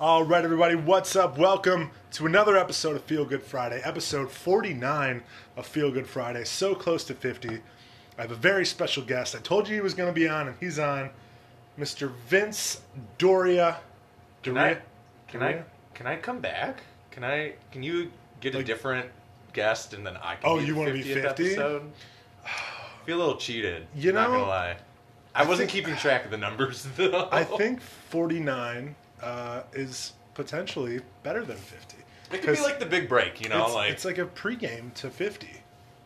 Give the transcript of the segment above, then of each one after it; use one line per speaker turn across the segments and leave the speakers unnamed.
All right, everybody, what's up? Welcome to another episode of Feel Good Friday, episode 49 of Feel Good Friday, so close to 50. I have a very special guest. I told you he was going to be on, and he's on. Mr. Vince Doria.
Can I? Can I? Can I come back? Can I? Can you get a
Like-
different guest and then I can?
Oh,
be
you
the
wanna be
50th
50?
Episode? Feel a little cheated.
You
not
know,
gonna lie. I, wasn't
think-
keeping track of the numbers though.
I think 49 uh, is potentially better than 50.
it could
'Cause
be like the big break. You know,
it's,
like,
it's like a pregame to 50.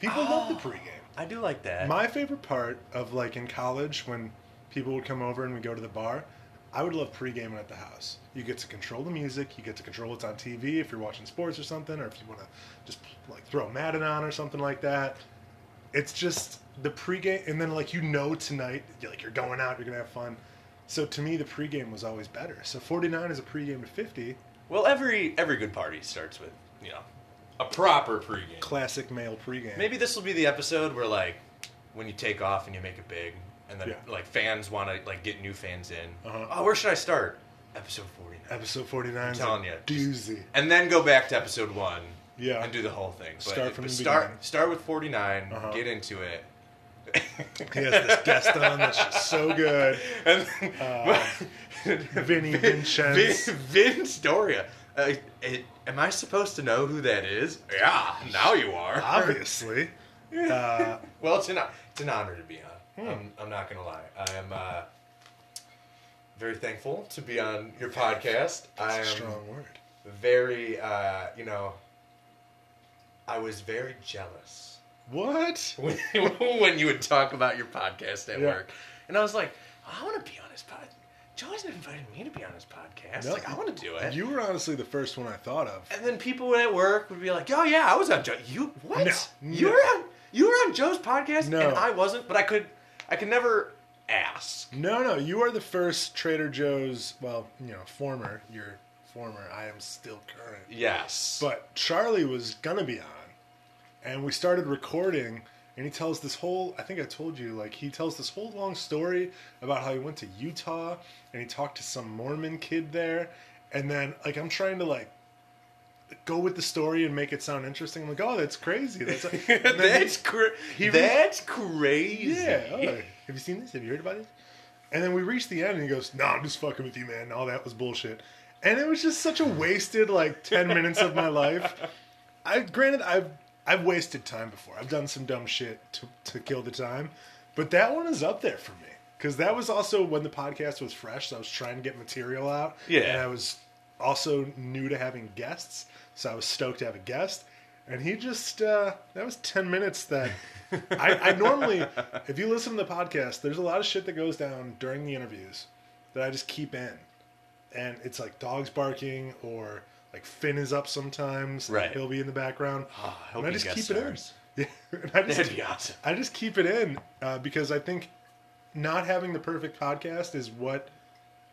People love the
Ah.
pregame.
I do like that.
My favorite part of like in college when people would come over and we go to the bar, I would love pre-gaming at the house. You get to control the music, you get to control what's on TV if you're watching sports or something, or if you want to just like throw Madden on or something like that. It's just the pre-game, and then like you know tonight, you're, like you're going out, you're gonna have fun. So to me, the pre-game was always better. So 49 is a pre-game to 50,
well, every every good party starts with you know a proper pregame.
classic male pre-game.
Maybe this will be the episode where like when you take off and you make it big, and then
Yeah.
like fans want to like get new fans in.
Uh-huh.
Oh, where should I start? Episode forty nine,
episode 49 is a
telling you,
doozy.
and then go back to episode one.
Yeah.
and do the whole thing. But,
Start from
but
the
start
beginning.
start with forty
Uh-huh.
Get into it.
He has this guest on that's just so good.
And
Uh, Vinny Vincenz.
Vin, Vin Storia. Uh, it, am I supposed to know who that is? Yeah, now you are.
Obviously. Uh,
Well, it's an it's an honor to be on.
Hmm.
I'm, I'm not gonna lie. I am uh, very thankful to be on your podcast.
that's
I
a
am
strong word.
very, uh, you know, I was very jealous
What?
when, when you would talk about your podcast at
Yeah.
work, and I was like, I want to be on his podcast. Joe hasn't invited me to be on his podcast.
No,
like, I want to do it.
You were honestly the first one I thought of.
and then people at work would be like, "Oh yeah, I was on Joe. You what?
No,
you
no.
were on you were on Joe's podcast,
No.
and I wasn't. But I could I could never ask.
No, no, you are the first Trader Joe's, well, you know, former, you're former, I am still current.
Yes,
But Charlie was gonna be on, and we started recording, and he tells this whole, I think I told you, like, he tells this whole long story about how he went to Utah, and he talked to some Mormon kid there, and then, like, I'm trying to, like, go with the story and make it sound interesting. I'm like, oh, that's crazy. That's, and then he-
that's cra-
he re-
that's crazy.
Yeah. oh, have you seen this? Have you heard about it? And then we reached the end, and he goes, "No, I'm just fucking with you, man. All that was bullshit." And it was just such a wasted like ten minutes of my life. I granted, I've I've wasted time before. I've done some dumb shit to to kill the time, but that one is up there for me because that was also when the podcast was fresh. So I was trying to get material out.
Yeah.
And I was also new to having guests, so I was stoked to have a guest. And he just uh, that was ten minutes that I, I normally, if you listen to the podcast, there's a lot of shit that goes down during the interviews that I just keep in, and it's like dogs barking or like Finn is up sometimes. and
Right.
He'll be in the background.
Ah, I hope
and I
he
just
guest
keep it in.
stars.
Yeah. and I just
That'd be awesome.
I just keep it in uh, because I think not having the perfect podcast is what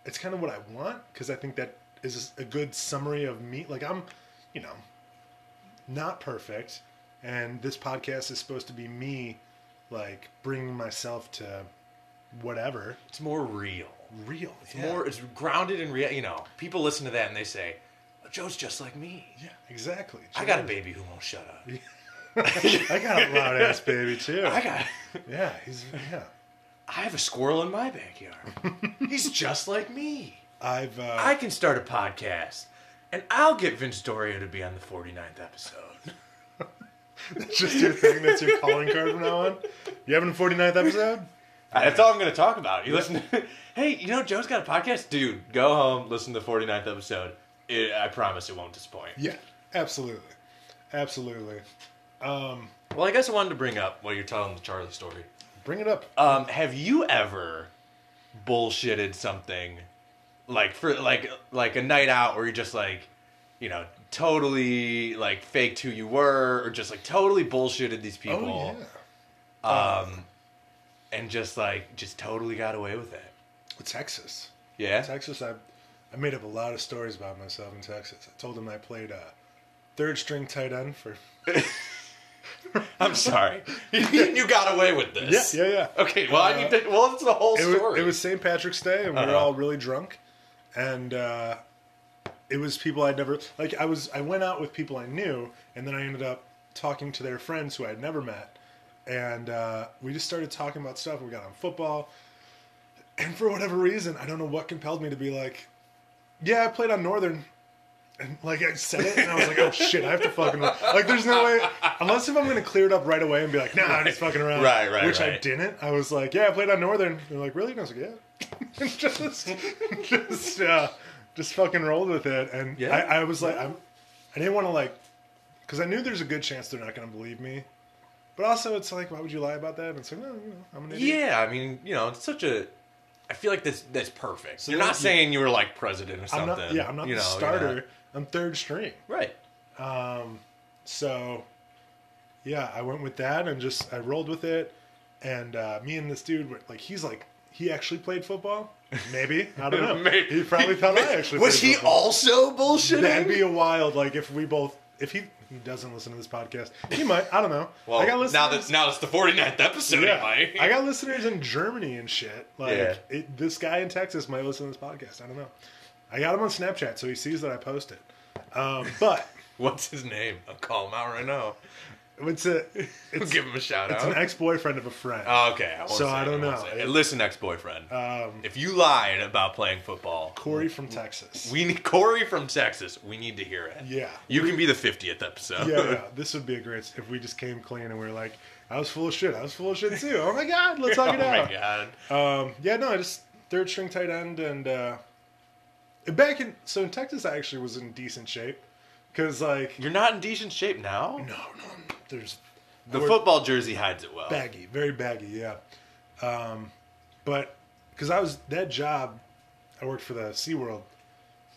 it's kind of what I want because I think that is a good summary of me. Like I'm, you know, not perfect, and this podcast is supposed to be me, like bringing myself to whatever
It's more real.
real.
It's more. It's grounded in real. You know, people listen to that and they say, "Joe's just like me.
Yeah, exactly.
I got a baby who won't shut up.
I got a loud ass baby too.
I got."
yeah, he's yeah.
I have a squirrel in my backyard. He's just like me.
I've uh,
I can start a podcast, and I'll get Vince Doria to be on the 49th episode.
just your thing. That's your calling card from now on. You having a 49th episode?
That's all I'm going to talk about. You listen. To, hey, you know Joe's got a podcast, dude. Go home, listen to the 49th episode. It, I promise it won't disappoint.
Yeah, absolutely, absolutely.
Well, I guess I wanted to bring up while you're telling the Charlie story.
Bring it up.
Um, have you ever bullshitted something like for like like a night out where you're just like, you know, totally like faked who you were or just like totally bullshitted these
Oh
people
yeah,
and just like just totally got away with it?
Well, Texas.
Yeah.
Texas. I I made up a lot of stories about myself in Texas. I told them I played uh, third string tight end for.
I'm sorry. you got away with
Yeah,
this.
yeah, yeah.
Okay, well, I need to, well, it's the whole
It was,
story.
it was St. Patrick's Day, and we were
Uh-huh.
all really drunk. and uh, it was people I'd never like. I was I went out with people I knew, and then I ended up talking to their friends who I had never met, and uh, we just started talking about stuff. We got on football, and for whatever reason, I don't know what compelled me to be like, yeah, I played on Northern. And like I said it, and I was like, "Oh shit, I have to fucking like." There's no way, unless if I'm gonna clear it up right away and be like, "Nah, I'm just fucking around,"
Right, right,
Which I
right.
didn't. I was like, "Yeah, I played on Northern." They're like, "Really?" And I was like, "Yeah." And just, just, uh, just fucking rolled with it. And
Yeah.
I, I was like, I'm, I didn't want to like, because I knew there's a good chance they're not gonna believe me. But also, it's like, why would you lie about that? And it's like, no, you know, I'm an idiot.
Yeah, I mean, you know, it's such a. I feel like that's that's perfect. you're
then
not
you-
saying you were like president or
I'm
something.
not. Yeah, I'm not
you
the
know, you're
starter.
not-
I'm third string.
Right.
So, yeah, I went with that and just I rolled with it. And uh, me and this dude were like, he's like, he actually played football. Maybe I don't know.
Maybe.
He probably thought I actually
Was
played
he
football.
also bullshitting?
That'd be a wild. Like if we both, if he he doesn't listen to this podcast, he might. I don't know.
well,
I got
now
listeners.
that's now it's the 49th episode.
yeah,
Mike.
I got listeners in Germany and shit. Like
Yeah.
it, this guy in Texas might listen to this podcast. I don't know. I got him on Snapchat, so he sees that I post it. Um, but
What's his name? I'll call him out right now.
it's a
We'll
it's
give him a shout
It's
out.
an ex-boyfriend of a friend.
Oh, okay. I won't
So
say
I
it,
don't
won't
know.
say it.
It-
Listen, ex-boyfriend.
Um,
if you lied about playing football,
Corey from Texas.
we need Corey from Texas. We need to hear it.
yeah.
You can be the 50th episode.
yeah, yeah. This would be a great if we just came clean and we are like, I was full of shit. I was full of shit too. Oh my god, let's
oh
talk it out.
my god.
Um, yeah, no, I just third string tight end and uh, back in so in Texas, I actually was in decent shape because like
You're not in decent shape now.
no, no, there's
The
we're
football jersey hides it well.
baggy, very baggy, yeah. Um, but because I was that job, I worked for the SeaWorld,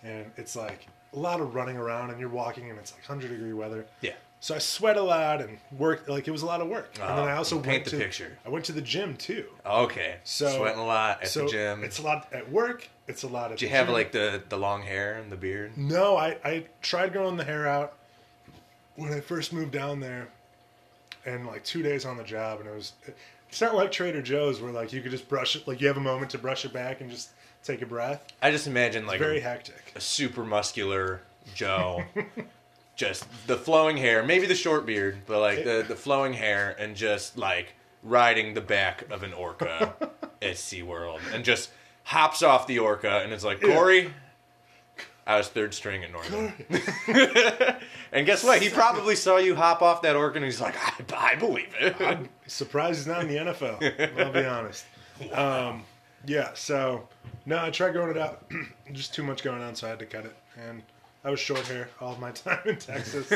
and it's like a lot of running around and you're walking and it's like 100 degree weather.
Yeah.
So I sweat a lot and work like it was a lot of work. and then
Ah,
I also
paint
went
the
to
picture.
I went to the gym too.
Okay.
So
sweating a lot at
so
the gym.
It's a lot at work. It's a lot at.
Do you
the
have
gym.
like the the long hair and the beard?
No, I I tried growing the hair out when I first moved down there, and like two days on the job, and it was. It's not like Trader Joe's where like you could just brush it, like you have a moment to brush it back and just take a breath.
I just imagine like
Very
a,
hectic.
a super muscular Joe. just the flowing hair, maybe the short beard, but like the, the flowing hair and just like riding the back of an orca at SeaWorld and just hops off the orca and it's like, Corey, I was third string at Northern. and guess what? He probably saw you hop off that orca and he's like, I, I believe it.
Surprised he's not in the NFL. I'll be honest. Um, yeah, so no, I tried growing it out. just too much going on, so I had to cut it. And I was short hair all of my time in Texas.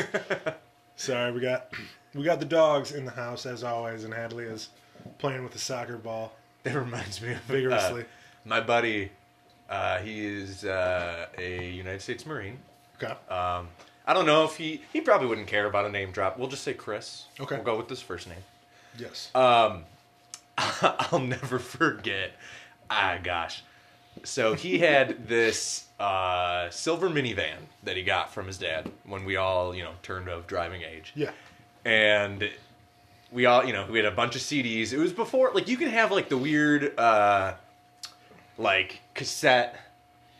Sorry, we got we got the dogs in the house as always, and Hadley is playing with a soccer ball.
That reminds me of
Vigorously.
uh, my buddy, uh, he is uh, a United States Marine.
Okay.
Um, I don't know if he he probably wouldn't care about a name drop. We'll just say Chris.
Okay.
We'll go with his first name.
yes.
uh, I'll never forget. Ah, gosh. So he had this uh, silver minivan that he got from his dad when we all, you know, turned of driving age.
yeah.
and we all you know we had a bunch of cds it was before like you can have like the weird uh like cassette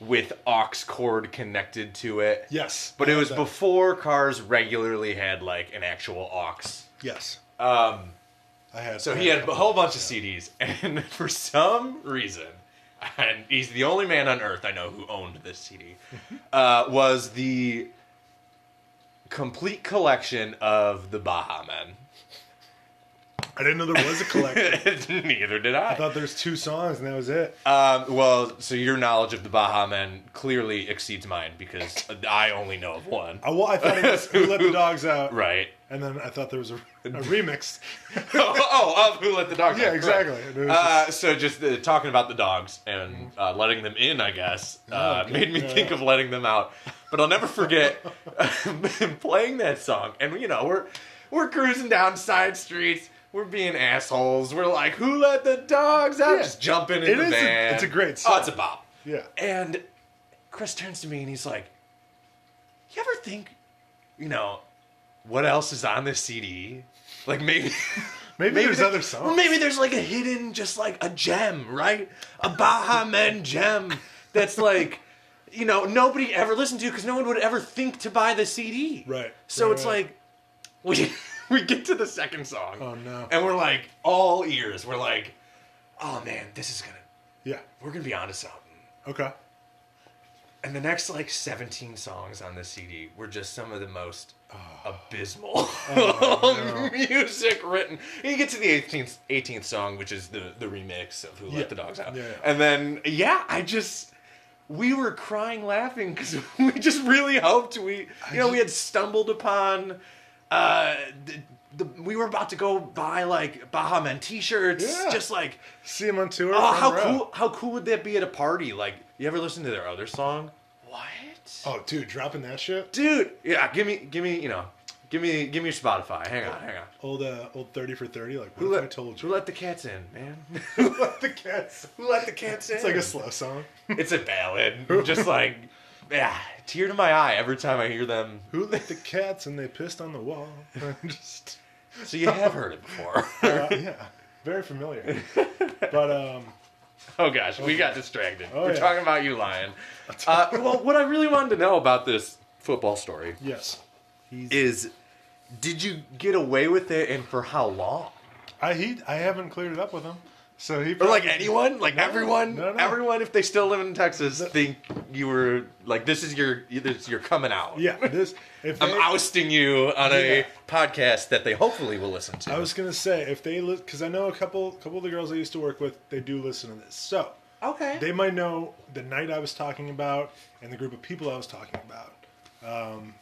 with aux cord connected to it
Yes.
but it was
That-
before cars regularly had like an actual aux
Yes.
um
I had.
so he had a whole bunch of cds and for some reason and he's the only man on earth i know who owned this cd uh, was the complete collection of the baha men
I didn't know there was a collection.
Neither did I.
I thought there's two songs and that was it.
um, well, so your knowledge of the Baha Men clearly exceeds mine because I only know of one.
I, well, I thought it was Who Let the Dogs Out,
Right.
and then I thought there was a, a remix.
oh, of who let the dogs
Yeah,
out.
exactly.
correct.
It was
Uh, so just uh, talking about the dogs and uh, letting them in, I guess, uh,
okay.
made me
Oh, Yeah,
think
yeah.
of letting them out. But I'll never forget playing that song. And you know, we're we're cruising down side streets. We're being assholes. We're like, who let the dogs out?
Yeah.
Just jumping in
It
the
is a-
van.
it's a great
Oh,
song.
it's a bop.
Yeah.
And Chris turns to me and he's like, "You ever think, you know, what else is on this CD? Like maybe."
Maybe, there's
there-
other songs.
Well, maybe there's like a hidden, just like a gem, right? A Baha Men gem that's like you know nobody ever listened to because no one would ever think to buy the CD.
Right.
So
Right,
it's
right.
like we we get to the second song.
Oh, no.
And we're like all ears. We're like, oh man, this is gonna
Yeah.
we're gonna be onto something.
Okay.
And the next like 17 songs on the CD were just some of the most abysmal
Oh,
music written. And you get to the 18th 18th song, which is the the remix of Who
Yeah.
Let the Dogs Out.
Yeah, yeah.
And then yeah, I just we were crying laughing because we just really hoped we you know we had stumbled upon uh the, the, we were about to go buy like Baha Men t-shirts
Yeah.
just like
See him on tour.
Oh,
front
how
row.
cool! How cool would that be at a party? Like, you ever listen to their other song? What?
Oh, dude, dropping that shit.
Dude, yeah, give me, give me, you know, give me, give me your Spotify. Hang on, hang on.
Old uh, old thirty for thirty. Like what
Who
if
let,
I told
who
you?
let the cats in, man? who
Let the cats.
let the cats in?
It's like a slow song.
it's a ballad. I'm just like, yeah, tear to my eye every time I hear them.
Who let the cats and they pissed on the wall? Just
So you have heard it before.
uh, yeah, very familiar. But um,
oh gosh, we got distracted.
Oh,
We're
yeah.
talking about you lying. Uh, well, what I really wanted to know about this football story
yes, he's.
is, did you get away with it, and for how long?
I he I haven't cleared it up with him, so he.
Or
probably-
like anyone, like everyone,
no, no.
everyone. If they still live in Texas, think you were like this is your this you're coming out.
Yeah, this. If
I'm
they-
ousting you on
Yeah.
a podcast that they hopefully will listen to.
I was gonna say if they because I know a couple couple of the girls I used to work with they do listen to this, so
okay.
they might know the night I was talking about and the group of people I was talking about. Um,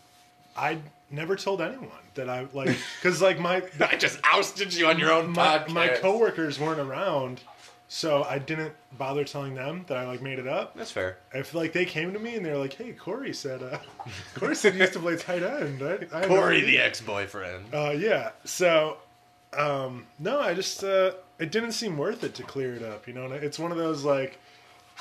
I never told anyone that I like because like my
I just ousted you on your own
my,
podcast.
my coworkers weren't around, so I didn't bother telling them that I like made it up.
That's fair.
If like they came to me and they're like, "Hey, Corey said, uh, Corey said he used to play tight end." I, I
Corey, the ex-boyfriend.
uh, yeah. So, um, no, I just uh, it didn't seem worth it to clear it up. You know, and it's one of those like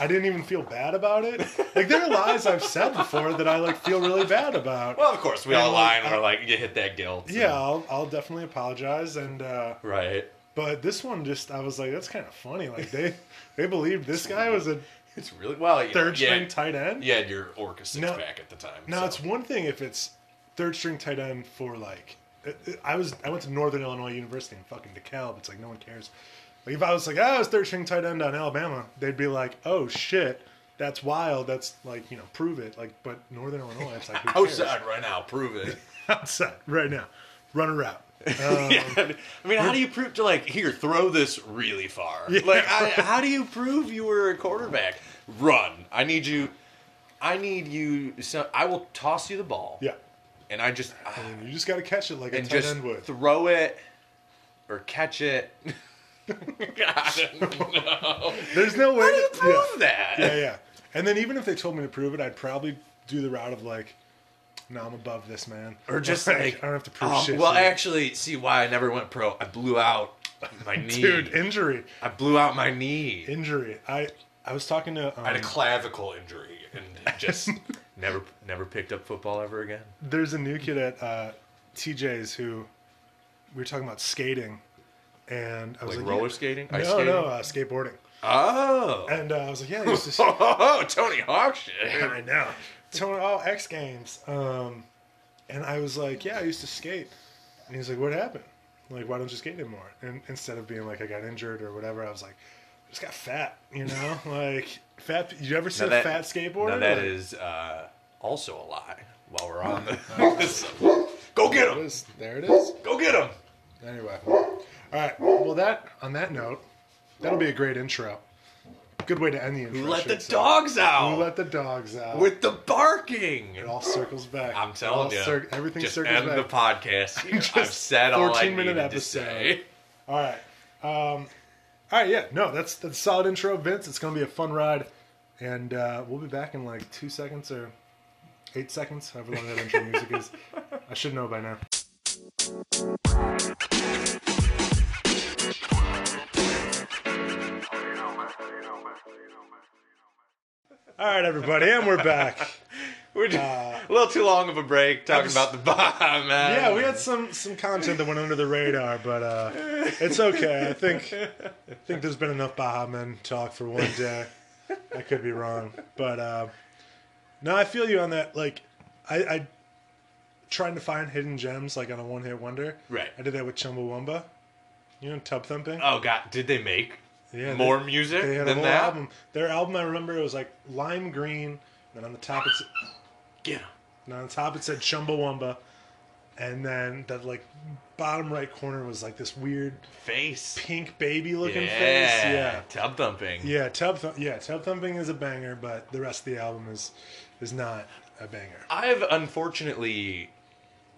I didn't even feel bad about it. Like there are lies I've said before that I like feel really bad about.
well, of course, we
and
all
like, uh,
lie and we're like, you hit that guilt.
yeah, I'll, I'll definitely apologize. And uh,
Right.
but this one just I was like, that's kind of funny. Like they they believed this guy was a
It's really well. You
third
know,
string
Yeah,
tight end.
you had your Orca six
No.
pack at the time.
Now
so.
it's one thing if it's third string tight end for like I- I was I went to Northern Illinois University in fucking DeKalb. It's like no one cares. Like if I was like, oh, it's third string tight end on Alabama, they'd be like, oh shit, that's wild. That's like you know, prove it. Like, but Northern Illinois, it's like who cares?
outside right now. Prove it.
outside, right now, Uh, run a route. Um,
yeah, I mean- I mean, how do you prove to like here throw this really far?
Yeah.
Like, I, how do you prove you were a quarterback? Run. I need you. I need you. So I will toss you the ball.
Yeah,
And I just ah,
and you just got to catch it like a
and
tight
just
end would.
throw it or catch it. I don't know.
There's no way.
How do you
to- yeah.
prove that?
yeah, yeah. And then even if they told me to prove it, I'd probably do the route of like, no, I'm above this man,
Or just like
I don't have to prove
oh,
shit.
Well,
to you.
actually, see why I never went pro. I blew out my knee.
dude, injury,
I blew out my knee.
injury. I I was talking to um,
I had a clavicle injury and just never never picked up football ever again.
there's a new kid at uh, TJ's who we were talking about skating, and I was
Like
like,
roller
yeah.
skating,
No,
ice skating.
no, uh, skateboarding.
Oh.
And uh, I was like, yeah, I used to.
oh, oh, oh, Tony Hawk shit.
I know. Tony, all X Games. Um, and I was like, yeah, I used to skate. And he's like, what happened? I'm like, why don't you skate anymore? And instead of being like, I got injured or whatever, I was like, I just got fat, you know? like, fat. You ever see
Now
a
that-
fat skateboarder?
Now that
Like,
is uh, also a lie. While we're on the go get
There it
him,
is. There it is.
go get him.
Anyway. All right. Well, that on that note, that'll be a great intro. Good way to end the intro.
Who let
I
the
should say.
dogs out
Who let the dogs out?
with the barking?
it all circles back.
I'm
It
telling
all
you,
cir- everything
just
circles
end
back.
the podcast. here.
Just
I've said all I
14 minute
needed to
episode.
say.
All right. Um, all right. Yeah. No, that's that's a solid intro, Vince. It's gonna be a fun ride, and uh, we'll be back in like two seconds or eight seconds, however long that intro music is. I should know by now. All right, everybody, and we're back.
We're just, a little too long of a break talking about the bomb, man.
Uh, Yeah, we had some some content that went under the radar, but uh, it's okay. I think I think there's been enough Baja Men talk for one day. I could be wrong, but uh, No, I feel you on that. Like, I, I trying to find hidden gems like on a one hit wonder.
Right.
I did that with Chumbawamba. You know, tub thumping.
Oh God, did they make
yeah, they-
more music
They had a
than
whole
that?
album. Their album, I remember, it was like lime green, and on the top it's
Get 'em.
and on the top it said Chumbawamba, and then that like bottom right corner was like this weird
face.
pink baby looking
yeah.
face. Yeah.
Tub thumping.
Yeah, tub Thu- yeah, tub thumping is a banger, but the rest of the album is is not a banger.
I've unfortunately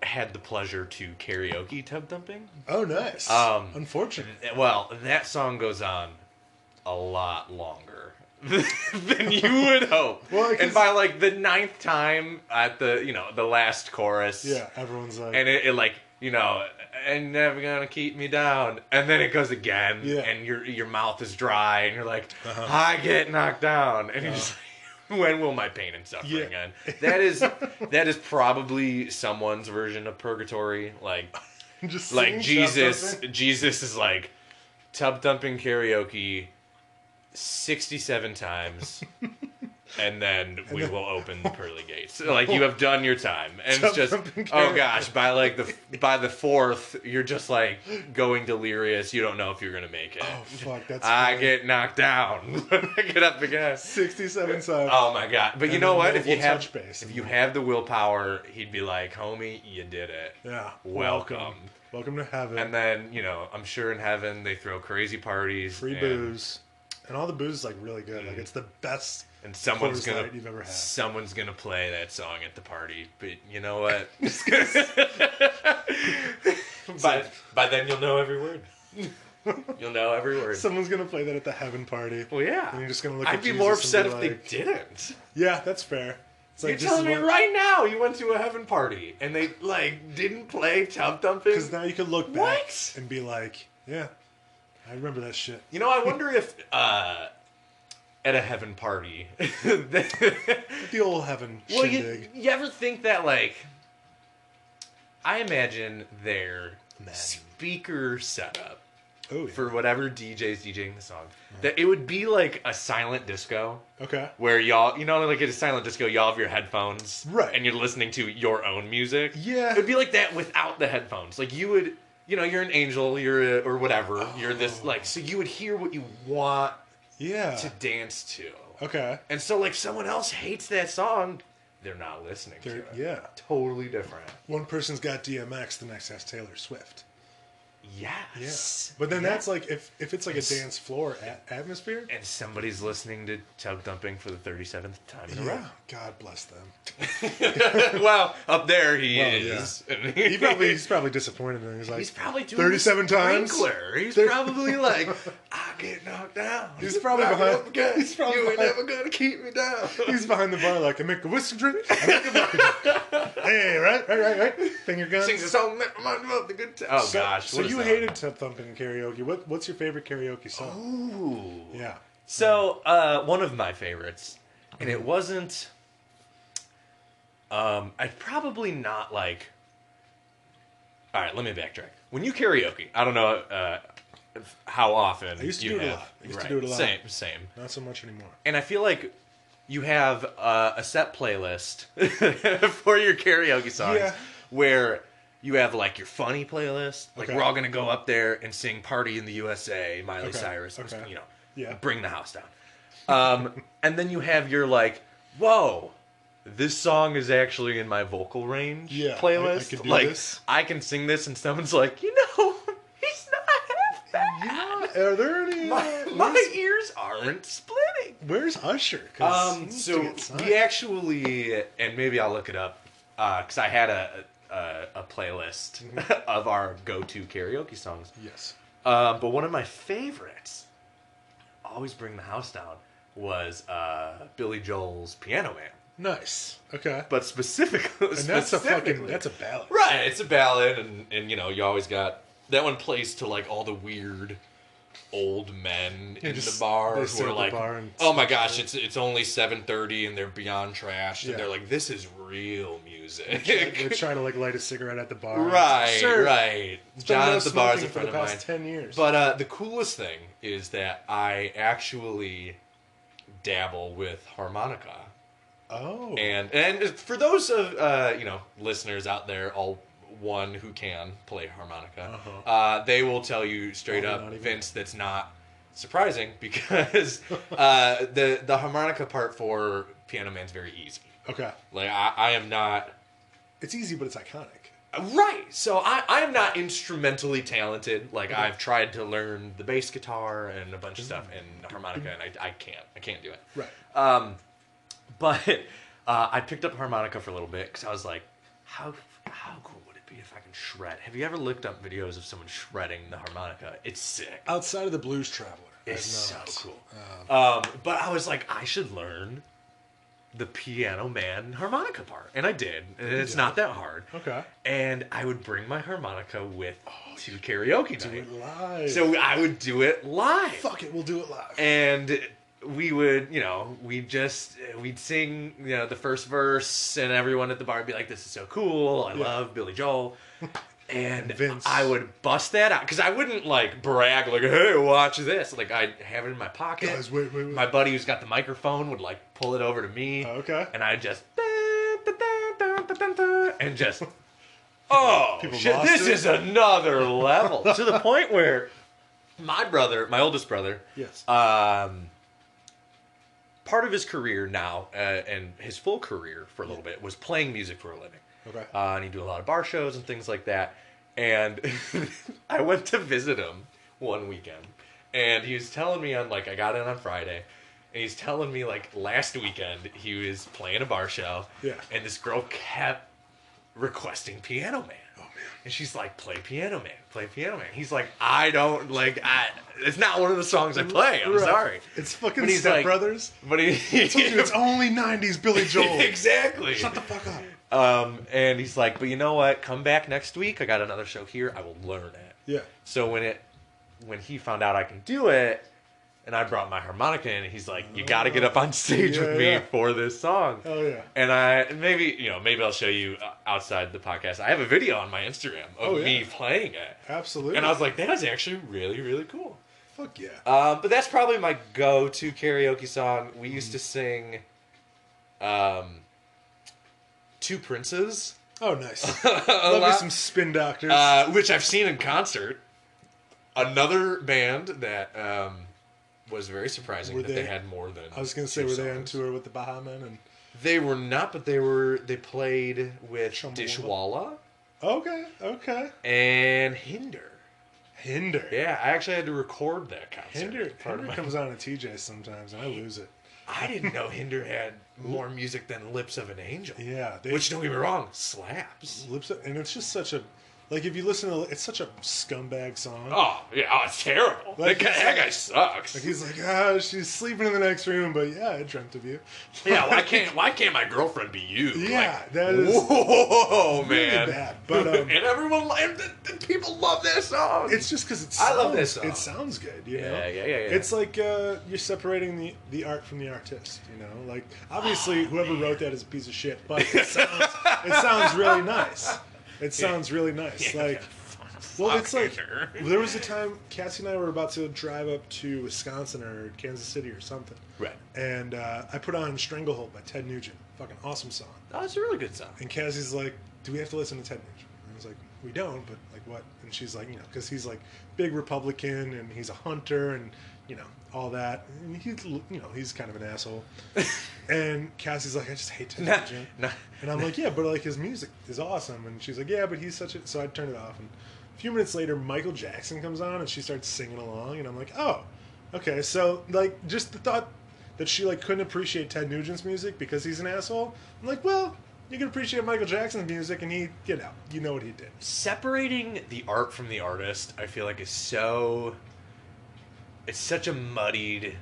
had the pleasure to karaoke tub thumping.
Oh, nice.
Um,
Unfortunate.
Well, that song goes on a lot longer than you would hope.
Well, 'cause-
and by like the ninth time at the you know the last chorus,
Yeah, everyone's like,
and it, it like you know and never gonna keep me down and then it goes again
Yeah. Uh-huh.
and your your mouth is dry and you're like i get knocked down and you're just like when will my pain and suffering
Yeah.
end that is that is probably someone's version of purgatory like
just
like
singing
jesus
something.
jesus is like tub thumping karaoke 67 times and then we will open the pearly gates like you have done your time and it's
Tub
just
thumping
oh
karaoke.
gosh by like the by the fourth you're just like going delirious you don't know if you're gonna make it
Oh fuck, that's
i
funny.
get knocked down i get up again
67 songs.
oh my god but you
And
know
then
what
we'll-
if you
we'll
have
touch base.
if you have the willpower he'd be like homie you did it
yeah.
welcome.
Welcome to heaven.
and then you know i'm sure in heaven they throw crazy parties
Free
and- Mm.
booze. And all the booze is like really good. Like it's the best.
and someone's
Coolest
gonna
night you've ever had.
someone's gonna play that song at the party. But you know what? by by then you'll know every word. you'll know every word.
Someone's gonna play that at the heaven party.
well, Oh, yeah.
And you're just gonna look
I'd
at
be
Jesus
more
and be
upset if
like-
they didn't.
Yeah, that's fair. It's
You're
this
telling me
is what-
right now you went to a heaven party and they like didn't play tub thumping.
Because now you could look back
What?
and be like, yeah, I remember that shit.
You know, I wonder if uh, at a heaven party.
The old heaven
Well, you,
shindig.
you ever think that like I imagine their
Imagine.
speaker setup
Oh, yeah.
for whatever DJ's DJing the song that it would be like a silent disco
okay.
where y'all you know like at a silent disco y'all have your headphones
Right.
and you're listening to your own music
Yeah.
it would be like that without the headphones like you would you know you're an angel you're a, or whatever you're
Oh.
this like so you would hear what you want
Yeah.
to dance to
Okay.
and so like someone else hates that song they're not listening to
There-
it
yeah.
totally different.
One person's got DMX, the next has Taylor Swift. Yeah.
Yes.
But then
Yeah.
that's like if if it's like a
It's-
dance floor at, atmosphere.
and somebody's listening to tub dumping for the thirty seventh time in
Yeah. God bless them.
a row. well, up there he
Well,
is.
He probably he's probably disappointed and he's like
he's probably doing
thirty seven
the
times.
sprinkler. He's
Thir-
probably like, I get knocked down.
He's probably
I'm
behind-
up again.
he's probably
you ain't
behind-
never gonna keep me down.
He's behind the bar like I make a whiskey drink. I make a vodka drink. hey, right, right, right, right. Finger gun.
sings a song that reminds me of the good time. Oh
So-
gosh.
So
what is
you
that?
hated tub thumping in karaoke. What what's your favorite karaoke song?
Ooh.
Yeah.
So, uh, one of my favorites, and it wasn't. Um, I probably not like. All right, let me backtrack. When you karaoke, I don't know uh, if- how often
I used to
you
do it a
have.
lot. I used to do it a lot.
Same, same.
Not so much anymore.
And I feel like you have uh, a set playlist for your karaoke songs,
Yeah.
where you have like your funny playlist. Like
Okay.
we're all gonna go up there and sing "Party in the USA," Miley
Okay,
Cyrus,
okay.
you know,
Yeah.
bring the house down. Um, and then you have your like, whoa, this song is actually in my vocal range
Yeah, I- I
playlist.
could do
like
this.
I can sing this, and someone's like, you know, he's not half bad.
Are there any?
My,
uh,
my
where's,
ears aren't splitting.
where's Usher? 'Cause he
Um,
needs
so
to get signed.
we actually, and maybe I'll look it up, because I had a a, a playlist
Mm-hmm.
of our go-to karaoke songs.
yes.
Uh, but one of my favorites, always bring the house down, was uh, Billy Joel's Piano Man.
Nice. Okay.
But specifically,
and that's a fucking
specifically-
that's a ballad.
right. It's a ballad, and and you know you always got that one plays to like all the weird old men in
just-
the bar
they
who
sit at
are
the
like,
bar and
oh my gosh, it's it's only seven thirty, and they're beyond trashed,
Yeah.
and they're like, this is real music.
They're trying to like light a cigarette at the bar.
right,
Sir,
right.
been
John
no
at the bar is a
smoking
friend
for the
of mine.
past 10 years.
But uh, the coolest thing is that I actually dabble with harmonica
Oh.
and and for those of uh, you know listeners out there, all one who can play harmonica,
Uh-huh.
uh, they will tell you straight
Probably
up,
not even-
Vince, that's not surprising because uh, the the harmonica part for Piano Man's very easy.
okay.
Like I, I am not
It's easy, but it's iconic.
right, so I I am not instrumentally talented. Like I've tried to learn the bass guitar and a bunch of stuff and harmonica, and I I can't I can't do it.
Mm-hmm. Right.
Um, but uh, I picked up harmonica for a little bit because I was like, how how cool would it be if I can shred? Have you ever looked up videos of someone shredding the harmonica? It's sick.
Outside of the Blues Traveler.
It's so
I've not.
cool.
Um,
Um, but I was like, I should learn the piano man harmonica part, and I did. And it's not that hard.
Okay. Oh,
And I would bring my harmonica with to karaoke
do
night,
it live.
so I would do it live
fuck it, we'll do it live.
and we would you know we just we'd sing you know the first verse and everyone at the bar would be like this is so cool i
Yeah.
love billy joel and
Vince.
i would bust that out because i wouldn't like brag like hey watch this like i'd have it in my pocket
Guys, wait, wait, wait.
my buddy who's got the microphone would like pull it over to me
okay.
and i'd just and just oh
People
shit
lost
this
it.
is another level to the point where my brother my oldest brother
Yes.
um, part of his career now uh, and his full career for a little bit was playing music for a living.
Okay.
Uh, and he'd do a lot of bar shows and things like that. And I went to visit him one weekend, and he was telling me on like I got in on Friday, and he's telling me like last weekend he was playing a bar show,
Yeah.
and this girl kept requesting Piano Man.
Oh,
And she's like, "Play Piano Man, play Piano Man." He's like, "I don't like. I. It's not one of the songs I play. I'm
Right.
sorry."
It's fucking
But he's
Step
like-
Brothers.
But he,
Dude, it's only 90s Billy Joel.
exactly.
Shut the fuck up.
um, and he's like, "But you know what? Come back next week. I got another show here. I will learn it."
Yeah.
So when it, when he found out I can do it, and I brought my harmonica in, he's like, "You got to get up on stage
Yeah,
with me
yeah.
for this song."
Oh, yeah.
And I maybe you know maybe I'll show you uh, outside the podcast. I have a video on my Instagram of
Oh, yeah.
me playing it,
Absolutely.
and I was like, "That is actually really really cool."
fuck yeah.
Um, but that's probably my go-to karaoke song. We used to sing,
Mm-hmm.
um, Two Princes,
Oh, nice.
a
Love me
lot,
some Spin Doctors.
uh, which I've seen in concert. Another band that um, was very surprising
Were
that they
they-
had more than.
I was going to say,
two
were they on
songs.
tour with the Bahamen? And,
They were not, but they were. They played with
Chumbawamba.
Dishwalla
okay, okay.
and Hinder.
Hinder.
Yeah, I actually had to record that concert.
Hinder,
Part of
Hinder
my-
comes on a TJ sometimes, and I lose it.
I didn't know Hinder had more music than Lips of an Angel.
Yeah, they,
Which don't get me wrong, slaps.
lips and it's just such a like if you listen to it's such a scumbag song.
Oh yeah, oh, it's terrible.
Like,
that, guy,
it's
that
like-
guy sucks.
Like he's like, ah, she's sleeping in the next room, but yeah, I dreamt of you.
yeah, why can't why can't my girlfriend be you?
Yeah,
Like,
that is
whoa, man.
bad, but, um,
and everyone, li- and the, the people love that song.
It's just because it's.
I love this
It
song.
sounds good, you
Yeah,
know.
yeah, yeah, yeah.
It's like uh, you're separating the the art from the artist, you know. Like
Ah,
obviously, whoever wrote that is a piece of shit, but it sounds it sounds really nice. It sounds really nice.
Yeah.
Like, well, it's like
Fucker.
there was a time Cassie and I were about to drive up to Wisconsin or Kansas City or something,
right.
and uh, I put on "Stranglehold" by Ted Nugent. Fucking awesome song.
Oh, it's a really good song.
And Cassie's like, "Do we have to listen to Ted Nugent?" And I was like, "We don't, but like what?" And she's like, "You know, because he's like big Republican and he's a hunter and you know all that. And he's you know he's kind of an asshole." and Cassie's like, "I just hate Ted
Nah,
Nugent."
nah.
And I'm like, "Yeah, but like his music is awesome." And she's like, "Yeah, but he's such a..." So I turned it off. And a few minutes later, Michael Jackson comes on and she starts singing along, and I'm like, "Oh, okay." So like just the thought that she like couldn't appreciate Ted Nugent's music because he's an asshole. I'm like, well, you can appreciate Michael Jackson's music, and he, you know, you know what he did.
separating the art from the artist i feel like is so it's such a muddied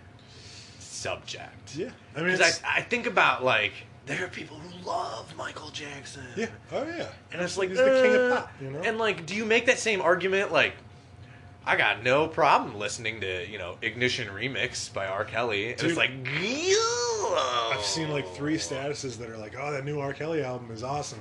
subject
Yeah, I mean,
because
it's-
I, I think about like there are people who love michael jackson
yeah, oh yeah,
and it's like
he's the king of
uh,
pop, you know.
and like do you make that same argument like i got no problem listening to you know ignition remix by r kelly and
Dude.
it's like
I've seen like three statuses that are like, oh, that new R. Kelly album is awesome.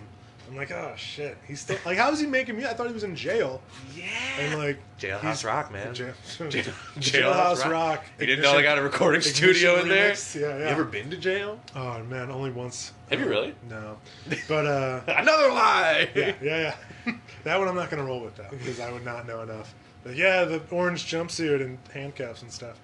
I'm like, oh shit, he's still like, how is he making music? I thought he was in jail,
Yeah.
and like
Jailhouse
he's-
Rock, man.
Jail-
Jail-
Jailhouse Rock.
You didn't know they got a recording
Ignition
studio in there?
remix, yeah,
You
yeah.
ever been to jail?
Oh man, only once.
Have you really?
No, but uh,
Another lie.
yeah, yeah, yeah. that one I'm not gonna roll with that because I would not know enough. But yeah, the orange jumpsuit and handcuffs and stuff.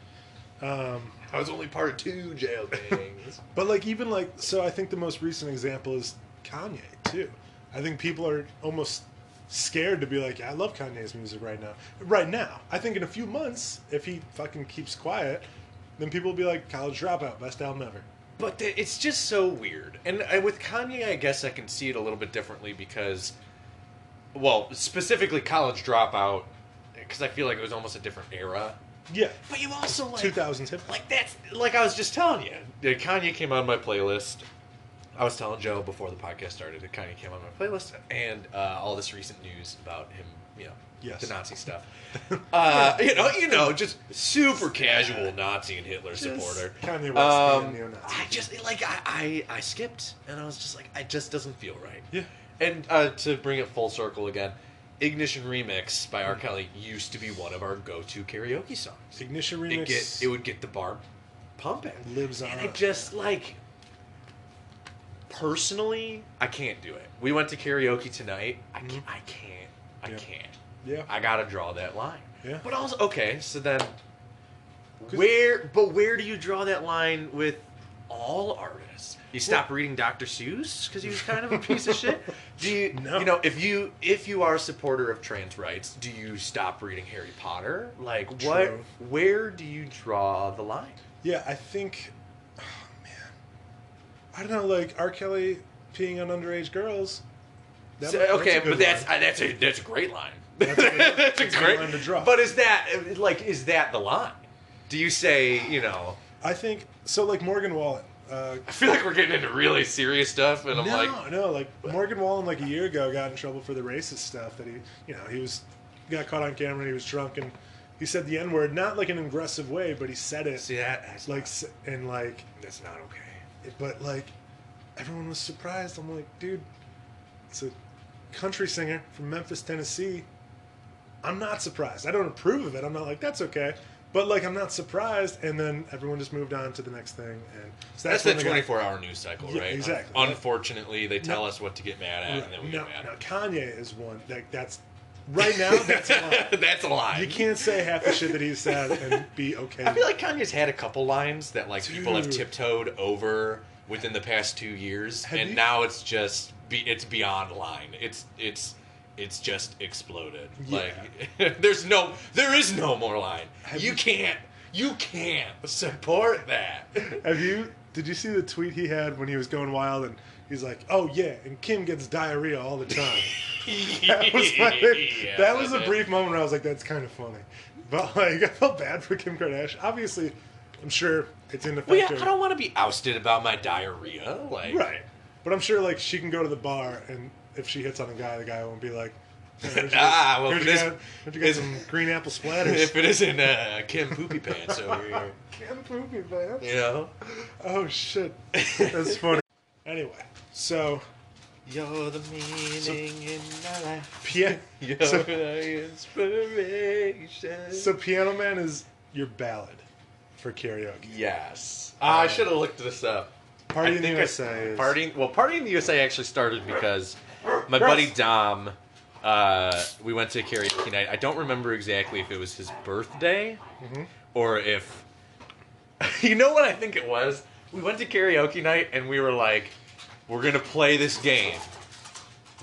Um,
I was only part of two jail gangs.
But like even like so, I think the most recent example is Kanye too. I think people are almost scared to be like, I love Kanye's music right now. Right now, I think in a few months, if he fucking keeps quiet, then people will be like, College Dropout, best album ever.
But th- it's just so weird. And I, with Kanye, I guess I can see it a little bit differently because, well, specifically college dropout, because I feel like it was almost a different era.
Yeah,
But you also like
two thousands hip hop.
like that's like I was just telling you. Yeah, Kanye came on my playlist. I was telling Joe before the podcast started that Kanye came on my playlist, and uh, all this recent news about him, you know,
Yes.
the Nazi stuff. Uh, you know, you know, just super casual Nazi and Hitler supporter.
Kanye West
Um,
being a neo-Nazi.
I just like I, I I skipped, and I was just like, it just doesn't feel right.
Yeah.
And uh, to bring it full circle again, Ignition Remix by R. Kelly used to be one of our go-to karaoke songs
Ignition
it
remix.
get it would get the bar pumping.
Lives
and
on.
I just like personally, I can't do it. We went to karaoke tonight. I
Mm-hmm.
can't. I can't. I
Yeah.
can't.
yeah.
I gotta draw that line.
Yeah.
But also, okay. So then, where? But where do you draw that line with all artists? You stop reading Dr. Seuss because he was kind of a piece of shit. Do you?
No.
You know, if you if you are a supporter of trans rights, do you stop reading Harry Potter? Like what?
True.
Where do you draw the line?
Yeah, I think. Oh man, I don't know. Like R. Kelly peeing on underage girls. That-
So,
that's a
okay,
good
but that's
line.
uh, that's a that's a great line.
That's a good- that's a good line to draw.
But is that like is that the line? Do you say you know?
I think so. Like Morgan Wallen. Uh,
I feel like we're getting into really serious stuff, and I'm
no,
like,
no. Like Morgan Wallen, like a year ago, got in trouble for the racist stuff that he, you know, he was he got caught on camera. He was drunk and he said the N word, not like in an aggressive way, but he said it.
see that? That's
Like
not-
s- and like,
that's not okay.
it- but like, everyone was surprised. I'm like, dude, it's a country singer from Memphis, Tennessee. I'm not surprised. I don't approve of it. I'm not like that's okay. But like I'm not surprised, and then everyone just moved on to the next thing, and so
That's,
when they
the
got-
24 hour news cycle,
Yeah,
right?
exactly.
Unfortunately, they tell us what to get mad at,
Right.
and then we
No,
get mad.
no, Kanye is one. Like that's right now. That's a lie.
that's a lie.
You can't say half the shit that he said and be okay.
I feel like Kanye's had a couple lines that like people have
Dude.
tiptoed over within the past two years,
Have
and
you-
now it's just be, it's beyond line. It's it's it's just exploded.
Yeah.
Like there's no there is no more line.
Have
you
you-
can't you can't support that.
Have you? Did you see the tweet he had when he was going wild and he's like, "Oh yeah," and Kim gets diarrhea all the time. That was, my,
Yeah,
that was a
it.
brief moment where I was like, "That's kind of funny," but like I felt bad for Kim Kardashian. Obviously, I'm sure it's in the
Well, yeah, I don't want to be ousted about my diarrhea. Like
right? But I'm sure like she can go to the bar and if she hits on a guy, the guy won't be like.
Ah, well,
here's
for this-
you got, here's you got
this-
some green apple splatters.
if it isn't uh, Kim poopy pants over here,
Can't prove me, man.
you know.
Oh shit, that's funny. anyway, so
You're the meaning in my life.
pia-
You're
so,
the inspiration.
so Piano Man is your ballad for karaoke.
yes, Ah, I should have looked this up.
Uh, Party
I
in the
think I-
USA is
Party. Well, Party in the USA actually started because
Gross.
my buddy Dom. Uh, we went to karaoke night. I don't remember exactly if it was his birthday
Mm-hmm.
or if. you know what I think it was. We went to karaoke night and we were like, "We're gonna play this game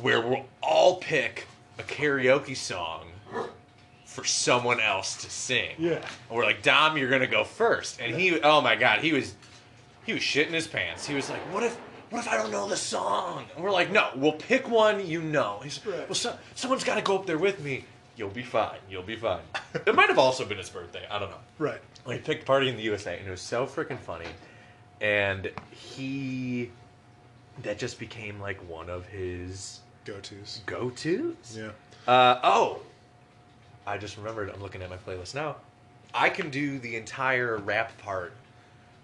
where we'll all pick a karaoke song for someone else to sing."
Yeah.
And we're like, Dom, you're gonna go first. And he, oh my god, he was, he was shitting his pants. He was like, what if, what if I don't know the song? And we're like, no, we'll pick one you know. He's like,
Right.
well, so, someone's got to go up there with me. You'll be fine. You'll be fine. it might have also been his birthday. I don't know.
right.
Well, he picked Party in the USA, and it was so freaking funny. And he, that just became like one of his
Go tos.
go tos.
Yeah.
Uh, oh, I just remembered. I'm looking at my playlist now. I can do the entire rap part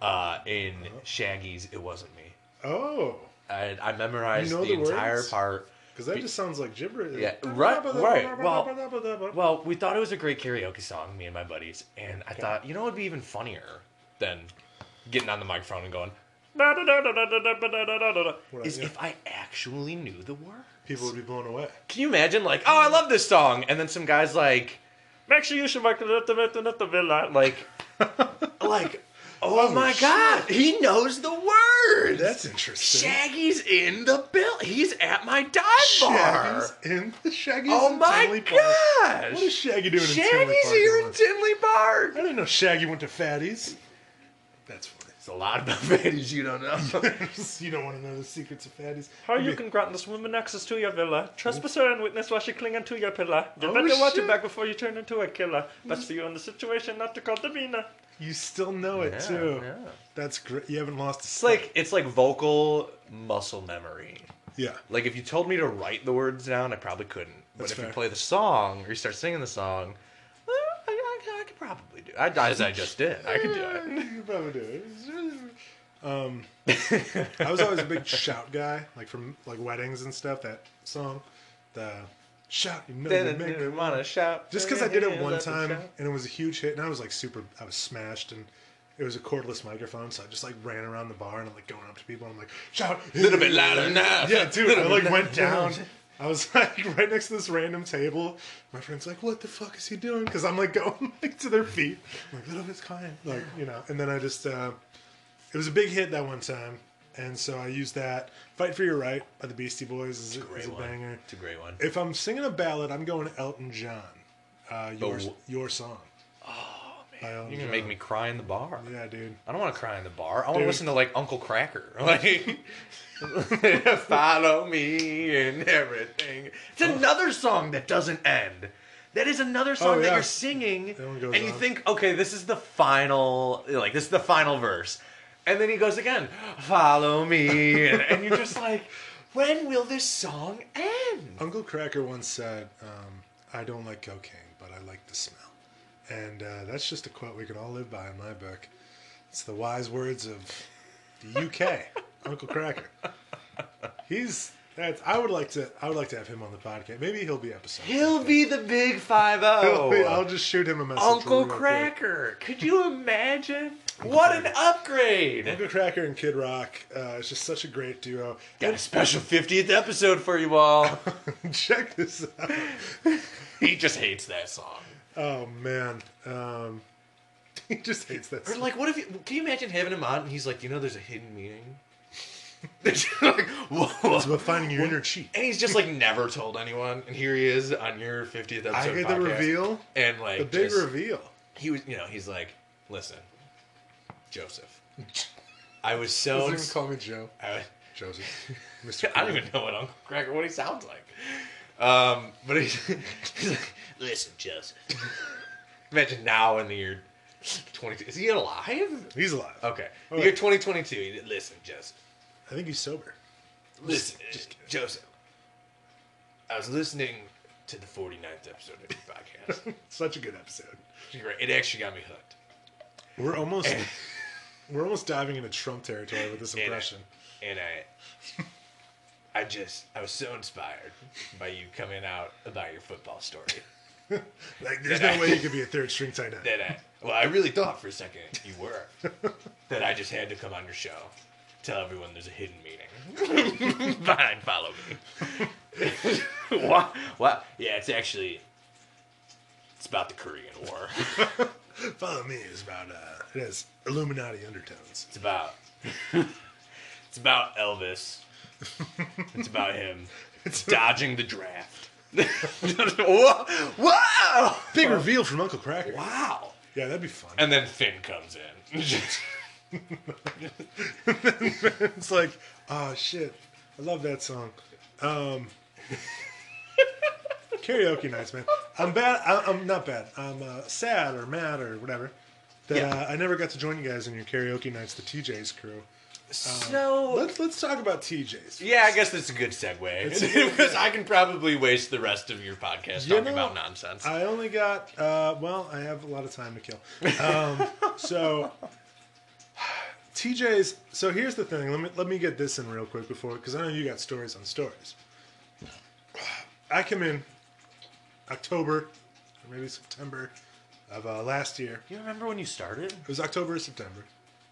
uh, in
Uh-huh.
Shaggy's "It Wasn't Me."
Oh,
I, I memorized
You know
the,
the
entire
words?
part.
because that just sounds like gibberish.
Yeah, right, right.
Well,
Well, we thought it was a great karaoke song, me and my buddies, and I thought, you know, it'd be even funnier than getting on the microphone and going. "Da, da, da, da, da, da, da, da, da, da, da,"
Right,
Is
yeah.
if I actually knew the word.
people would be blown away.
Can you imagine? Like, oh, I love this song, and then some guys like, make sure you should like, like, like, oh,
Oh,
my
shit.
god, he knows the words.
That's interesting.
Shaggy's in the bill. He's at my dive bar.
Shaggy's in the Shaggy's
Oh
in
my
Tinley Park.
gosh!
What is Shaggy doing in Tinley
Shaggy's
Park?
here in
Dylan?
Tinley Park.
I didn't know Shaggy went to Fatty's. That's funny.
It's a lot about Fatties you don't know.
you don't want to know the secrets of Fatty's.
How you
Maybe-
can grant this woman access to your villa,
Mm.
trespasser and witness while she clinging to your pillar. You
Oh,
better watch
shit.
your back before you turn into a killer.
Mm.
Best for you in the situation not to call the Vina.
You still know it
Yeah,
too.
yeah.
That's great. You haven't lost a
It's like it's like vocal muscle memory.
Yeah.
Like if you told me to write the words down, I probably couldn't. But
That's
if you
fair.
play the song or you start singing the song, well, I, I, I could probably do. It. I, as I just did, I could do
You can probably do it. Um, I was always a big shout guy, like from like weddings and stuff. That song, the shout, you know, you make
it. want to shout.
just because I did it one time and it was a huge hit, and I was like super, I was smashed, and it was a cordless microphone, so I just like ran around the bar and like going up to people and I'm like shout
A little bit louder now.
Yeah, dude, I
Little bit
like
louder
went down.
now.
I was like right next to this random table. My friend's like, "What the fuck is he doing?" Because I'm like going like to their feet. I'm like, "Little bit's kind," like you know. And then I just, uh, it was a big hit that one time, and so I used that. "Fight for Your Right" by the Beastie Boys is, a-
Great
is a
one.
banger.
It's a great one.
If I'm singing a ballad, I'm going Elton John. Uh, your
Oh.
your song. Oh man,
You're gonna make me cry in the bar.
Yeah, dude.
I don't want to cry in the bar. I want to
Dude.
listen to like Uncle Cracker. Like, follow me and everything. It's another song that doesn't end. That is another song Oh, that
yeah.
you're singing,
one
and
goes
you
on.
think, okay, this is the final, like this is the final verse, and then he goes again, follow me, and, and you're just like, when will this song end?
Uncle Cracker once said, um, "I don't like cocaine, but I like the smell," and uh, that's just a quote we can all live by in my book. It's the wise words of the UK, Uncle Cracker. He's that's. I would like to. I would like to have him on the podcast. Maybe he'll be episode.
He'll be the big five
He'll be- I'll
zero.
just shoot him a message.
Uncle
real quick.
Cracker, could you imagine? What an upgrade!
Uncle Cracker and Kid Rock. Uh, it's just such a great duo.
Got a special 50th episode for you all.
Check this out.
he just hates that song.
Oh man, um, he just hates that.
Or
song.
like, what if you? Can you imagine having him on and he's like, you know, there's a hidden meaning. like,
It's about
whoa.
finding your inner cheat.
And he's just like never told anyone, and here he is on your 50th episode.
I hear the
podcast.
reveal.
and like
The big
just-
reveal.
He was, you know, he's like, listen, Joseph, I was so.
Doesn't even call me Joe.
I was-
Josie. Mr.
I don't even know what Uncle Cracker what he sounds like. Um, but he's, he's like, listen, Joseph. Imagine now in the year 22. Is he alive?
He's alive.
Okay. The
Alright.
year 2022. he did- Listen, Joseph.
I think he's sober.
Listen, uh, Joseph. I was listening to the 49th episode of your podcast.
Such a good episode.
You're right, It actually got me hooked.
We're almost we're almost diving into Trump territory with this
And I-
impression.
And I, I just, I was so inspired by you coming out about your football story.
Like there's no way you could be a third string tight end.
that I, well, I really thought for a second you were. that I just had to come on your show, tell everyone there's a hidden meaning behind follow me. what? What? Yeah, it's actually it's about the Korean War.
Follow me is about uh it has Illuminati undertones.
It's about it's about Elvis. It's about him dodging the draft. Whoa! Wow!
Big reveal from Uncle Cracker.
Wow!
Yeah, that'd be fun.
And then Finn comes in.
it's like, ah shit. I love that song. Um Karaoke nights, man. I'm bad. I, I'm not bad. I'm uh, sad or mad or whatever that
Yeah.
uh, I never got to join you guys in your karaoke nights, the TJ's crew.
so
Let's let's talk about TJ's.
Yeah, I guess that's a good segue because I can probably waste the rest of your podcast
You
talking
know,
about nonsense.
I only got uh, well, I have a lot of time to kill. Um, so TJ's. So here's the thing. Let me let me get this in real quick before because I know you got stories on stories. I came in October, or maybe September of uh, last year.
You remember when you started?
It was October or September.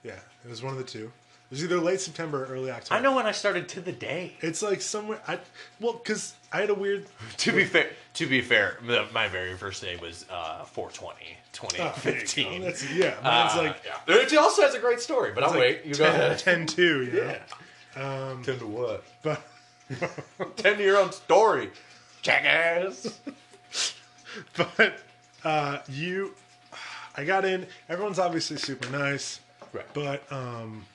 Yeah, it was one of the two. It was either late September or early October.
I know when I started to the day.
It's like somewhere. I well, because I had a weird.
To be fair, to be fair, the- my very first day was uh, 420,
Oh, there you go.
2015.
That's, yeah, mine's
Uh,
like
yeah. It also has a great story, but I'll wait. You go ahead.
10 2, you know?
Ten to what?
But
Ten to your own story, jackass.
but uh, you, I got in. Everyone's obviously super nice,
Right.
but um,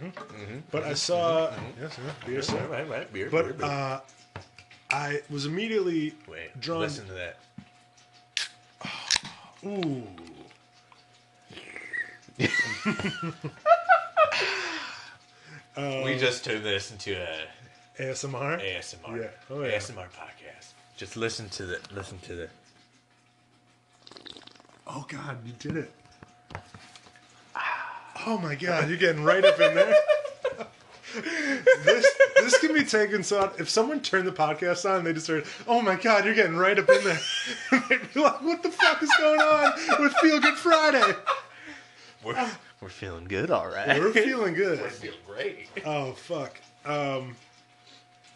Mm-hmm.
but I saw yes, yeah, beer, sir.
Right, right, beer, beer,
But
beer.
uh, I was immediately
wait,
drawn.
listen to that.
Ooh.
we just turned this into a
ASMR.
ASMR,
Yeah. Oh, yeah.
ASMR podcast. Just listen to the, listen to the.
Oh God, you did it! Oh my God, you're getting right up in there. this this can be taken so if someone turned the podcast on, and they just heard, "Oh my God, you're getting right up in there." They'd be like, "What the fuck is going on with Feel Good Friday?"
We're, we're feeling good, all right.
We're feeling good.
feeling great.
Oh fuck. Um.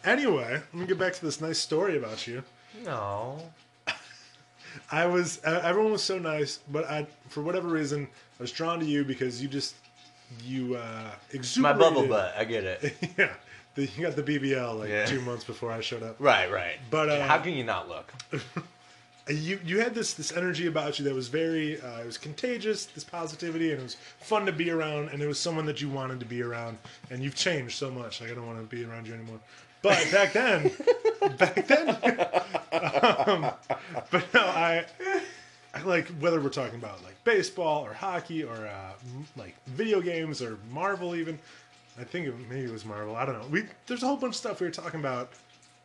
Anyway, let me get back to this nice story about you.
No.
I was uh, everyone was so nice, but I for whatever reason I was drawn to you because you just you uh
My
exuberated.
bubble butt. I get it.
yeah, the, you got the BBL like
Yeah.
two months before I showed up.
Right, right.
But, uh,
how can you not look?
You you had this this energy about you that was very uh, it was contagious, this positivity, and it was fun to be around, and it was someone that you wanted to be around, and you've changed so much. Like I don't want to be around you anymore. But back then, back then, um, but no, I. I like whether we're talking about like baseball or hockey or uh, m- like video games or Marvel even. I think it, maybe it was Marvel. I don't know. We there's a whole bunch of stuff we were talking about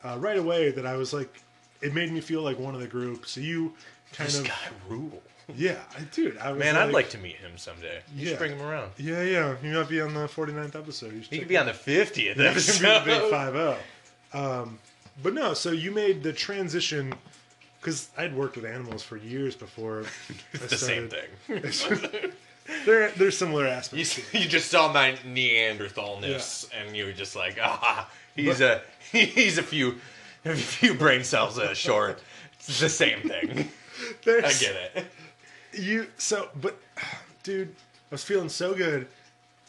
uh, right away that I was like, it made me feel like one of the group. So you kind
This
of
guy rule.
yeah, I, dude. I was
Man, I'd like to meet him someday. You
Yeah.
should bring him around.
yeah yeah. You might be on the 49th episode. You should
He
check
could be on the 50th
that should be the big
episode.
five zero. Um, but no, so you made the transition because I'd worked with animals for years before. I
the same
started-
thing.
They're they're similar
You,
aspects.
s- you just saw my Neanderthalness, and you were just like, ah, he's a he's a few a few brain cells uh, short. It's the same thing.
There's,
I get it.
You so, but dude, I was feeling so good.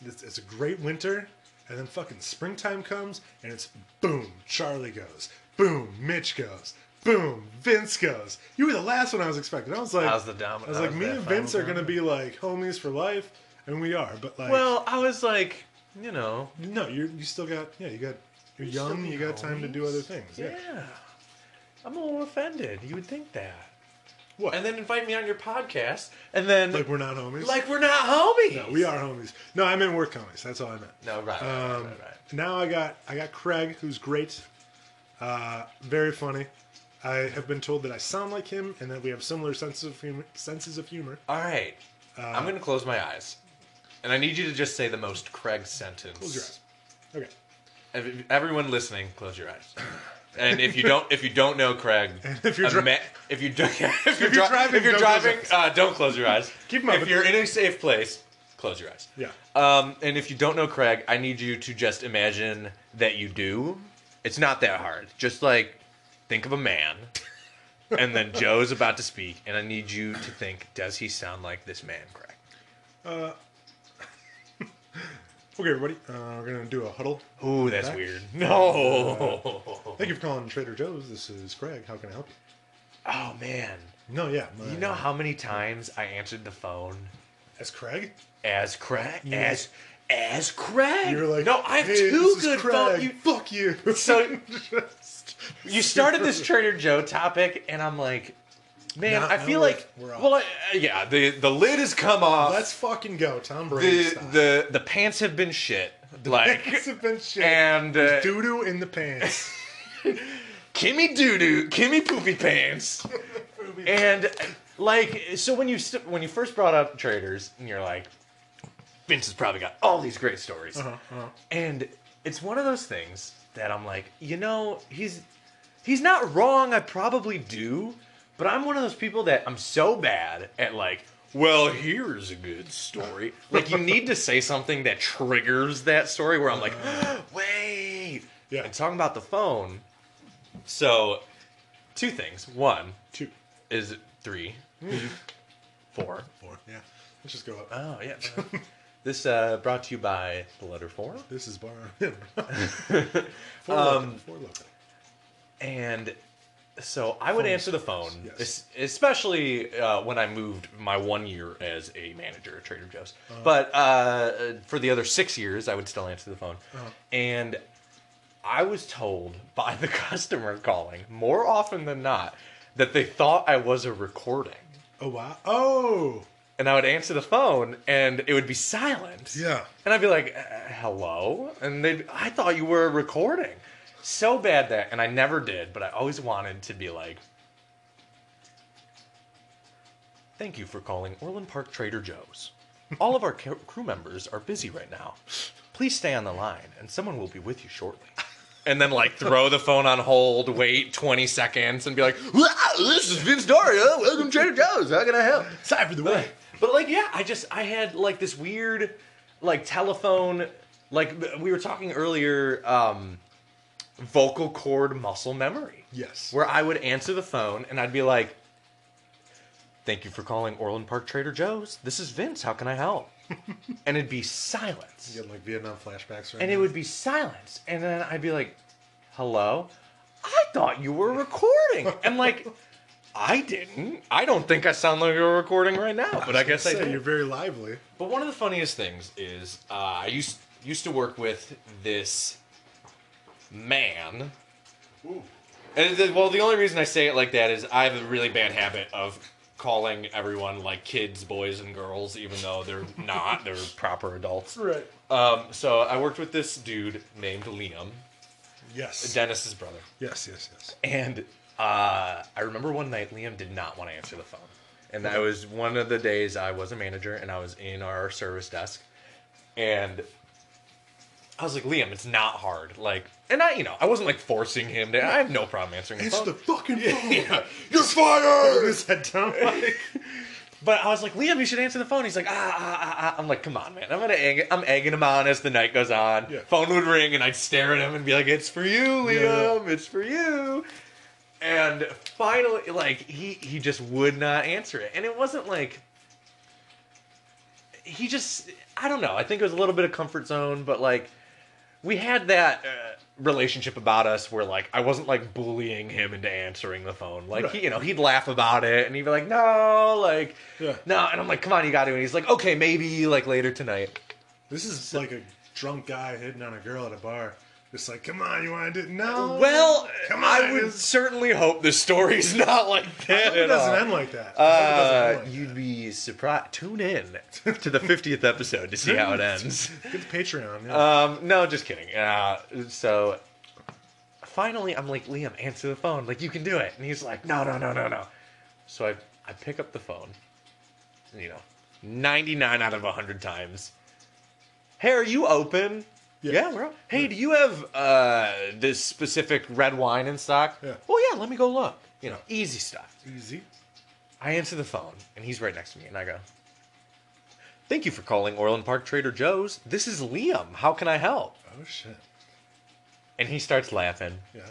It's, it's a great winter, and then fucking springtime comes, and it's boom, Charlie goes, boom, Mitch goes, boom, Vince goes. You were the last one I was expecting. I was like,
How's the domino?
I was like,
how's
me
that
and Vince are
final
gonna
domino?
be like homies for life, and we are. But like,
Well, I was like, you know,
no, you're you still got yeah, you got you're
still
young,
be
you got time to do
homies?
other things. Yeah,
yeah. I'm a little offended. You would think that.
what?
And then invite me on your podcast, and then
like
like,
we're not homies.
we're not homies.
no, we are homies. No, I meant work homies. That's all I meant.
No, right, right, right,
Um,
right, right.
Now I got I got Craig, who's great, uh, very funny. I have been told that I sound like him and that we have similar senses of humor. Senses of humor.
All right. I'm
Uh,
going to close my eyes. And I need you to just say the most Craig sentence.
Close your eyes. Okay.
Ev- Everyone listening, close your eyes. And if you don't, if you don't know Craig,
if you're dri-
ama- if you don't, if, you're
you're
dri-
driving,
if you're
don't close
driving, uh, don't close your eyes.
Keep 'em up.
If you're in a safe place, close your eyes.
Yeah.
Um, and if you don't know Craig, I need you to just imagine that you do. It's not that hard. Just like think of a man, and then Joe's about to speak, and I need you to think: Does he sound like this man, Craig?
Okay, everybody. Uh, we're gonna do a huddle.
Ooh, that's
Back.
weird. No.
Thank you for calling Trader Joe's. This is Craig. How can I help you?
oh man.
No, yeah. My,
You know how many times I answered the phone
As Craig.
as Craig?
were
As as Craig?
You're like
no, I have
"Hey,
two
this is
good
Craig.
phone. You,
Fuck you.
so
Just-
you started this Trader Joe topic, and I'm like, man,
Now-
I
now
feel
we're-
like,
we're off.
well, I, yeah, the the lid has come off.
Let's fucking go, Tom Brady.
the
style.
the the pants have been shit. Like,
It's been shit.
and uh,
doo doo in the pants.
Kimmy doo doo, Kimmy poopy pants. And like, so when you st- when you first brought up traders, and you're like, Vince has probably got all these great stories,
Uh-huh, uh-huh.
and it's one of those things that I'm like, you know, he's he's not wrong. I probably do, but I'm one of those people that I'm so bad at like. Well, here's a good story. Like you need to say something that triggers that story where I'm like, wait.
Uh-huh. Yeah.
And talking about the phone. So, two things. One
Two,
is three, four.
four. Yeah. Let's just go up. Ah,
Oh yeah. this uh, brought to you by the letter four.
This is bar. four
Um,
local, four local.
And so I would
Phone
answer the
scams,
phone,
yes.
es- especially uh, when I moved my one year as a manager at Trader Joe's.
Uh-huh.
But uh, for the other six years, I would still answer the phone.
Uh-huh.
And I was told by the customer calling more often than not that they thought I was a recording.
Oh wow. Oh
And I would answer the phone, and it would be silent.
yeah.
And I'd be like, uh, hello? And they'd, I thought you were recording. So bad that, and I never did, but I always wanted to be like, thank you for calling Orland Park Trader Joe's. All of our ca- crew members are busy right now. Please stay on the line, and someone will be with you shortly. And then, like, throw the phone on hold, wait 20 seconds, and be like, "Wow, this is Vince Doria. Welcome to Trader Joe's. How can I help?
Side for the way.
But like, yeah, I just I had like this weird like telephone like b- we were talking earlier um vocal cord muscle memory.
Yes.
Where I would answer the phone and I'd be like Thank you for calling Orland Park Trader Joe's. This is Vince. How can I help? and it'd be silence.
Getting like Vietnam flashbacks right
And
now.
it would be silence. And then I'd be like, "Hello? I thought you were recording." And like I didn't. I don't think I sound like you're recording right now, but I, guess I
Say,
do.
you're very lively.
But one of the funniest things is uh, I used used to work with this man. And the, well, the only reason I say it like that is I have a really bad habit of calling everyone like kids, boys, and girls, even though they're not. They're proper adults.
Right.
Um, so I worked with this dude named Liam,
Yes.
Dennis's brother.
yes, yes, yes.
And uh, I remember one night Liam did not want to answer the phone. And that was one of the days I was a manager and I was in our service desk. And I was like, Liam, it's not hard. Like, and I, you know, I wasn't like forcing him to, I have no problem answering the
It's
phone.
the fucking phone.
Yeah. You're fired!
Is that dumb?
But I was like, Liam, you should answer the phone. He's like, ah, ah, ah, ah. I'm like, come on, man. I'm gonna, egg, I'm egging him on as the night goes on.
Yeah.
Phone would ring, and I'd stare at him and be like, it's for you, Liam. It's for you. And finally, like, he he just would not answer it, and it wasn't like he just, I don't know. I think it was a little bit of comfort zone, but like, we had that. Uh, relationship about us where like I wasn't like bullying him into answering the phone like
Right.
he you know he'd laugh about it and he'd be like no like
Yeah.
no, and I'm like, come on, you got to. And he's like, okay, maybe like later tonight.
This is like a drunk guy hitting on a girl at a bar. Just like, come on, you want to do it? No.
Well,
Come
I
on,
would
it's-
certainly hope this story's not
I
like
hope
that.
it
at
doesn't
all.
end like that. I hope it doesn't end
Uh,
like
you'd be surprised. Tune in to the 50th episode to see how it ends.
that. Get the Patreon. Yeah.
Um, no, just kidding. Uh, so finally, I'm like, Liam, answer the phone. Like, you can do it. And he's like, no, no, no, no, no. So I, I pick up the phone, you know, 99 out of 100 times. Hey, are you open?
Yeah.
Yeah, we're up. Hey, do you have uh, this specific red wine in stock?
Yeah.
Oh, yeah, let me go look. You know, easy stuff.
Easy.
I answer the phone, and he's right next to me, and I go, Thank you for calling Orland Park Trader Joe's. This is Liam. How can I help?
Oh, shit.
And he starts laughing.
Yeah.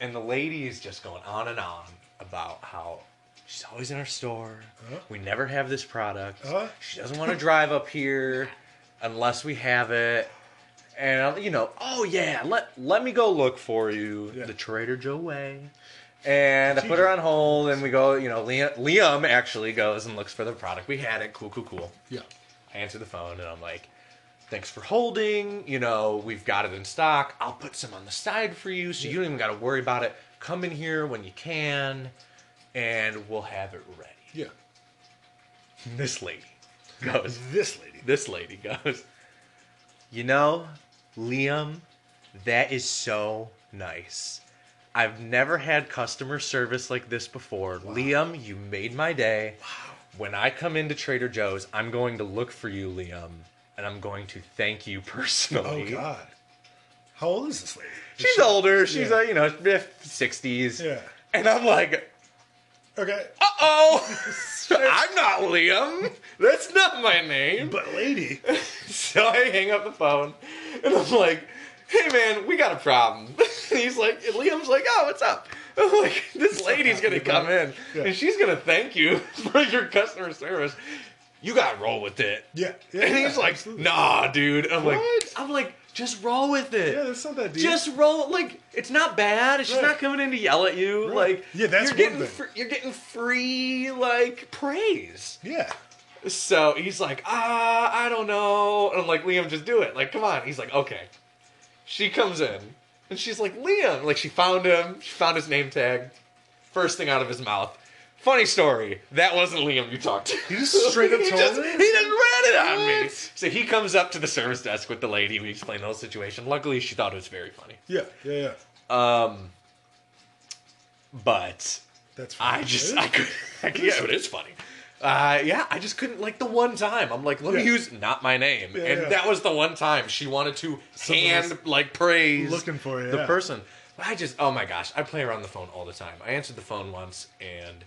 And the lady is just going on and on about how she's always in our store.
Huh?
We never have this product.
Huh?
She doesn't want to drive up here unless we have it. And I'll- you know, oh yeah, let let me go look for you
Yeah.
the Trader Joe way. And I put her on hold, and we go. You know, Liam, Liam actually goes and looks for the product. We had it. Cool, cool, cool.
Yeah.
I answer the phone and I'm like, thanks for holding. You know, we've got it in stock. I'll put some on the side for you so you don't even got to worry about it. Come in here when you can and we'll have it ready.
Yeah.
And This lady goes,
This lady.
this lady goes, you know, Liam, that is so nice. I've never had customer service like this before. Liam, you made my day. When I come into Trader Joe's, I'm going to look for you, Liam, and I'm going to thank you
Oh,
personally.
God. How old is this lady? Is
She's
she-
older. She's
Yeah.
uh, you know sixties.
Yeah.
And I'm like,
Okay.
uh oh, I'm not Liam. That's not my name.
But lady,
So I hang up the phone, and I'm like, "Hey man, we got a problem." And he's like, and Liam's like, "Oh, what's up?" I'm like, "This lady's gonna come in,
Yeah.
and she's gonna thank you for your customer service. You gotta roll with it."
yeah. yeah
And he's
yeah,
like,
absolutely.
"Nah, dude." I'm
What?
like, "I'm like, just roll with it."
yeah, that's not that deep.
Just roll, like it's not bad. She's
Right.
not coming in to yell at you.
Right.
Like
Yeah, that's
you're
one
getting
thing.
fr- you're getting free like praise.
yeah.
So he's like, ah, I don't know. And I'm like, Liam, just do it. Like, come on. He's like, okay. She comes in and she's like, Liam. Like, she found him. She found his name tag. First thing out of his mouth. Funny story. That wasn't Liam you talked to.
He just straight up
he
told
just,
her?
He just ran it on me.
What?
So he comes up to the service desk with the lady. We explain the whole situation. Luckily, she thought it was very funny.
Yeah. Yeah. Yeah.
Um, but
That's.
I
fine,
just,
right?
I could, I could- yeah, it is funny. Uh, yeah, I just couldn't like the one time. I'm like, let me
Yeah.
use not my name,
Yeah,
and
yeah.
that was the one time she wanted to
Someone
hand
was
like praise
looking for you,
the
yeah.
person. But I just, oh my gosh, I play around the phone all the time. I answered the phone once, and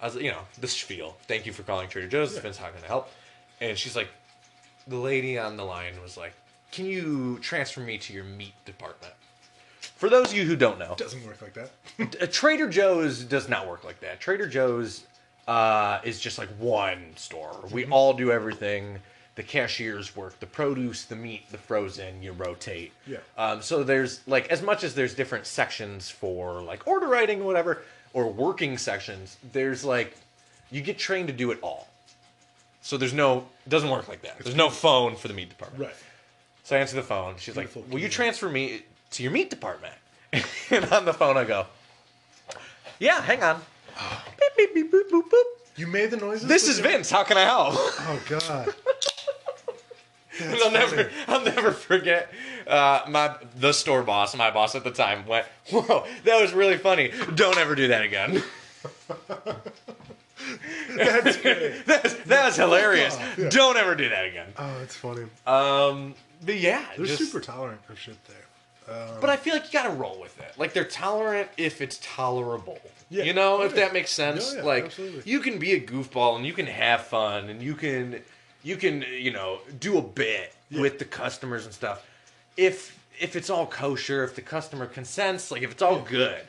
I was, you know, this spiel. Thank you for calling Trader Joe's. Vince, how can I help? And she's like, the lady on the line was like, can you transfer me to your meat department? For those of you who don't know,
doesn't work like that.
a uh, Trader Joe's does not work like that. Trader Joe's uh, is just like one store. We all do everything. The cashiers work the produce, the meat, the frozen. You rotate.
Yeah.
Um, so there's like as much as there's different sections for like order writing, or whatever, or working sections. There's like you get trained to do it all. So there's no doesn't work like that. There's no phone for the meat department.
Right.
So I answer the phone. She's like,
Beautiful
"Will you
kingdom.
transfer me to your meat department?" and on the phone, I go, "Yeah, hang on." Beep, beep, beep, boop, boop, boop.
You made the noises.
This
with
is
your-
Vince. How can I help?
Oh God.
And I'll never, I'll never forget. Uh, my the store boss, my boss at the time, went, "Whoa, that was really funny. Don't ever do that again."
That's great.
That's, that was hilarious.
off, yeah.
Don't ever do that again.
Oh, it's funny.
Um, but yeah,
They're
just-
super tolerant of shit there.
But I feel like you gotta roll with it. Like they're tolerant if it's tolerable.
Yeah. oh,
You know, if
Yeah.
that makes sense.
Yeah, yeah,
like
absolutely.
you can be a goofball and you can have fun and you can you can, you know, do a bit
Yeah.
with the customers and stuff. If if it's all kosher, if the customer consents, like if it's all good.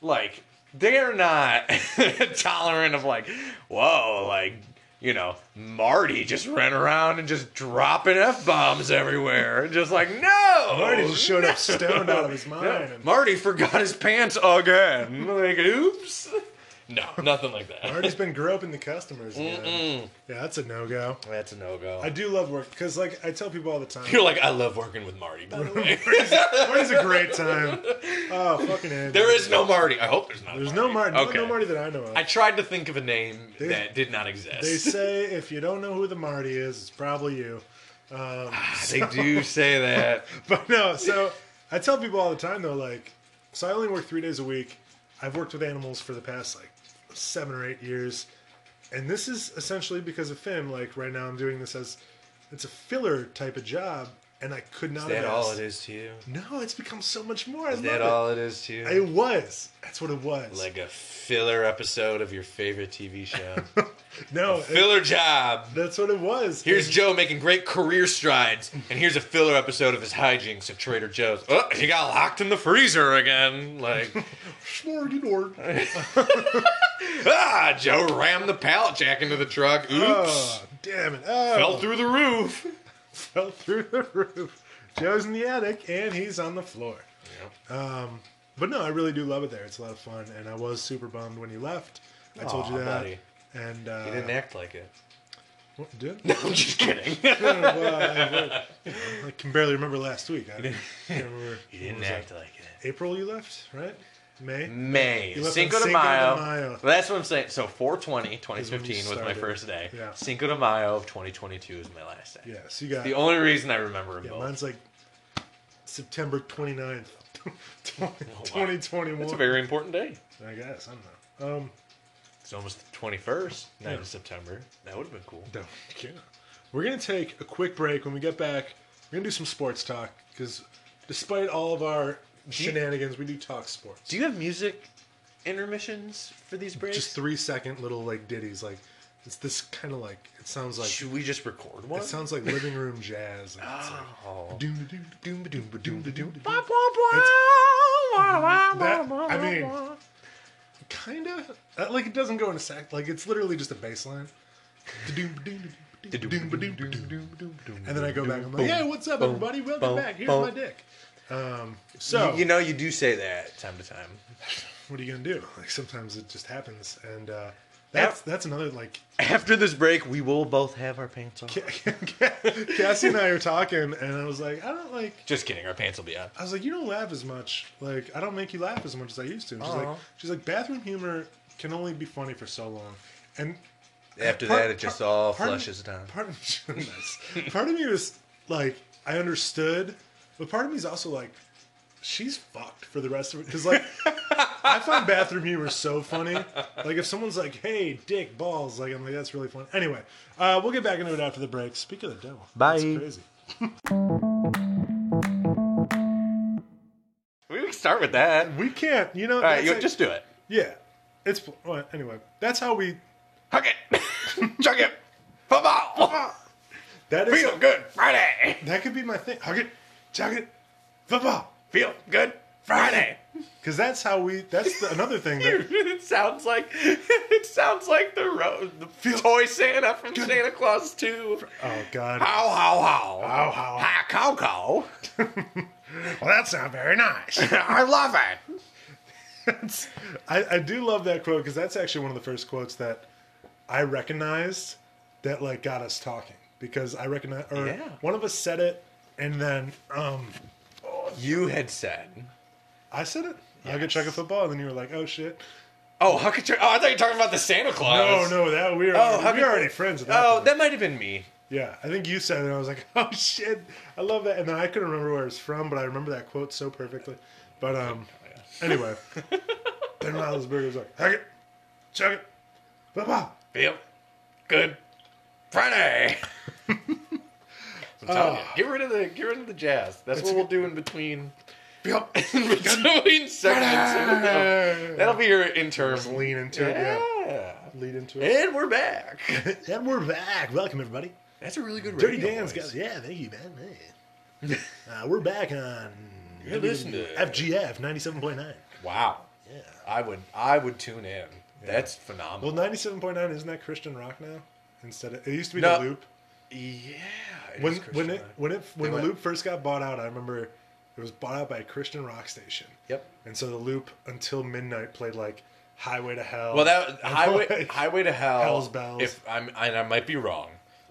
Like they're not tolerant of like, whoa, like you know, Marty just ran around and just dropping f bombs everywhere, and just like, no,
Marty just showed up stoned out of his mind.
Oh. yeah,
and-
Marty forgot his pants again. Like, oops. No, nothing like that.
Marty's been groping the customers. Man. Yeah, that's a no go.
That's a no
I
go.
do love work because, like, I tell people all the time,
You're like, I love working with Marty. By the way,
Marty's a great time. Oh, fucking Andy.
there is no Marty. I hope there's not. a
There's no Marty.
Okay.
No Marty that I know of.
I tried to think of a name
They-
that did not
they
exist.
say if you don't know who the Marty is, it's probably you. Um,
Ah, They, do say that.
but no, so I tell people all the time though, like, so I only work three days a week. I've worked with animals for the past like seven or eight years, and this is essentially because of Finn. Like right now, I'm doing this as it's a filler type of job, and I could not.
Is that
have
all
asked-
it is to you?
No, it's become so much more. I
Is that
love
all it is to you?
it. It was. That's what it was.
like a filler episode of your favorite TV show.
no, it-
filler job.
that's what it was.
Here's Joe making great career strides, and here's a filler episode of his hijinks at Trader Joe's. Oh, he got locked in the freezer again. Like,
Schmorgedord.
ah, Joe rammed the pallet jack into the truck. Oops.
Oh, damn it. Oh.
Fell through the roof.
fell through the roof. Joe's in the attic and he's on the floor. Um, But no, I really do love it there. It's a lot of fun, and I was super bummed when you left. I told
Aw,
you that.
buddy.
And uh,
He didn't act like it.
what- did?
No, I'm just kidding.
well, I, you know, I can barely remember last week. I can't remember.
he
what
didn't
was
act
that?
like it.
April, you left, right? May.
May.
You left
Cinco,
on
de
Cinco de
Mayo.
Mayo.
That's what I'm saying. So 420,
when you
2015 was my
started.
first day.
Yeah.
Cinco de Mayo of 2022 is my last day.
Yeah, so you got.
The only reason I remember him
yeah,
both.
mine's like September 29th, 20,
Oh, wow.
2021.
That's a very important day.
I guess I don't know. Um,
It's almost the 21st, 9th
Yeah.
of September. That would have been cool.
Don't care. We're gonna take a quick break. When we get back, we're gonna do some sports talk because Despite all of our
you-
shenanigans, we do talk sports.
Do you have music intermissions for these breaks?
Just three second little like ditties, like it's this kind of like it sounds like
Should we just record one?
it sounds like living room jazz. And it's like,
Oh.
doom doom doom doom doom doom.
Wah, wah, wah, wah, wah,
that-
wah,
I
wah,
mean-
wah.
Kind of uh, like it doesn't go in a sack. Like it's literally just a bass line. Doom doom doom doom doom doom doom. And then I go back. I'm like, hey, what's up, everybody? Welcome back. Here's my dick. Um, so
you, you know, you do say that time to time.
what are you gonna do? Like sometimes it just happens, and uh, that's that's another like
After this break, we will both have our pants on.
Cassie and I are talking, and I was like, I don't like.
Just kidding, our pants will be on.
I was like, you don't laugh as much. Like I don't make you laugh as much as I used to. And she's
Aw.
like, she's like, bathroom humor can only be funny for so long, and
After
Part-
that, it just
part-
all
part of-
flushes down.
Part of nice. part of me was like, I understood, but part of me is also like, she's fucked for the rest of it because like, I find bathroom humor so funny. Like if someone's like, "Hey, dick balls," like I'm like, that's really fun. Anyway, uh, we'll get back into it after the break. Speak of the devil.
Bye.
That's crazy.
We can start with that. All
We can't. You know. All
right, you just do it.
yeah. It's well, anyway. That's how we.
Huck it, chuck it, football.
That is
Feel good Friday.
that could be my thing. Hug it, chug it, football.
Feel good Friday.
Because that's how we. That's the, another thing that
it sounds like it sounds like the, ro- the toy Santa from Santa Claus Two.
Oh God!
How how how
How, how.
how cow cow.
Well, that's not very nice.
I love it.
It's- I, I do love that quote because that's actually one of the first quotes that I recognized that like got us talking because I recognize or
Yeah.
one of us said it and then um
You had said.
I said it. I could chuck a football and then you were like, oh shit.
Oh, how could you? Oh, I thought you were talking about the Santa
No,
Claus.
no, that we are
Oh,
we
how
are
could-
already friends. At that
Oh,
point.
that might have been me.
yeah. I think you said it. and I was like, oh shit, I love that. And then I couldn't remember where it was from, but I remember that quote so perfectly. But um, anyway, Ben Roethlisberger was like, "Hug it, chuck it, football."
Feel good Friday. Oh. I'm telling you, get rid of the get rid of the jazz. That's what we'll do in between.
Feel
in between segments. That'll be your interim.
lean into it.
Yeah.
Yeah. Lead into it.
And we're back.
And we're back. Welcome everybody.
That's a really good
Dirty
radio
Dan's
voice.
got yeah. Thank you, man. Hey. uh, we're back on.
You're listening to-
FGF ninety seven point nine.
Wow.
Yeah.
I would I would tune in. That's phenomenal.
Well, ninety seven point nine isn't that Christian rock now? Instead, of, it used to be
No.
the Loop.
yeah. it
When
is Christian
when it
rock.
when it when the
went-
Loop first got bought out, I remember it was bought out by a Christian rock station.
Yep.
And so the Loop until midnight played like Highway to Hell.
Well, that
and,
highway
like,
highway to hell.
Hell's Bells.
If I'm and I might be wrong,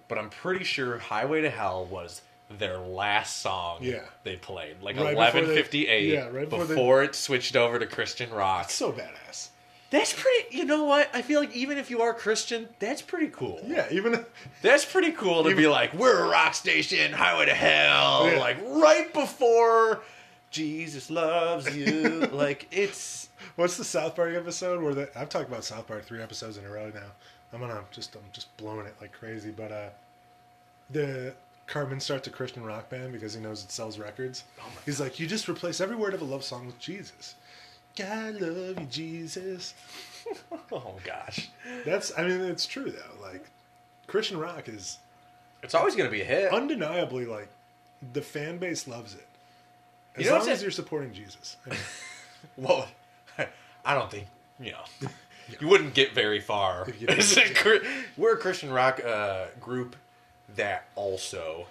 but I'm pretty sure highway to hell was their last song.
Yeah.
They played like
Right before they-
1158
yeah, right
before,
before they-
it switched over to Christian rock.
so badass.
That's pretty. You know what? I feel like even if you are Christian, that's pretty cool.
Yeah, even
That's pretty cool to be like, we're a rock station, highway to hell,
Yeah.
like right before Jesus loves you. like it's
What's the South Park episode where the I've talked about South Park three episodes in a row now. I'm gonna just I'm just blowing it like crazy, but uh the Carmen starts a Christian rock band because he knows it sells records.
Oh
He's like, you just replace every word of a love song with Jesus. God love you, Jesus.
oh gosh,
That's I mean it's true though. Like Christian rock is
it's always gonna be a hit.
undeniably like the fan base loves it. As
You know
long
what's
as
it-
you're supporting Jesus. Anyway,
Well, I don't think you know. You wouldn't get very far.
you didn't,
It's a Chri- We're a Christian rock uh, group that also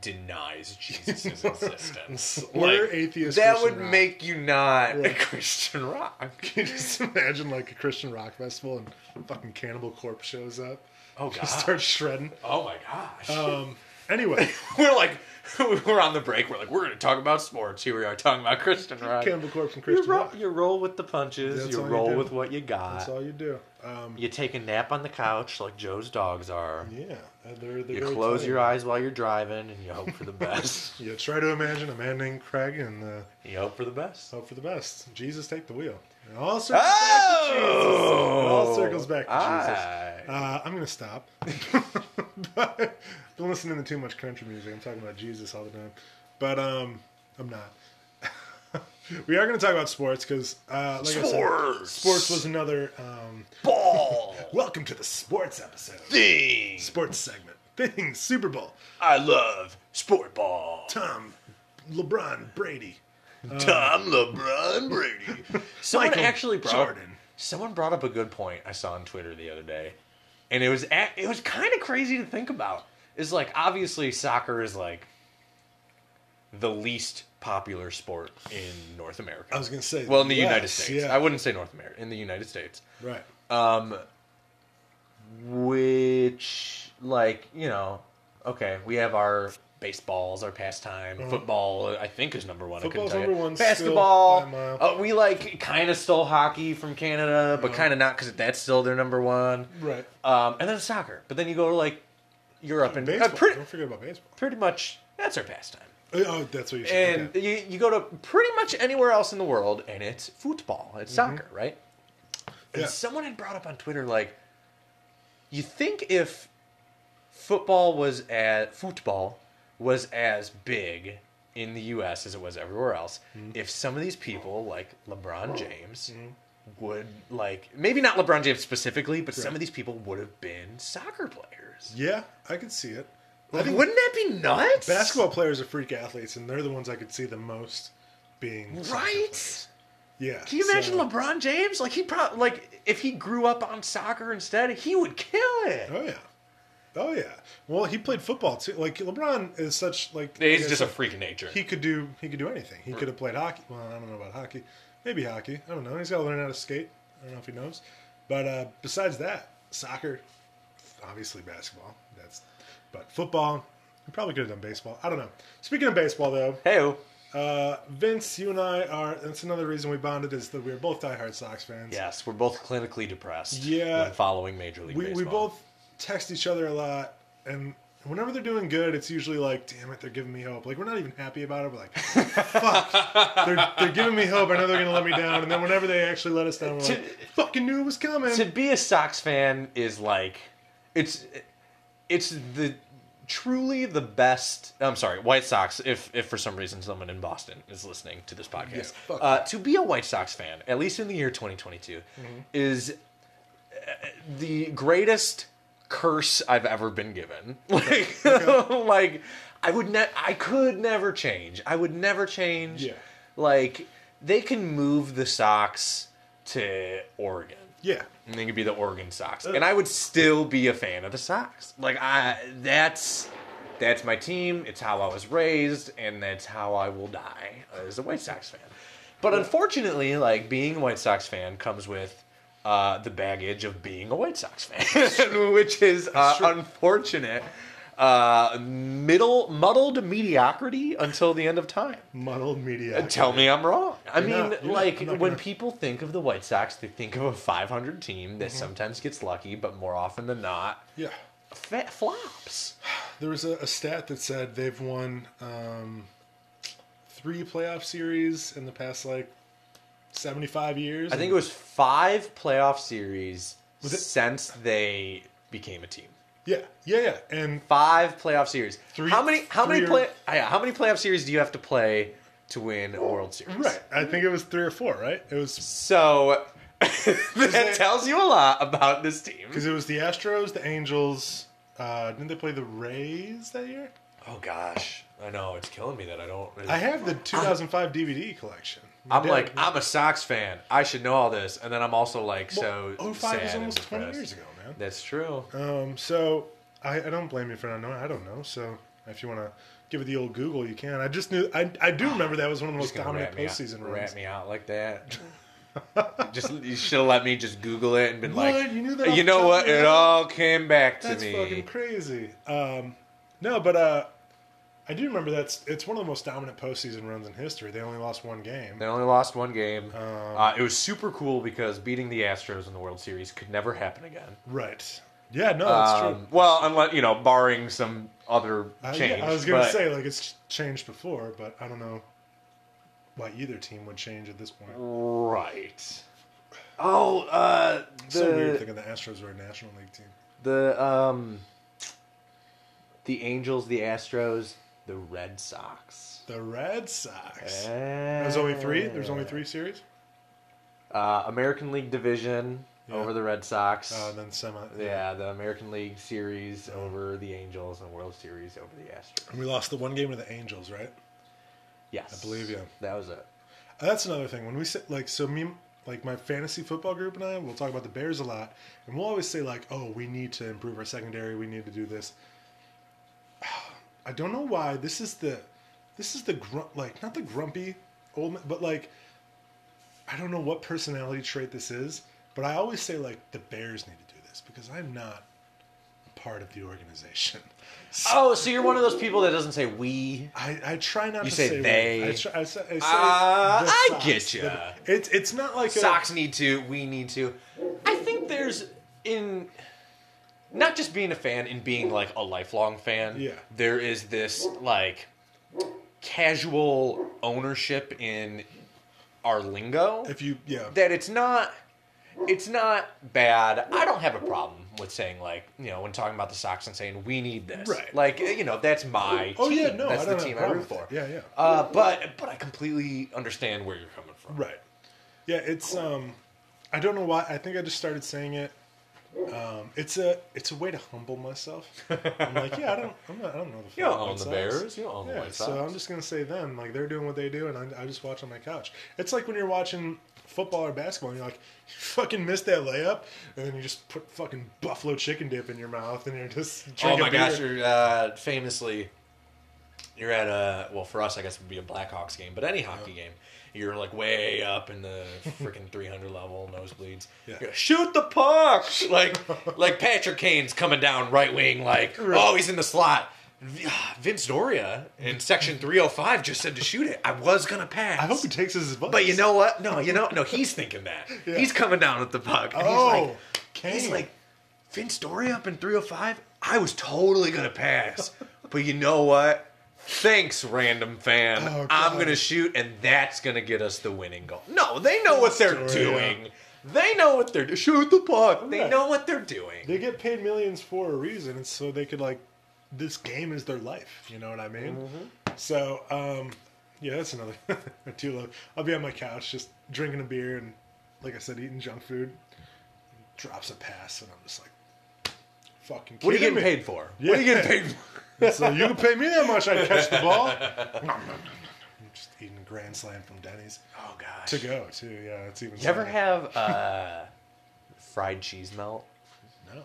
denies Jesus' existence.
We're
Like,
atheist
That
Christian
would
rock.
make you not a
Right.
Christian rock.
Can you just imagine like a Christian rock festival and fucking Cannibal Corpse shows up?
Oh,
Just
God.
starts shredding.
Oh my gosh.
Um. Anyway,
we're like, we're on the break. We're like, we're going to talk about sports. Here we are talking about Christian rock.
Cannibal Corpse and
You
Christian
roll,
rock.
you roll with the punches.
That's
you
all you
roll
do.
with what you got.
That's all you do. Um.
You take a nap on the couch like Joe's dogs are.
Yeah. uh, They're, they're
You
very
close
funny.
your eyes while you're driving and you hope for the best.
You try to imagine a man named Craig and uh,
you hope for the best.
hope for the best. Jesus take the wheel. And all circles back to Jesus. It
Oh! Ah.
all circles back to Jesus.
Aye.
Uh, I'm gonna stop. but I've been listening to too much country music. I'm talking about Jesus all the time. But um, I'm not. we are going to talk about sports because, uh, like I said,
Sports.
sports was another. Um,
Ball
welcome to the sports episode,
thing.
sports segment, things, Super Bowl,
I love sport ball.
Tom, LeBron, Brady,
Tom LeBron Brady. Someone
Michael
actually brought
Jordan.
someone brought up a good point I saw on Twitter the other day, and it was a it was kind of crazy to think about. Is like obviously soccer is like the least popular sport in North America.
I was gonna say,
well in the United
yes,
States.
yeah.
I Uh, wouldn't say North America in the United States,
right?
which like you know, okay, we have our. Baseballs, our pastime. Football, I think, is number one. I couldn't
Mm-hmm. Football's
tell you.
number one still
Basketball,
by a mile.
uh, we like kind of stole hockey from Canada, but
Yeah.
kind of not because that's still their number one.
Right.
Um, and then soccer, but then you go to like Europe and uh,
Baseball.
pretty
Don't forget about baseball.
pretty much that's our pastime.
Oh, that's what you said.
And
okay.
you, you go to pretty much anywhere else in the world, and it's football, it's soccer, right? And
Mm-hmm. Yeah.
someone had brought up on Twitter like, you think if football was at football was as big in the U.S. as it was everywhere else,
Mm-hmm.
if some of these people like LeBron James
Mm-hmm.
would like maybe not LeBron James specifically, but some of these people would have been soccer players.
yeah, I could see it.
Like, wouldn't that be nuts?
Basketball players are freak athletes, and they're the ones I could see the most being soccer players.
right?
Yeah.
Can you imagine
so-
LeBron James? Like he probably like if he grew up on soccer instead, he would kill it.
Oh yeah. Oh yeah. Well, he played football too. Like LeBron is such like
He's
I
just a
guess,
freak of nature.
he could do he could do anything. He could have played hockey. Well, I don't know about hockey. Maybe hockey. I don't know. He's got to learn how to skate. I don't know if he knows. But uh, besides that, soccer, obviously basketball. That's but football. He probably could have done baseball. I don't know. Speaking of baseball, though,
Hey,
uh, Vince, you and I are. That's another reason we bonded is that we are both diehard Sox fans.
yes, we're both clinically depressed.
Yeah.
when following Major League
we,
Baseball.
we both text each other a lot and whenever they're doing good it's usually like damn it they're giving me hope like we're not even happy about it we're like fuck they're, they're giving me hope i know they're gonna let me down and then whenever they actually let us down we're like fucking knew it was coming
to be a Sox fan is like it's it's the truly the best. I'm sorry, White Sox. If if for some reason someone in Boston is listening to this podcast,
fuck
uh, to be a White Sox fan, at least in the year 2022,
Mm-hmm.
is uh, the greatest curse I've ever been given. Like like I would ne- I could never change. I would never change.
Yeah.
Like they can move the Sox to Oregon
yeah
and they could be the Oregon Sox, and I would still be a fan of the Sox. Like I, that's that's my team. It's how I was raised, and that's how I will die as a White Sox fan. But unfortunately, like being a White Sox fan comes with uh, the baggage of being a White Sox fan, which is uh, unfortunate. Uh, middle muddled mediocrity until the end of time.
muddled media
Uh, Tell me I'm wrong. I
You're
mean,
not. You're not.
like
I'm not
when
gonna-
people think of the White Sox, they think of a 500 team
Mm-hmm.
that sometimes gets lucky, but more often than not,
yeah
fa- flops.
there was a, a stat that said they've won um, three playoff series in the past like 75 years
I think it was five playoff series
Hmm. Was it-
since they became a team.
yeah yeah yeah and
Five playoff series.
Three-
how many? How many
three or-
play? ah, yeah, how many playoff series do you have to play to win a World Series?
right i think it was three or four right it was
So that
it-
tells you a lot about this team.
Because it was the Astros, the Angels. Uh, didn't they play the Rays that year?
Oh gosh, I know it's killing me that I don't.
I have the 2005 DVD collection. My
Uh-huh. I'm
dad-
like, I'm a Sox fan. I should know all this. And then I'm also like, so.
Well, 05 was
sad and
almost 20
depressed.
years ago, man.
That's true.
Um, so I, I don't blame you for not knowing. I don't know. So if you want to give it the old Google, you can. I just knew. I, I do remember that was one of the most
Ah, Gonna
dominant
rat me out-
postseason runs.
Rat me out like that. just you should have let me just Google it and been like,
What? You knew that off
you
the
know
top of
what?
your
It
head?
all came back to
That's
me.
fucking crazy. Um, no, but uh, I do remember that's it's one of the most dominant postseason runs in history. They only lost one game.
They only lost one game.
Um,
uh, it was super cool because beating the Astros in the World Series could never happen again.
Right. Yeah. No, that's
Um,
true.
well, unless you know, barring some other
I-
change.
yeah, I was gonna
but-
say like it's changed before, but I don't know why either team would change at this point.
right. Oh, uh, the
It's so weird thinking the Astros were a National League team.
the um the Angels, the Astros, the Red Sox.
The Red Sox.
Eh.
There's only three. There's only three series.
Uh, American League Division
Yeah.
over the Red Sox.
Uh, and then semi.
yeah, the American League Series over the Angels and World Series over the Astros.
And we lost the one game to the Angels, right?
Yes,
I believe you.
That was it.
Uh, That's another thing. When we say like so me like my fantasy football group and I, we'll talk about the Bears a lot, and we'll always say like, "Oh, we need to improve our secondary. We need to do this." I don't know why this is the this is the grunt like not the grumpy old man, but like I don't know what personality trait this is, but I always say like the Bears need to do this because I'm not a part of the organization. So
Oh, so you're one of those people that doesn't say we.
I, I try not
You
to
say
say,
they.
What, I, try, I, say, I, say
Ah,
the
I
Sox.
get ya.
The- It's it's not like a-
Sox need to. We need to. I think there's in not just being a fan in being like a lifelong fan.
Yeah.
There is this like casual ownership in our lingo
if you yeah
that it's not it's not bad. I don't have a problem with saying like you know when talking about the Sox and saying we need this.
Right.
Like you know that's my
oh
team.
yeah no
that's
I don't
the
have
team
a
I
problem
root for.
with it. yeah yeah
Uh, but but I completely understand where you're coming from.
right yeah it's um I don't know why I think I just started saying it um it's a it's a way to humble myself I'm like yeah I don't I'm not, I don't know the
You don't
fucking
own the
Sox.
Bears. You don't own the
yeah
White Sox.
so I'm just gonna say them like they're doing what they do and I, I just watch on my couch it's like when you're watching football or basketball and you're like you fucking missed that layup and then you just put fucking buffalo chicken dip in your mouth and you're just
oh
drinking
my
beer.
gosh! You're uh, famously, you're at a well for us, I guess it would be a Blackhawks game, but any hockey game. You're like way up in the freaking 300 level, nosebleeds.
Yeah.
You're like, Shoot the puck! Like, like Patrick Kane's coming down right wing, like,
Right.
oh, he's in the slot. V- ah, Vince Doria in section 305 just said to shoot it. I was gonna pass.
I hope he takes his advice
But you know what? No, you know, no. He's thinking that
Yeah.
he's coming down with the puck. And
Oh,
he's like,
Kane.
he's like, Vince Dory up in 305. I was totally gonna pass, but you know what? Thanks, random fan.
Oh,
I'm
God.
gonna shoot, and that's gonna get us the winning goal. No, they know what they're
Doria.
doing. They know what they're doing. Shoot the puck. They
Right.
know what they're doing.
they get paid millions for a reason and so they could like this game is their life you know what i mean
Mm-hmm.
so um yeah that's another too low i'll be on my couch just drinking a beer and like i said eating junk food drops a pass and i'm just like fucking
what are you
kidding
getting
me?
paid for? What are you getting paid for?
so you can pay me that much i'd catch the ball I'm just eating a grand slam from denny's
Oh gosh.
to go too yeah it's even
You ever
sadder.
have uh, fried cheese melt?
no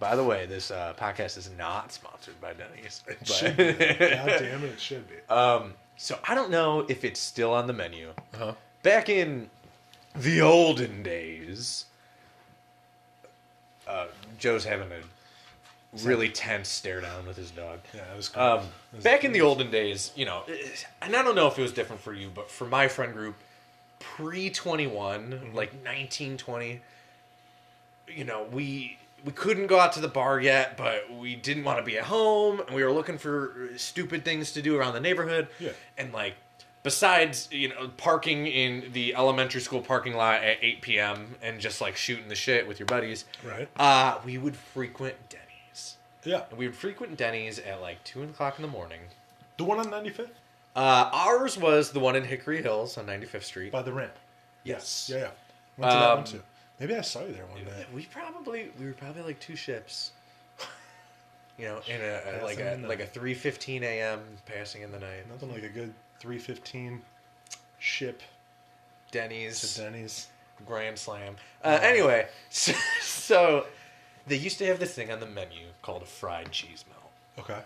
By the way, this uh, podcast is not sponsored by Denny's.
it
but-
should be. God damn it, it should be.
Uh, so I don't know if it's still on the menu.
Uh-huh.
Back in the olden days, uh, Joe's having a really tense stare down with his dog.
yeah, that was cool.
Um,
That was-
back in the olden days, you know, and I don't know if it was different for you, but for my friend group, pre 21,
Mm-hmm.
like 19, 20, you know, we we couldn't go out to the bar yet, but we didn't want to be at home, and we were looking for stupid things to do around the neighborhood.
Yeah.
And like besides, you know, parking in the elementary school parking lot at 8 p.m. and just like shooting the shit with your buddies.
Right.
Uh, we would frequent Denny's.
yeah,
And we would frequent Denny's at like two o'clock in the morning.
the one on 95th
Uh, ours was the one in Hickory Hills on 95th Street.
by the ramp.
Yes.
Yeah, yeah. Went to that
Um,
one too. Maybe I saw you there one day.
We probably we were probably like two ships. You know, in a, a like
Passing
a
in the-
like a three fifteen a.m. passing in the night.
Nothing like a good 315 ship to
Denny's
Denny's.
Grand Slam. Uh, anyway, so, so they used to have this thing on the menu called a fried cheese melt.
Okay.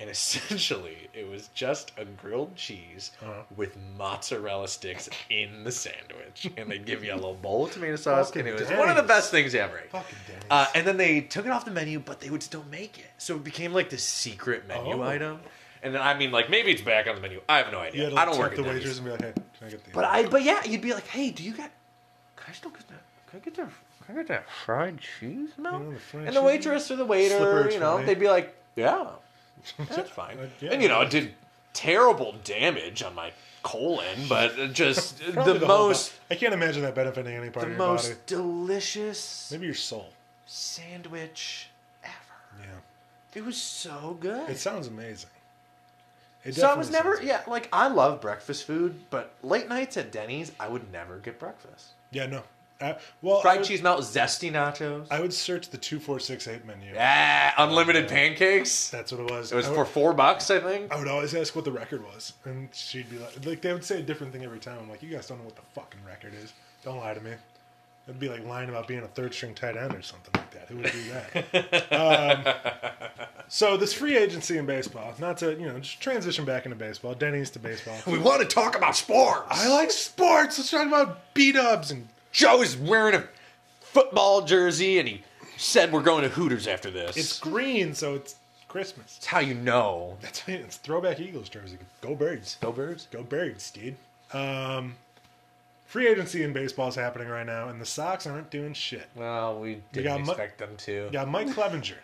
And essentially, it was just a grilled cheese
Uh-huh.
with mozzarella sticks in the sandwich. And they'd give you a little bowl of tomato sauce, and it was
Fucking
one of the
Denny's.
best things ever.
Fucking Denny's.
Uh, and then they took it off the menu, but they would still make it. So it became like this secret menu
Oh.
item. And then, I mean, like, maybe it's back on the menu. I have no
you
idea.
had to
I
like,
don't work at
the
Denny's.
waitress and be like, hey, can I get the.
But I, but yeah, you'd be like, hey, do you get? Can I still get that? Can I get that? Can I get that fried cheese melt?
Yeah, the fried
and the
cheese.
waitress or the waiter,
Slippery
you know,
tray.
they'd be like, yeah, that's fine.
Uh, yeah.
and you know, it did terrible damage on my colon, but just
Probably
the,
whole
most,
bo- I can't imagine that benefiting any part
the
of your
most
body.
delicious
Maybe your soul.
sandwich ever.
Yeah.
It was so good.
It sounds amazing. It
so I was
definitely
never,
sounds-
yeah, like I love breakfast food, but late nights at Denny's, I would never get breakfast.
Yeah, no. I, well, I
Fried
would,
cheese melt, zesty nachos.
I would search the two four six eight menu.
Yeah, unlimited pancakes.
That's what it was.
It was
I
for
would,
four bucks, I think.
I would always ask what the record was, and she'd be like, like they would say a different thing every time. I'm like, you guys don't know what the fucking record is. Don't lie to me. It'd be like lying about being a third string tight end or something like that. Who would do that? um, so this free agency in baseball, not to you know, just transition back into baseball. Denny's to baseball.
We want to talk about sports.
I like sports. Let's talk about beat ups and
Joe is wearing a football jersey, and he said we're going to Hooters after this.
it's green, so it's Christmas.
It's how you know.
That's it's throwback Eagles jersey. Go birds.
Go Birds.
Go birds, dude. Um, free agency in baseball is happening right now, and the Sox aren't doing shit.
Well, we
got
didn't
mu-
expect them to.
You got Mike Clevenger,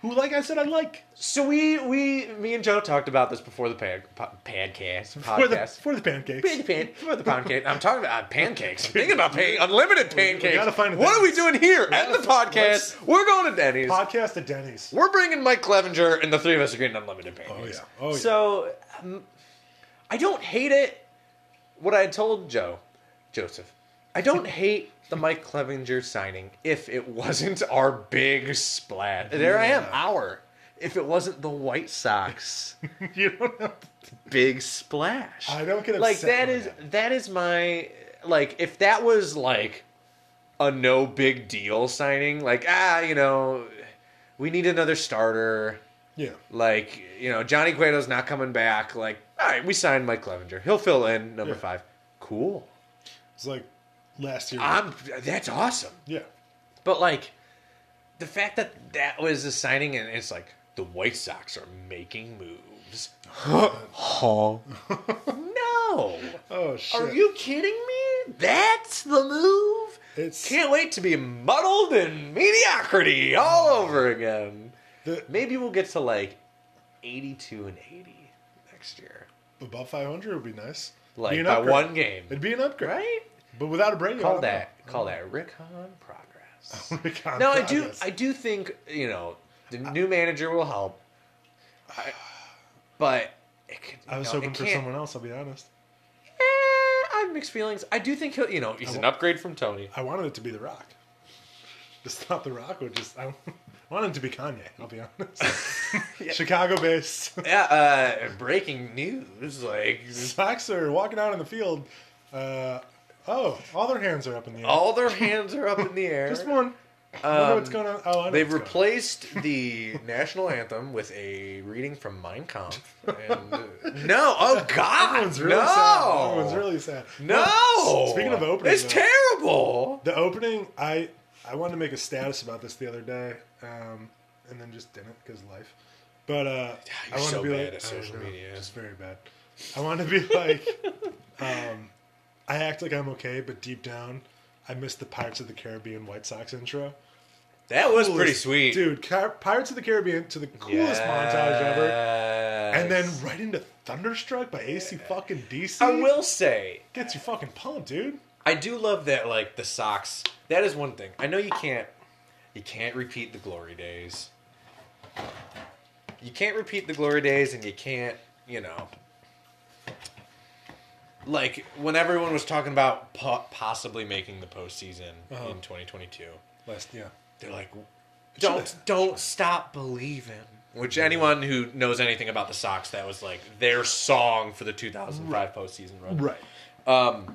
who, like I said, I like
So we, we, me and Joe talked about this before the pad, pod, podcast.
for the
Podcast.
for the pancakes.
Big pan, for the pancake. I'm talking about uh, pancakes. I'm thinking about pan, unlimited pancakes.
gotta find a
what are we
Denny's.
doing here at the
let's-
podcast? We're going to Denny's.
Podcast at Denny's.
We're bringing Mike Clevenger, and the three of us are getting unlimited
Oh yeah.
pancakes.
Oh yeah.
So, um, I don't hate it. What I had told Joe, Joseph, I don't hate the Mike Clevenger signing if it wasn't our big splat. There I am,
Yeah.
our. If it wasn't the White Sox
you don't have to-
big splash.
I don't get
like
upset
that
when
is
that
that is my like if that was like a no big deal signing, like ah, you know, we need another starter.
yeah.
Like, you know, Johnny Cueto's not coming back. Like, all right, we signed Mike Clevenger. He'll fill in number
Yeah.
five. Cool.
It's like last year.
I'm that's awesome.
yeah.
But like the fact that that was a signing and it's like the White Sox are making moves. Huh? no.
Oh shit.
Are you kidding me? That's the move?
It's-
Can't wait to be muddled in mediocrity all over again.
The-
Maybe we'll get to like 82 and 80 next year.
above 500 would be nice.
Like
Be an
by
upgrade.
one game.
It'd be an upgrade,
Right?
But without a brain,
Call that call that Rick Hahn progress.
that.
no, I do I do think, you know, the new manager will help. I- but it could,
I was
no, it
hoping for
can't-
someone else. I'll be honest.
Eh, I have mixed feelings. I do think he'll, you know, he's an upgrade from Tony.
I wanted it to be The Rock. Just not The Rock, or just I wanted it to be Kanye. I'll be honest. Chicago-based
Yeah, uh, breaking news. Like,
Sox are walking out on the field. Uh, oh, all their hands are up in the air.
all their hands are up in the air.
Just one. I wonder
Um,
what's going on. Oh, I know
They've
what's going
replaced the national anthem with a reading from Mein Kampf. And, uh, no, oh
on.
God,
Everyone's really
no.
sad. Everyone's really sad.
no.
Speaking of opening,
it's
though.
terrible.
The opening, I I wanted to make a status about this the other day, um, and then just didn't because life. But uh, I
you're
wanted
so
to be
bad
like,
at
I
social
know,
media.
It's very bad. I wanted to be like, um, I act like I'm okay, but deep down, I miss the Pirates of the Caribbean White Sox intro.
That was
Coolest-
pretty sweet,
dude. Car- Pirates of the Caribbean to the coolest montage ever, and then right into Thunderstruck by AC fucking DC.
I will say,
gets you fucking pumped, dude.
I do love that, like the socks. That is one thing. I know you can't, you can't repeat the glory days. You can't repeat the glory days, and you can't, you know, like when everyone was talking about po- possibly making the postseason
Uh-huh.
in 2022.
Last yeah,
They're like,
should've-
don't don't stop believing. Which anyone who knows anything about the Sox, that was like their song for the 2005 postseason run.
right.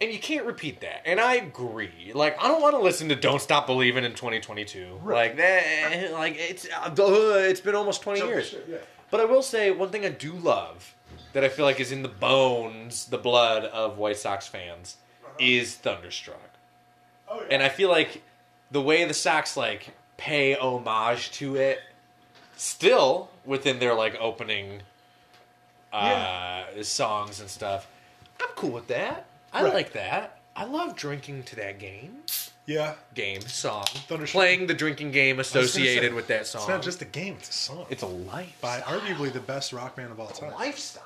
And you can't repeat that. And I agree. Like I don't want to listen to "Don't Stop Believing" in 2022. Like that. Like it's uh, it's been almost 20
Jump the
years.
ship, yeah.
But I will say one thing I do love that I feel like is in the bones, the blood of White Sox fans is Thunderstruck.
Uh-huh. Oh, yeah.
And I feel like the way the Sox like pay homage to it, still within their like opening uh, songs and stuff, I'm cool with that. I
Right.
like that. I love drinking to that game.
yeah,
Game song.
Thunderstruck.
Playing the drinking game associated with that song.
It's not just a game; it's a song.
It's a life.
by arguably the best rock band of all time.
lifestyle.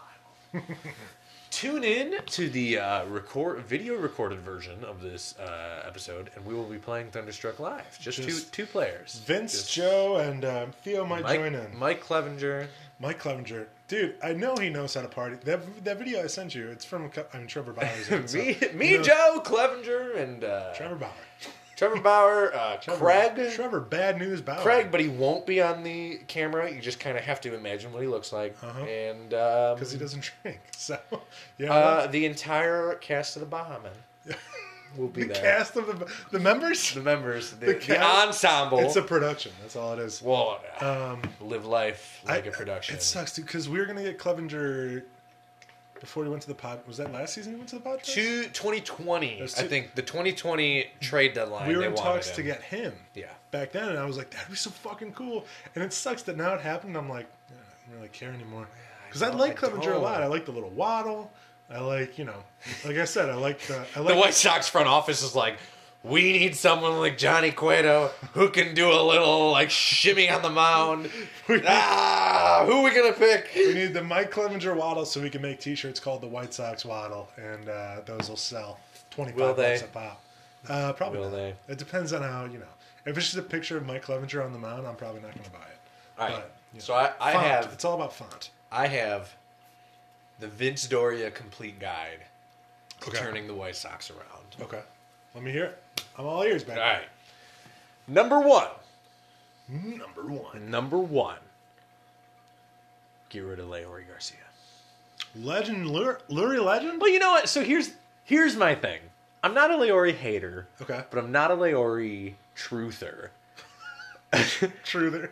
Tune in to the uh, record video recorded version of this uh, episode, and we will be playing Thunderstruck live. Just,
Just-
two two players.
Vince,
Just
Joe, and um, Theo might
Mike,
join in.
Mike Clevenger.
Mike Clevenger, dude, I know he knows how to party. That that video I sent you, it's from a cou- I mean Trevor Bauer's. in it, so-
me,
you
me,
know,
Joe Clevenger, and uh, Trevor,
Trevor Bauer,
Bauer, uh,
Trevor,
Craig,
Trevor, bad news Bauer,
Craig, but he won't be on the camera. You just kind of have to imagine what he looks like,
Uh-huh.
and um,
because he doesn't drink. So yeah,
uh, the entire cast of the Bahaman will be
the
there.
cast of the the members.
the members, the,
The
the,
cast-
ensemble.
It's a production. That's all it is.
well,
Um,
live life like
a
a production.
It sucks dude, because we were gonna get Clevenger before he went to the pod. Was that last season he went to the podcast?
Two, 2020,
There's
I
two-
think the 2020 trade deadline.
we were
they
in
wanted
talks
him.
to get him
Yeah.
back then, and I was like, that'd be so fucking cool. And it sucks that now it happened. I'm like, "Yeah, I don't really care anymore because I,
don't-
like
I
Clevenger a
don't.
lot. I like the little waddle. I like you know, like I said, I like the I
The
like
White Sox front office is like, we need someone like Johnny Cueto who can do a little like shimmy on the mound. ah, who are we
we
gonna pick?
need the Mike Clevenger waddle so we can make T-shirts called the White Sox waddle, and uh, those will sell twenty
Will
five
they?
bucks a pop. Uh, probably
Will
not.
they?
It depends on how you know. If it's just a picture of Mike Clevenger on the mound, I'm probably not going to buy it.
All right.
But, you know,
So I, I
font.
have
It's all about font.
I have the Vince Doria complete guide to
Okay.
turning the White Sox around.
Okay. Let me hear it. I'm all ears, baby.
All right. Number one.
Number one.
Number one. Get rid of Leury Garcia.
Legend, Lur- Lurie Legend?
Well, you know what? So here's here's my thing. I'm not a Leury hater,
Okay.
but I'm not a Leury truther.
Truther.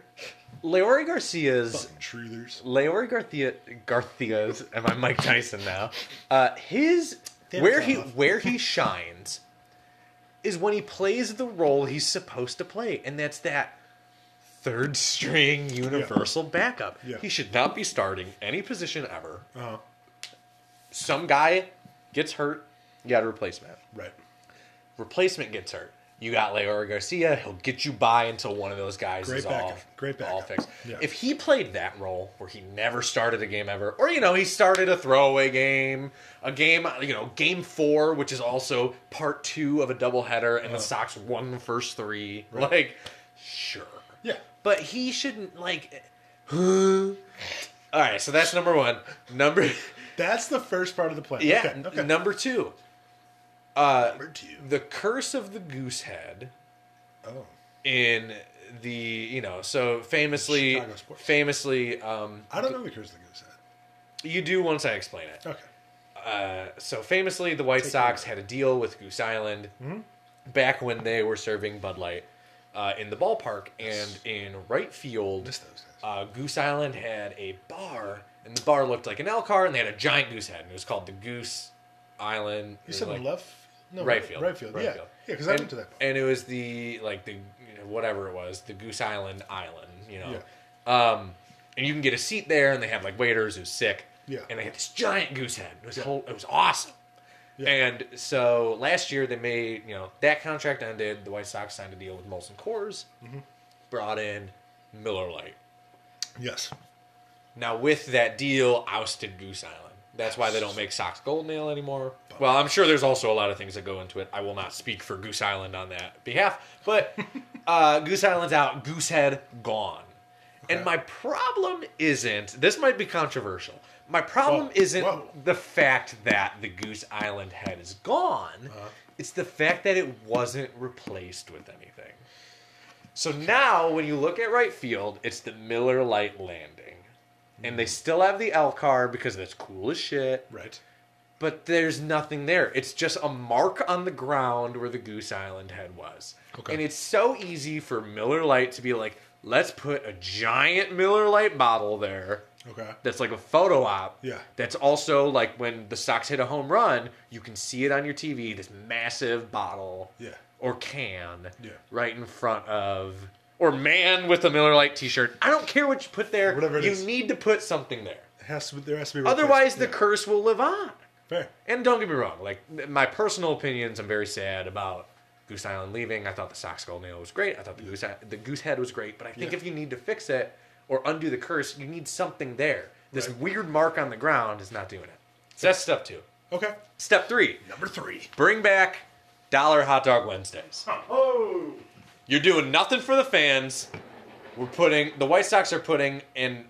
Leury Garcia's
Fucking truthers.
Leury Garcia Garcia's. Am I Mike Tyson now? Uh, his
Damn,
where
it's
he
off.
where he shines is when he plays the role he's supposed to play, and that's that third string universal backup.
Yeah.
He should not be starting any position ever.
Uh-huh.
Some guy gets hurt, you got a replacement.
Right.
Replacement gets hurt. You got Leury Garcia. He'll get you by until one of those guys
Great
is all,
backup. Great
all
backup.
fixed.
Yeah.
If he played that role where he never started a game ever, or you know, he started a throwaway game, a game, you know, game four, which is also part two of a doubleheader,
Uh-huh.
and the Sox won the first three. Like, sure,
Yeah.
but he shouldn't like. all right, so that's number one. Number,
That's the first part of the play.
yeah,
Okay. okay.
number two. Uh,
Number two.
the curse of the goose head
Oh.
in the you know so famously
Chicago sports.
famously um
I don't know the curse of the goose head.
you do once i explain it
Okay.
uh so famously the white sox had a deal with goose island
Mm-hmm.
back when they were serving bud light uh, in the ballpark and in right field
Miss those days.
uh, Goose Island had a bar, and the bar looked like an L car, and they had a giant goose head, and it was called the Goose Island.
You said
like,
left. No,
right field.
Right field. yeah.
field.
Yeah, because I
And-
went to that. Bar.
And it was the like the you know, whatever it was, the Goose Island Island, you know. Um, and you can get a seat there, and they have like waiters who's sick.
Yeah.
And they had this giant goose head. It was
Yeah.
whole, it was awesome.
Yeah.
And so last year they made you know that contract ended. The White Sox signed a deal with Molson Coors,
Mm-hmm.
brought in Miller Lite.
Yes.
Now with that deal, ousted Goose Island. That's why they don't make Sox Gold Nail anymore. Well, I'm sure there's also a lot of things that go into it. I will not speak for Goose Island on that behalf, but uh, Goose Island's out. Goosehead gone. And my problem isn't. This might be controversial. My problem
Whoa,
isn't
whoa.
the fact that the Goose Island head is gone.
Uh-huh.
It's the fact that it wasn't replaced with anything. So now, when you look at right field, it's the Miller Light landing, and they still have the L car because that's cool as shit.
Right.
But there's nothing there. It's just a mark on the ground where the Goose Island head was,
Okay.
and it's so easy for Miller Light to be like, let's put a giant Miller Light bottle there
Okay.
that's like a photo op.
Yeah.
That's also like when the Sox hit a home run, you can see it on your TV, this massive bottle
Yeah.
or can
Yeah.
right in front of or man with a Miller Lite t-shirt. I don't care what you put there.
Whatever it
you
is.
need to put something there.
It has to. be- There has to be.
Otherwise the
replacement.
curse will live on.
Yeah. Fair.
And don't get me wrong, like th- my personal opinions, I'm very sad about Goose Island leaving. I thought the Sox Gold Nail was great. I thought the goose uh, the goose head was great. But I think
Yeah.
if you need to fix it or undo the curse, you need something there. This weird mark on the ground is not doing it. So that's step two.
Okay.
Step three
Number three.
bring back dollar hot dog Wednesdays.
Oh.
You're doing nothing for the fans. We're putting the White Sox are putting an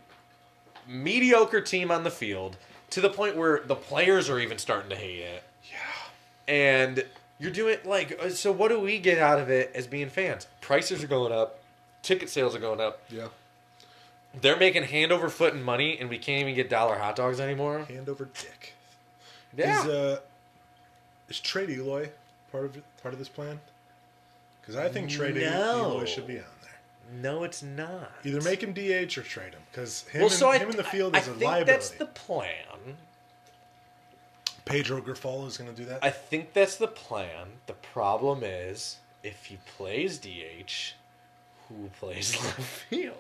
mediocre team on the field to the point where the players are even starting to hate it. Yeah. And you're doing like uh, so what do we get out of it as being fans? Prices are going up, ticket sales are going up.
Yeah.
They're making hand over foot in money and we can't even get dollar hot dogs anymore.
Hand over dick.
Yeah.
Is uh, is Trade Eloy part of part of this plan? Because I think Trade E-,
No.
Eloy should be on there.
no, it's not.
Either make him DH or trade him because him,
well,
and,
so I,
him in the field
I,
is a
I think
liability.
that's the plan.
Pedro Grifol is going to do that.
I think that's the plan. The problem is if he plays DH, who plays left field?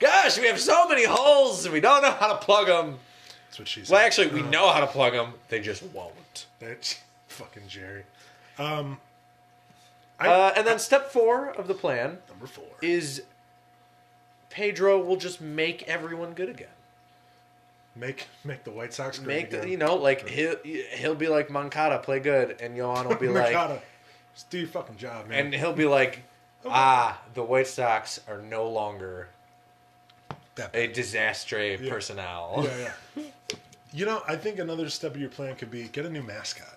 Gosh, we have so many holes and we don't know how to plug them.
that's what she said.
Well, actually, we know how to plug them. They just won't.
That- fucking Jerry. Um, I,
Uh, and then step four of the plan
number four.
is Pedro will just make everyone good again.
make make the White Sox great
Make
again.
the, you know like he'll he'll be like Moncada, play good, and Johan will be like,
Mercado, just do your fucking job, man.
and he'll be like, ah, the White Sox are no longer
that
a disastre personnel.
yeah, yeah. You know, I think another step of your plan could be get a new mascot.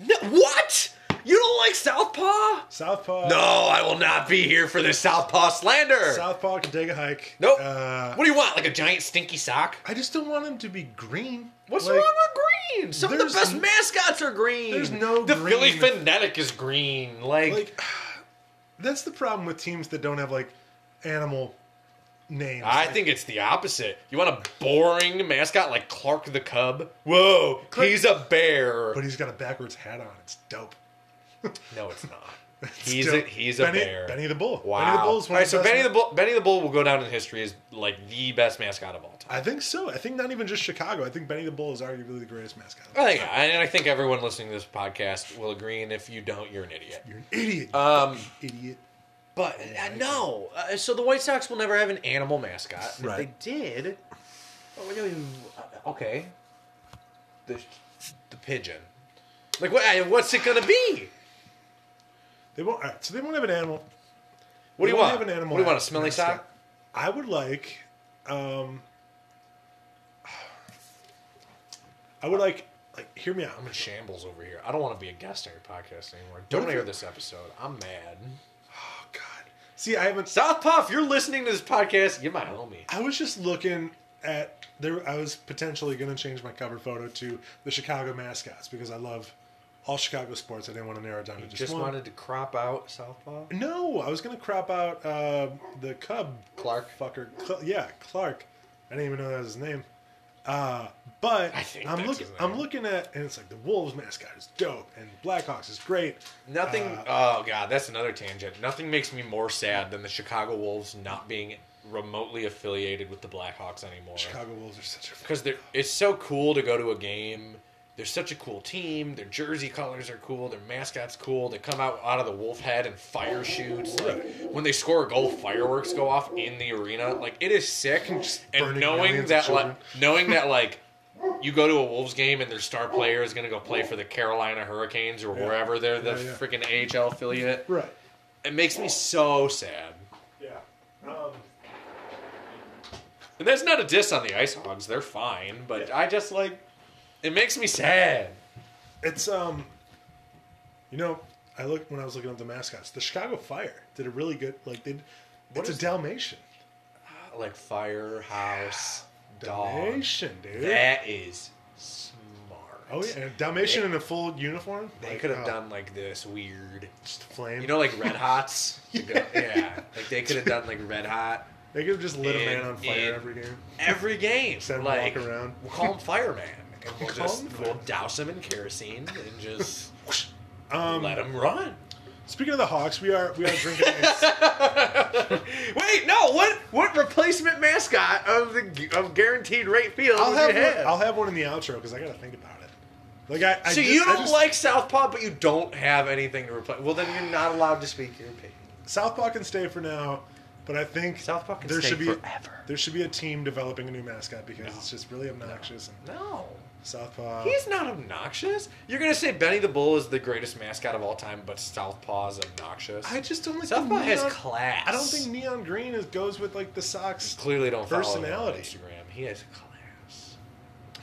No- what? You don't like Southpaw?
Southpaw.
No, I will not be here for this Southpaw slander.
Southpaw can take a hike.
nope.
Uh,
what do you want? Like a giant stinky sock?
I just don't want him to be green.
What's
Like,
wrong with green? Some of the
there's
best
n-
mascots are green.
there's no
The Philly
green.
Fanatic is green. Like,
Like, that's the problem with teams that don't have like animal names.
I
Like,
think it's the opposite. You want a boring mascot like Clark the Cub? Whoa, he's a bear.
but he's got a backwards hat on. It's dope.
No, it's not.
It's
He's a
dope.
he's a
Benny,
bear.
Benny the Bull.
Wow.
Benny the Bull's
all
one
right,
of the
so
best
Benny
ma-
the Bull, Benny the Bull will go down in history as like the best mascot of all time.
I think so. I think not even just Chicago. I think Benny the Bull is arguably the greatest mascot.
I think, and I think everyone listening to this podcast will agree. And if you don't, you're an idiot.
You're an idiot.
Um,
idiot.
but
Um,
uh, no, uh, so the White Sox will never have an animal mascot. And
Right.
If they did, oh, no, you- okay, the the pigeon. Like what? uh, What's it gonna be?
They won't. All right, so they won't have an animal.
What do
they
you
won't
want?
Have an animal
what do you want? A
as-
smelly
mascot.
sock?
I would like. Um, I would like. Like, hear me out.
I'm in shambles over here. I don't want to be a guest on your podcast anymore. Don't
if
air
you-
this episode. I'm mad.
Oh God. See, I haven't.
Southpaw, if you're listening to this podcast, you're my homie.
I was just looking at there. I was potentially going to change my cover photo to the Chicago mascots because I love all Chicago sports. I didn't want to narrow it down to
Just,
just, one.
wanted to crop out Southpaw.
No, I was going to crop out uh, the Cub
Clark.
fucker. Cl- yeah, Clark. I didn't even know that was his name. Uh, but
I think
I'm
that's
looking.
his
I'm
name.
looking at, and it's like the Wolves mascot is dope, and Blackhawks is great.
Nothing.
Uh,
oh god, that's another tangent. Nothing makes me more sad than the Chicago Wolves not being remotely affiliated with the Blackhawks anymore.
Chicago Wolves are such a
Because they're it's so cool to go to a game. They're such a cool team. Their jersey colors are cool. Their mascot's cool. They come out out of the wolf head and fire shoots. Like, when they score a goal, fireworks go off in the arena. Like it is sick. And
burning
knowing
millions of
that, like,
children.
knowing that, like, you go to a Wolves game and their star player is going to go play for the Carolina Hurricanes or wherever they're the
Yeah, yeah.
freaking AHL affiliate.
right.
It makes me so sad.
Yeah. Um,
And that's not a diss on the Ice Hogs. They're fine, but I just like it makes me sad.
it's um. You know, I looked when I was looking up the mascots. The Chicago Fire did a really good. Like they, it's a
is-
Dalmatian.
Like firehouse dog.
Dalmatian, dude.
That is smart.
Oh yeah, and Dalmatian in a full uniform.
They
Like,
could have
oh,
done like this weird
just flame.
You know, like Red Hots. yeah. like they could have done like Red Hot
they could have just lit a man
in-
on fire
in-
every game.
every game.
Send him
like,
walk around.
We'll call him Fireman, and we'll
Call
just
him
we'll
Fireman.
douse him in kerosene and just
Um,
let him run.
Speaking of the Hawks, we are we are drinking. a,
Wait, no. What what replacement mascot of the of guaranteed rate field?
I'll
would
have
you
one, I'll have one in the outro because I got to think about it. Like I, I
so
ju-
you
I
don't
just-
like Southpaw, but you don't have anything to replace. Well, then you're not allowed to speak your opinion.
Southpaw can stay for now, but I think
Southpaw can
there
stay
should be
forever.
there should be a team developing a new mascot because it's just really obnoxious. And
No.
Southpaw.
He's not obnoxious.
You're gonna say Benny the Bull is the greatest mascot of all time, but Southpaw's obnoxious.
I just don't like the
Southpaw has
neon-
class.
I don't think neon green is goes with like the socks.
clearly don't follow him on
Personality.
Instagram. He has class.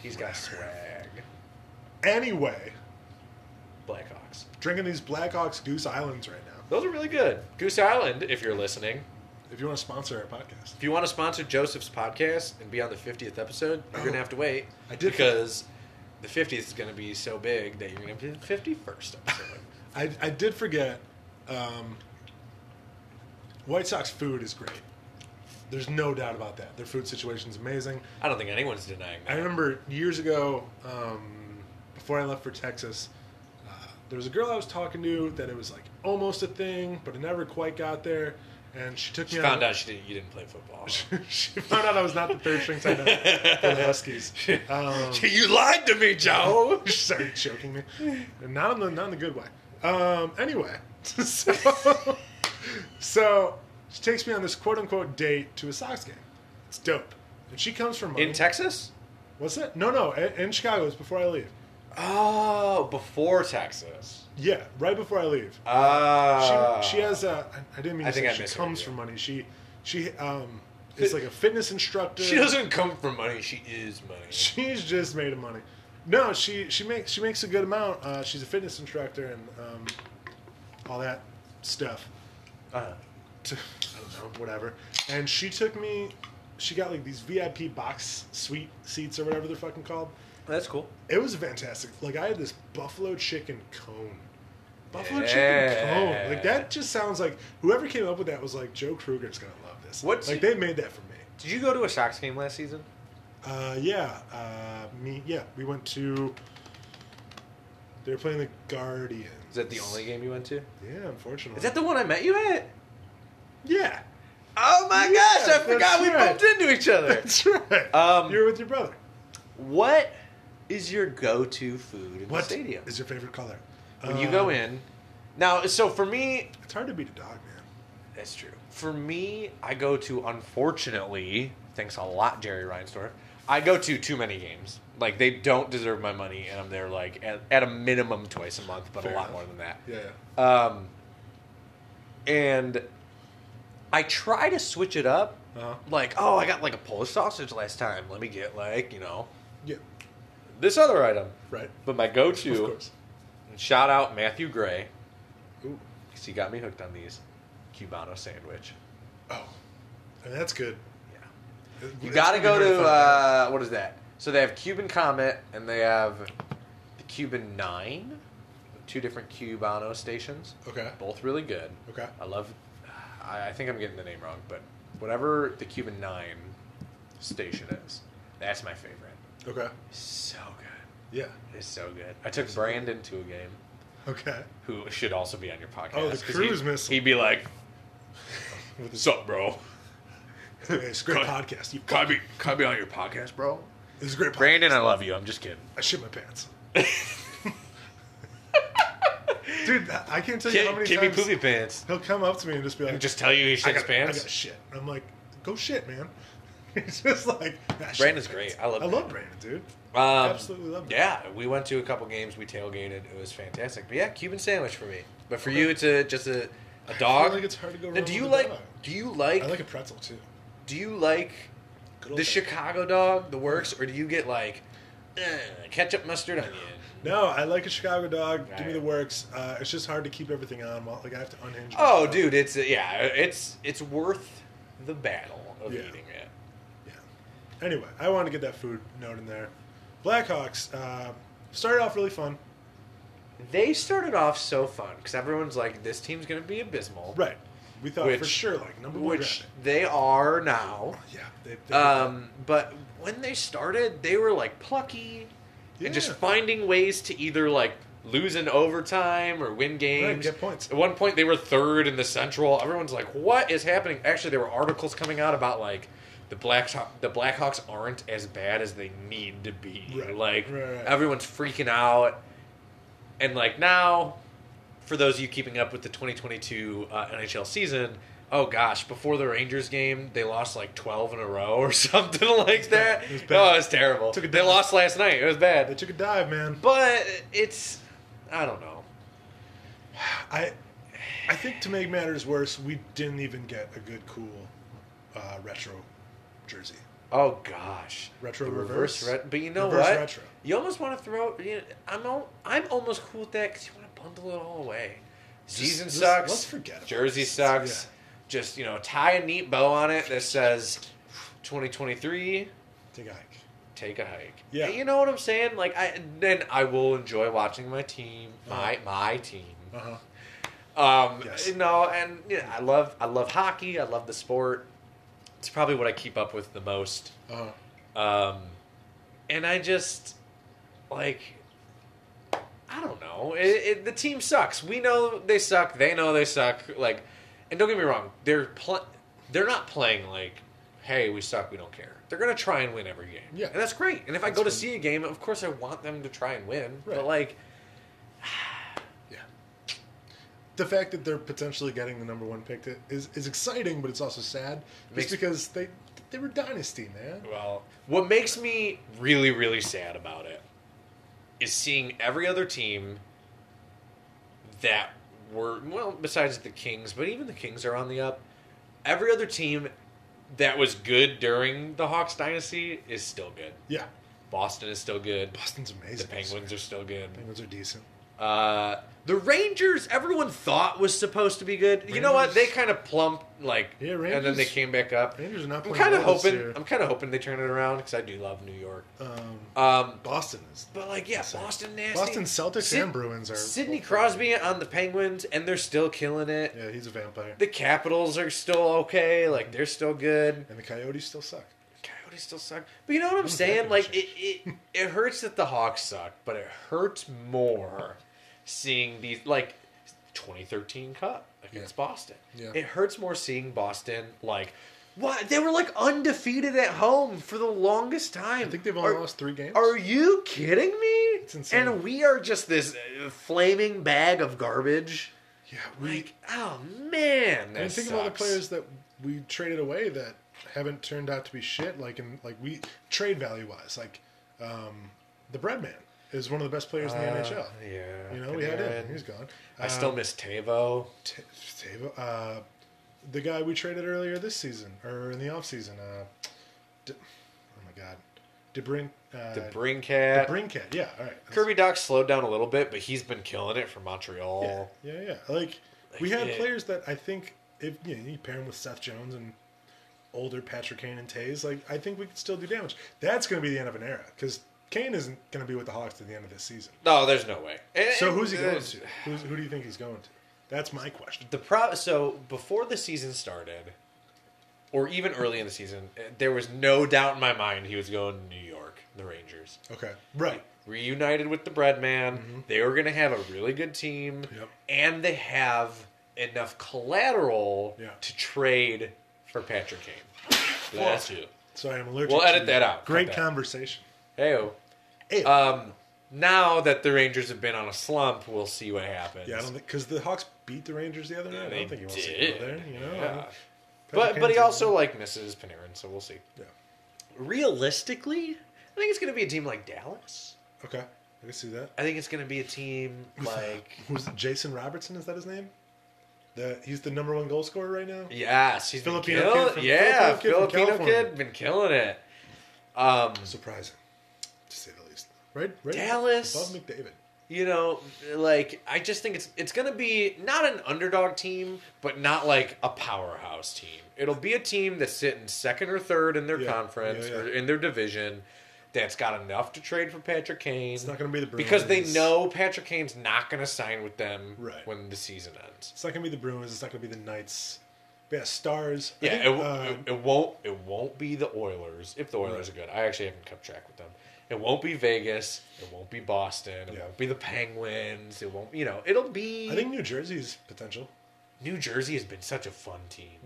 He's got swag.
Anyway,
Blackhawks.
drinking these Blackhawks Goose Islands right now.
Those are really good. Goose Island, if you're listening.
If you want to sponsor our podcast,
If you want to sponsor Joseph's podcast and be on the 50th episode, you're going to have to wait.
I did-
Because the 50th is going to be so big that you're going to have to be the 51st episode.
I, I did forget. Um, White Sox food is great. There's no doubt about that. Their food situation is amazing.
I don't think anyone's denying
I
that.
remember years ago, um, before I left for Texas, uh, there was a girl I was talking to that it was like almost a thing, but it never quite got there. And she took
She
me
found
on,
out she didn't, you didn't play football.
she found out I was not the third string tight end for the Huskies. Um,
you lied to me, Joe!
she started choking me. Not in the not in the good way. Um, anyway, so, so she takes me on this quote unquote date to a Sox game. It's dope. And she comes from
In Texas?
What's that? No, no, in, in Chicago. It's before I leave.
Oh, before Texas.
Yeah, right before I leave.
Ah.
she, she has a. I I didn't mean. To
I think
say
I
she
misheard
comes
you.
from money. She she um is like a fitness instructor.
She doesn't come from money. She is money.
She's just made of money. No, she she makes she makes a good amount. Uh, she's a fitness instructor and um, all that stuff.
Uh,
to, I don't know, whatever. And she took me. She got like these VIP box suite seats or whatever they're fucking called.
that's cool.
It was fantastic. Like I had this buffalo chicken cone. Buffalo chicken
Yeah.
cone. Like that just sounds like whoever came up with that was like Joe Kruger's gonna love this.
What's-
like they made that for me.
Did you go to a Sox game last season?
Uh, yeah, uh, me. Yeah, we went to. They were playing the Guardians.
Is that the only game you went to?
Yeah, unfortunately.
Is that the one I met you at?
Yeah,
Oh my
Yes,
gosh, I forgot
that's
we
right.
bumped into each other.
that's right.
Um,
You're with your brother.
What is your go-to food in
What
the stadium?
is your favorite color?
when you go
Um,
in, now, so for me,
It's hard to beat a dog, man.
that's true.
For me, I go to unfortunately, thanks a lot, Jerry Reinsdorf.
I go to too many games. Like they don't deserve my money, and I'm there like at, at a minimum twice a month, but
Fair
a lot
enough.
more than that.
Yeah, yeah.
Um, and I try to switch it up.
Uh-huh.
Like, oh, I got like a Polish sausage last time. Let me get like you know
Yeah,
this other item.
right.
But my go-to,
Of course.
and shout out Matthew Gray
Ooh.
because he got me hooked on these Cubano sandwich.
Oh, I mean, that's good.
Yeah.
That's
You gotta
gonna be
go
hard
to
find out.
uh, what is that? So they have Cuban Comet and they have the Cuban Nine, two different Cubano stations.
okay.
Both really good.
Okay.
I love. I, I think I'm getting the name wrong, but whatever the Cuban Nine station is, that's my favorite.
Okay.
So good.
Yeah.
It's so good. I took Brandon to a game,
Okay.
who should also be on your podcast.
Oh, the
'cause
cruise
he'd,
missile.
He'd be like, "What's up, bro?
Hey, it's a great
Cut.
podcast. You
Can I be, can I be on your podcast, bro?"
It's a great podcast.
Brandon, I love you. I'm just kidding.
I shit my pants. Dude, that- I can't tell you how
Give,
many
give me
times
poopy pants.
he'll come up to me and just be like,
And just tell you he shits
I got, I got
pants.
shit. I'm like, go shit, man. He's just like, "Nah, shit
Brandon's
my
great.
pants."
I love
I love Brandon, dude. I
Um,
absolutely love Brandon.
Yeah, we went to a couple games. We tailgated. It was fantastic. But yeah, Cuban sandwich for me. But for you, it's a just a, a dog.
like it's hard to go
Now,
wrong
do
with
you
a
like?
dog.
Do you like?
I like a pretzel too.
do you like
Good old
the
fashioned.
Chicago dog, the works, or do you get like eh, ketchup, mustard, onion?
No, I like a Chicago dog. Give me
Right.
the works. Uh, it's just hard to keep everything on. While, like I have to unhinge.
Oh,
myself.
dude, it's yeah, it's it's worth the battle of
Yeah.
eating it.
Yeah. Anyway, I wanted to get that food note in there. Blackhawks uh, started off really fun.
They started off so fun because everyone's like, this team's gonna be abysmal,
Right. We thought
Which-
for sure like number one.
Which
draft
they are now.
pick. Yeah. They, they
Um, but when they started, they were like plucky and just
Yeah.
finding ways to either like lose in overtime or win games,
get points.
At one point, they were third in the Central. Everyone's like, "What is happening?" Actually, there were articles coming out about like the Blacks the Blackhawks aren't as bad as they need to be.
Right,
Like
right, right.
everyone's freaking out, and like now for those of you keeping up with the 2022 uh, NHL season, oh gosh, before the Rangers game, they lost like 12 in a row or something like that.
It was bad.
Oh, it's terrible.
Took a
They
dive.
lost last night. It was
They
bad.
took a dive, man.
But it's, I don't know.
I, I think to make matters worse, we didn't even get a good, cool, uh, retro jersey.
Oh gosh,
Retro
The
reverse?
ret- but you know
Reverse
what?
retro.
You almost want to throw. You I'm al- I'm almost cool with that because you want to bundle it all away. Season
just-
sucks.
let's forget about
Jersey
this.
sucks.
Yeah.
Just you know, tie a neat bow on it that says 2023.
Take a hike.
Take a hike.
Yeah.
you know what I'm saying. Like I then I will enjoy watching my team, my my team.
Uh huh.
Um,
Uh-huh. Yes.
you know, and yeah, I love I love hockey. I love the sport. It's probably what I keep up with the most.
Uh huh.
Um, and I just like I don't know. It, it, the team sucks. We know they suck. They know they suck. Like, and don't get me wrong. They're pl- they're not playing like, hey, we suck. We don't care. They're gonna try and win every game.
Yeah.
and that's great. And if I go to see a game, of course I want them to try and win.
Right.
But like,
Yeah. The fact that they're potentially getting the number one pick to- is is exciting, but it's also sad.
Makes-
Just because they they were dynasty, man.
Well, what makes me really, really sad about it is seeing every other team that were, well, besides the Kings, but even the Kings are on the up. Every other team that was good during the Hawks dynasty is still good.
Yeah.
Boston is still good.
Boston's
The
amazing.
Penguins are still good.
Penguins are decent.
Uh, the Rangers, everyone thought was supposed to be good. You know what? They
Rangers-
kind of plumped, like,
Yeah,
and then they
Rangers-
came back up.
Rangers are not
I'm
playing.
kind of
well this
hoping.
year.
I'm kind of hoping they turn it around because I do love New York.
Um,
Um,
Boston is.
but like, yeah,
Insane.
Boston nasty.
Boston Celtics
Sid-
and Bruins are.
Sidney Crosby on the Penguins, and they're still killing it.
Yeah, he's a vampire.
The Capitals are still okay. Like they're still good.
And the Coyotes still suck.
Coyotes still suck. But you know what I'm saying? Like it, it, it hurts that the Hawks suck, but it hurts more seeing these like 2013 Cup against Boston.
Yeah.
It hurts more seeing Boston like what they were like undefeated at home for the longest time.
I think they've only
Are-
lost three games.
Are you kidding me? It's
insane.
And we are just this uh, flaming bag of garbage.
yeah, we.
Like, oh man, that
I mean, think of all the
sucks.
players that we traded away that haven't turned out to be shit. Like in like we trade value wise, like um, the Breadman is one of the best players in the
Uh,
NHL.
yeah,
you know we had him;
Panarin.
he's gone.
I still
Um,
miss Tavo.
T- Tavo- uh, the guy we traded earlier this season or in the off season. Uh, D- oh my god, DeBrin. Uh,
The Brincat.
DeBrincat. Yeah, all right.
Kirby Doc slowed down a little bit, but he's been killing it for Montreal.
Yeah, yeah, yeah. Like we had
yeah.
players that I think if you, know, you pair them with Seth Jones and older Patrick Kane and Tays, like I think we could still do damage. That's going to be the end of an era because Kane isn't going to be with the Hawks to the end of this season.
No, there's no way. And-
So who's he
and-
going to? Who's, who do you think he's going to? That's my question.
The pro- so before the season started, or even early in the season, eh, there was no doubt in my mind he was going to New York, the Rangers.
Okay, right.
reunited with the bread man. They were going to have a really good team,
Mm-hmm. Yep.
and they have enough collateral
Yeah.
to trade for Patrick Kane. Bless you.
Sorry, I'm allergic.
We'll
to
edit that out.
Great
Cut that.
conversation.
Hey,
Hey,
um, now that the Rangers have been on a slump, we'll see what happens.
yeah, I don't think because the Hawks beat the Rangers the other night. I don't think he wants to
did.
go there. You know,
Yeah.
Patrick
but but he
Kane's
also like misses Panarin, so well see.
yeah.
Realistically, I think it's going to be a team like Dallas.
Okay, I can see that.
I think it's going to be a team like
Who's Jason Robertson? Is that his name? The he's the number one goal scorer right now.
Yes, he's
Filipino
been killing.
kid from-
yeah, Filipino,
Filipino kid from
kid,
California.
been killing it. Um,
Surprising, to say the least. Right, right.
Dallas.
above McDavid.
you know, like I just think it's it's gonna be not an underdog team, but not like a powerhouse team. It'll be a team that's sitting second or third in their
Yeah,
conference
yeah, yeah.
or in their division. That's got enough to trade for Patrick Kane.
It's not going to be the Bruins
because they know Patrick Kane's not going to sign with them
Right.
when the season ends.
it's not going to be the Bruins. It's not going to be the Knights. But yeah, Stars. I
Yeah,
think,
it, w-
uh,
it, it won't. It won't be the Oilers if the Oilers are good. I actually haven't kept track with them. It won't be Vegas. It won't be Boston. It
Yeah.
won't be the Penguins. It won't. You know, it'll be.
I think New Jersey's potential.
New Jersey has been such a fun team.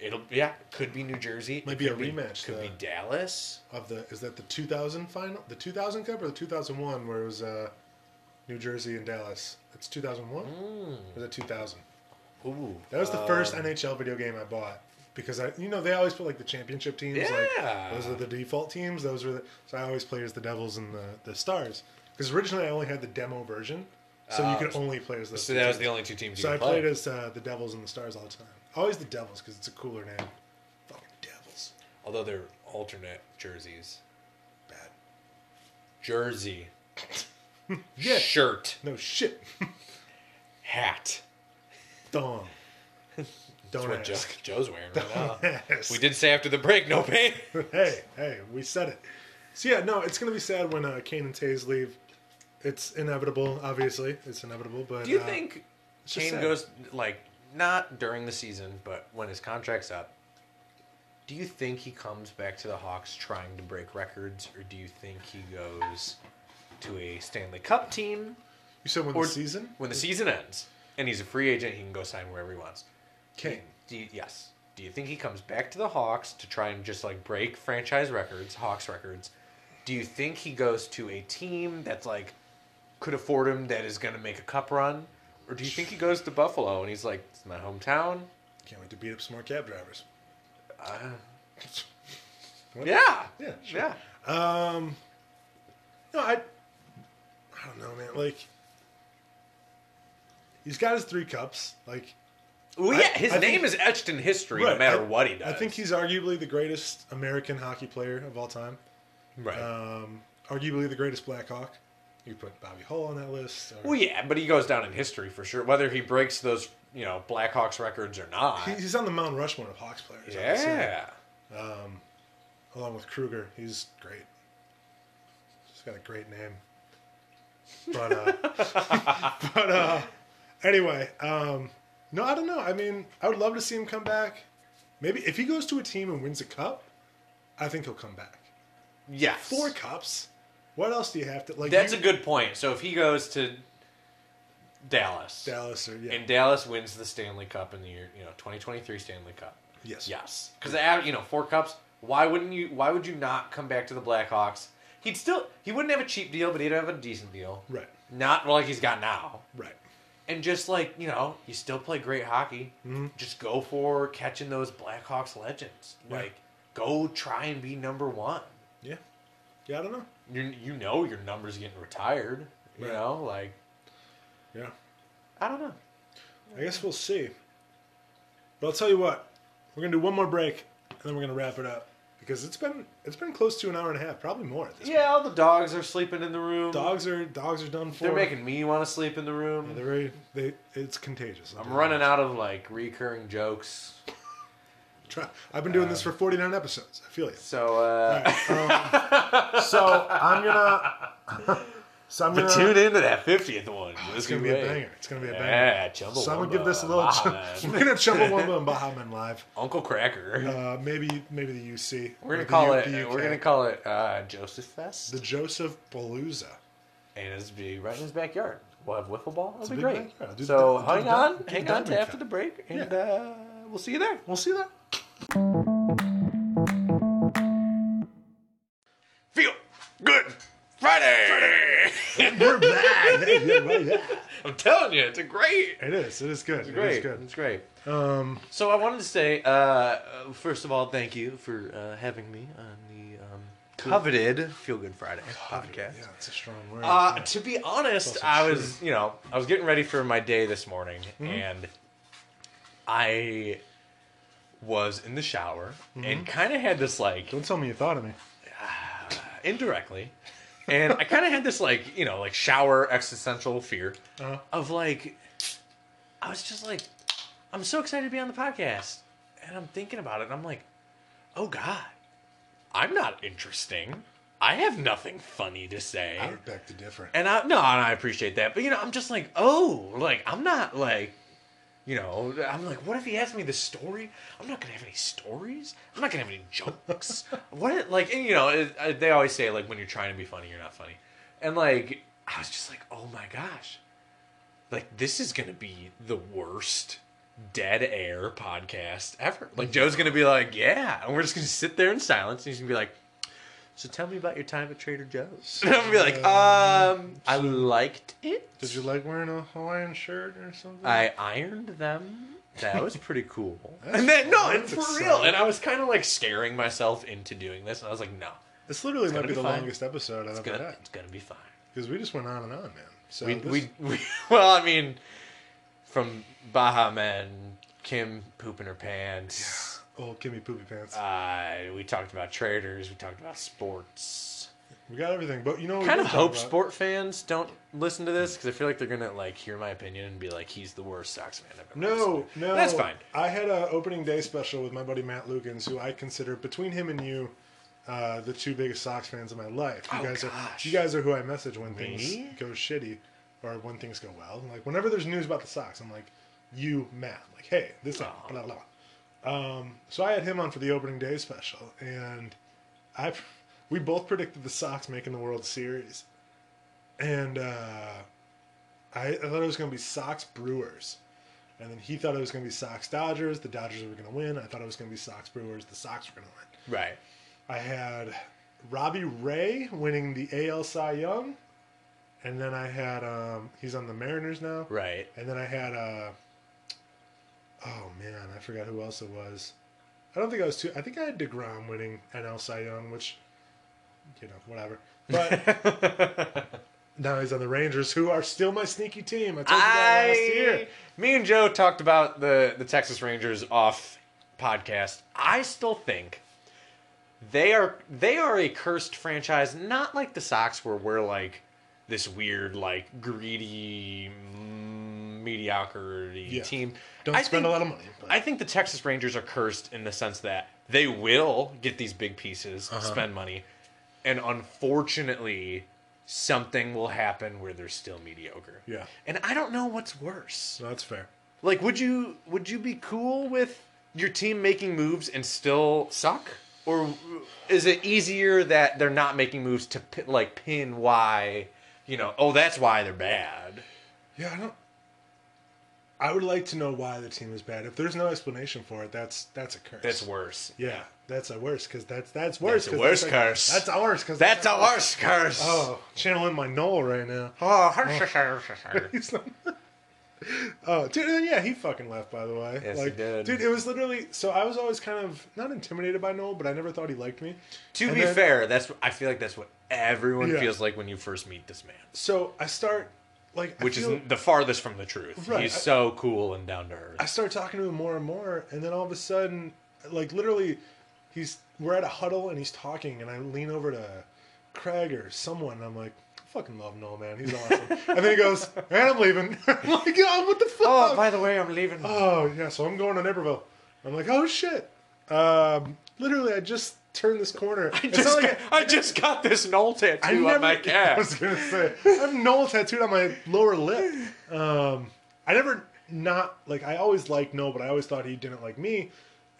It'll yeah, could be New Jersey.
Mm-hmm. Might
It
be a
could
rematch,
Could be
though.
Dallas.
of the is that the 2000 final the 2000 cup or the 2001 where it
Mm.
was uh, new jersey and dallas it's 2001 or is it 2000
Ooh,
That was the first
um,
NHL video game I bought because I, you know, they always put like the championship teams.
Yeah.
Like, those are the default teams. Those were the, so I always played as the Devils and the, the Stars because originally I only had the demo version, so
Oh,
you could only play as those.
So
two
that was
teams.
the only two teams. You
So I
could
played
play.
as uh, the Devils and the Stars all the time. Always the Devils because it's a cooler name. Fucking Devils,
although they're alternate jerseys.
bad.
Jersey,
Yeah.
shirt,
No shit.
hat.
Don't. Don't
That's what
ask.
Joe, Joe's wearing right now.
Yes.
We did say after the break, no pain.
hey, hey, we said it. So yeah, no, it's gonna be sad when uh, Kane and Tays leave. It's inevitable, obviously. It's inevitable, but
Do you
uh,
think
it's just
Kane
sad.
goes like not during the season, but when his contract's up? Do you think he comes back to the Hawks trying to break records, or do you think he goes to a Stanley Cup team
you said when
or-
the season?
when the season ends and he's a free agent? He can go sign wherever he wants.
Kane.
Do you, yes. Do you think he comes back to the Hawks to try and just like break franchise records, Hawks records? Do you think he goes to a team that's like could afford him that is going to make a cup run, or do you think he goes to Buffalo and he's like it's my hometown?
Can't wait to beat up some more cab drivers.
Uh,
What?
yeah,
Yeah, sure.
yeah.
Um, no, I, I don't know, man. Like, he's got his three cups. Like,
Well,
I-
yeah. His
I
name
think-
is etched in history, no
Right,
matter
I-
what he does.
I think he's arguably the greatest American hockey player of all time.
right.
Um, arguably the greatest Blackhawk. You could put Bobby Hull on that list. or-
well, yeah, but he goes down in history for sure, whether he breaks those you know Blackhawks records or not.
He- he's on the Mount Rushmore of Hawks players. I would say.
yeah.
along with Kruger. He's great. He's got a great name. But uh, but uh, anyway, um, no, I don't know. I mean, I would love to see him come back. Maybe if he goes to a team and wins a cup, I think he'll come back.
Yes.
Four cups. What else do you have to like?
That's
you-
a good point. So if he goes to Dallas,
Dallas or yeah.
and Dallas wins the Stanley Cup in the year, you know, 2023 Stanley Cup.
yes.
Yes. Cuz you know, four cups, why wouldn't you why would you not come back to the Blackhawks? He'd still he wouldn't have a cheap deal, but he'd have a decent deal.
Right.
Not like he's got now.
Right.
And just like, you know, you still play great hockey.
Mm-hmm.
Just go for catching those Blackhawks legends.
Yeah.
Like go try and be number 1
Yeah. Yeah. I don't know.
you you know your number's getting retired. You
Right.
know, like
Yeah.
I don't know.
I guess we'll see. But I'll tell you what, we're gonna do one more break and then we're gonna wrap it up because it's been it's been close to an hour and a half, probably more. At this
Yeah, all the dogs are sleeping in the room.
point. dogs are dogs are done for.
They're making me want to sleep in the room.
Yeah, they're very they. It's contagious.
I'm running out of like recurring jokes.
Try, I've been doing this
Um.
for 49 episodes. I feel you.
So uh
Um, so I'm gonna. So I'm
but
gonna.
tune into that 50th one.
It's gonna be a banger. It's gonna be a banger.
Yeah, Chumbawamba.
So I'm gonna give this a little.
Bahamas.
we're gonna Chumbawamba and Baha Men live.
Uncle Cracker.
Uh, maybe maybe the UC.
we're
Or
gonna
the
call
U-
it.
the
We're
UK.
gonna call it uh, Joseph Fest,
the Joseph Palooza.
and it's be right in his backyard. We'll have wiffle ball. It'll
a
be
big
great.
backyard. Do the-
so
do
hang
the-
on,
do the
hang on
dumpling
to after
fest.
the break, and
Yeah.
uh, we'll see you there.
We'll see that.
Feel good Friday.
We're back. Hey, yeah, right, yeah.
I'm telling you, it's a great.
It is. It is good. It's
great.
It is good.
It's great.
Um,
So I wanted to say, uh, uh, first of all, thank you for uh, having me on the um, coveted Feel Good Friday podcast.
yeah, it's a strong word.
Uh,
Yeah.
to be honest,
It's also
I was, you know, I was getting ready for my day this morning,
Mm-hmm.
and I was in the shower and kind of had this like
Mm-hmm. Don't tell me you thought of me.
indirectly, and I kind of had this like you know like shower existential fear
Uh-huh.
of like I was just like I'm so excited to be on the podcast, and I'm thinking about it, and I'm like, oh god, I'm not interesting. I have nothing funny to say.
I would beg to differ.
And I no, and I appreciate that. But you know, I'm just like, oh, like I'm not like, you know, I'm like, what if he asked me the story? I'm not gonna have any stories. I'm not gonna have any jokes. what if- like, and, you know, it, I, they always say like when you're trying to be funny, you're not funny. And like, I was just like, oh my gosh, like this is gonna be the worst dead air podcast ever. Like Joe's gonna be like, yeah, and we're just gonna sit there in silence, and he's gonna be like. So tell me about your time at Trader Joe's. And I'm gonna be like, um, I liked it.
Did you like wearing a Hawaiian shirt or something?
I ironed them. That was pretty cool.
That's-
And then no, and
that's
for real.
exciting.
And I was kind of like scaring myself into doing this, and I was like, no,
This literally might
gonna
be the
be fine.
longest episode I've
It's
ever
gonna,
had
it's gonna be fine.
because we just went on and on, man. So
we,
this-
we, we, well, I mean, from Baja Men, Kim pooping her pants.
old Kimmy poopy pants.
Uh, we talked about traders. We talked about sports.
we got everything, but you know, what Oh, we
Kind of
didn't
hope
talk about?
sport fans don't listen to this because I feel like they're gonna like hear my opinion and be like, "He's the worst Sox man I've ever."
No,
listened to."
no,
that's fine.
I had a opening day special with my buddy Matt Lukens, who I consider between him and you. Uh, the two biggest Sox fans of my life. You
Oh,
guys
gosh.
are you guys are who I message when
Me?
things go shitty, or when things go well. Like whenever there's news about the Sox, I'm like, you Matt, like hey, this happened, blah blah. Um, so I had him on for the opening day special, and I we both predicted the Sox making the World Series, and uh, I, I thought it was going to be Sox Brewers, and then he thought it was going to be Sox Dodgers. The Dodgers were going to win. I thought it was going to be Sox Brewers. The Sox were going to win.
Right.
I had Robbie Ray winning the AL Cy Young, and then I had um, he's on the Mariners now.
Right.
And then I had uh oh man, I forgot who else it was. I don't think I was too. I think I had Degrom winning NL Cy Young, which you know whatever. But now he's on the Rangers, who are still my sneaky team. I told you that last year.
I, me and Joe talked about the the Texas Rangers off podcast. I still think they are they are a cursed franchise, not like the Sox, where we're like this weird, like greedy, mm, mediocrity
Yeah.
team.
Don't
I
spend
think-
a lot of money. but-
I think the Texas Rangers are cursed in the sense that they will get these big pieces,
Uh-huh.
spend money, and unfortunately, something will happen where they're still mediocre.
Yeah.
And I don't know what's worse.
no, that's fair.
Like, would you would you be cool with your team making moves and still suck, or is it easier that they're not making moves to pi- like pin why? You know, oh, that's why they're bad.
Yeah, I don't. I would like to know why the team is bad. If there's no explanation for it, that's that's a curse.
That's worse.
yeah, that's a worse because that's that's worse.
That's a
'cause
worse
like-
curse.
That's a worse because
That's a worse curse.
Oh, channeling my Noel right now.
Oh,
He's not- oh, dude, and yeah, he fucking left. By the way,
Yes, he
like,
did.
dude, it was literally. So I was always kind of not intimidated by Noel, but I never thought he liked me.
To
And
be
then-
fair, that's I feel like that's what everyone
Yeah.
feels like when you first meet this man,
So I start like, I
which
feel-
is the farthest from the truth.
Right,
He's
I-
so cool and down to earth.
I start talking to him more and more, and then all of a sudden, like literally, he's we're at a huddle and he's talking, and I lean over to Craig or someone, and I'm like, I fucking love Noel, man, he's awesome. and then he goes, and I'm leaving. I'm like, oh, what the fuck?
oh, by the way, I'm leaving.
Oh, yeah, so I'm going to Naperville. I'm like, oh shit. Um, literally, I just turned this corner.
I just, got, I just got this Knoll tattoo on my
I was
calf.
gonna say I have Noel tattooed on my lower lip. Um, I never not like I always liked Noel, but I always thought he didn't like me,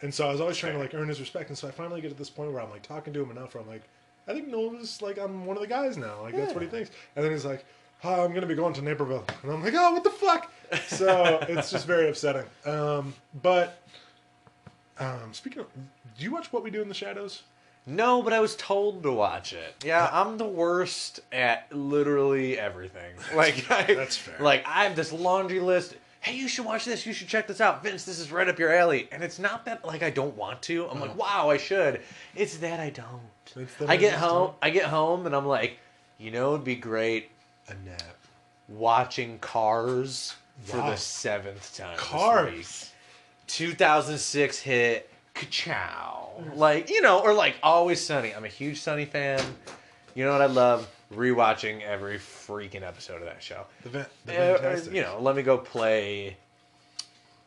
and so I was always trying to like earn his respect. And so I finally get to this point where I'm like talking to him enough where I'm like, I think Noel is like I'm one of the guys now. Like that's what he thinks. And then he's like, oh, I'm gonna be going to Naperville, and I'm like, oh, what the fuck. So it's just very upsetting. Um, but um, speaking of, do you watch What We Do in the Shadows?
No, but I was told to watch it. Yeah, I'm the worst at literally everything. Like, I,
That's fair.
Like, I have this laundry list. Hey, you should watch this. You should check this out, Vince. This is right up your alley. And it's not that like I don't want to. I'm like, wow, I should. It's that I don't.
It's that
I
I
get
just
home.
don't.
I get home, and I'm like, you know, it'd be great
A nap.
watching Cars for
Wow.
the seventh time. this
Cars.
week. 2006 hit ka-chow
Mm-hmm.
like you know or like always sunny i'm a huge sunny fan you know what i love rewatching every freaking episode of that show
The, van- the
Eh, or,
fantastic.
you know let me go play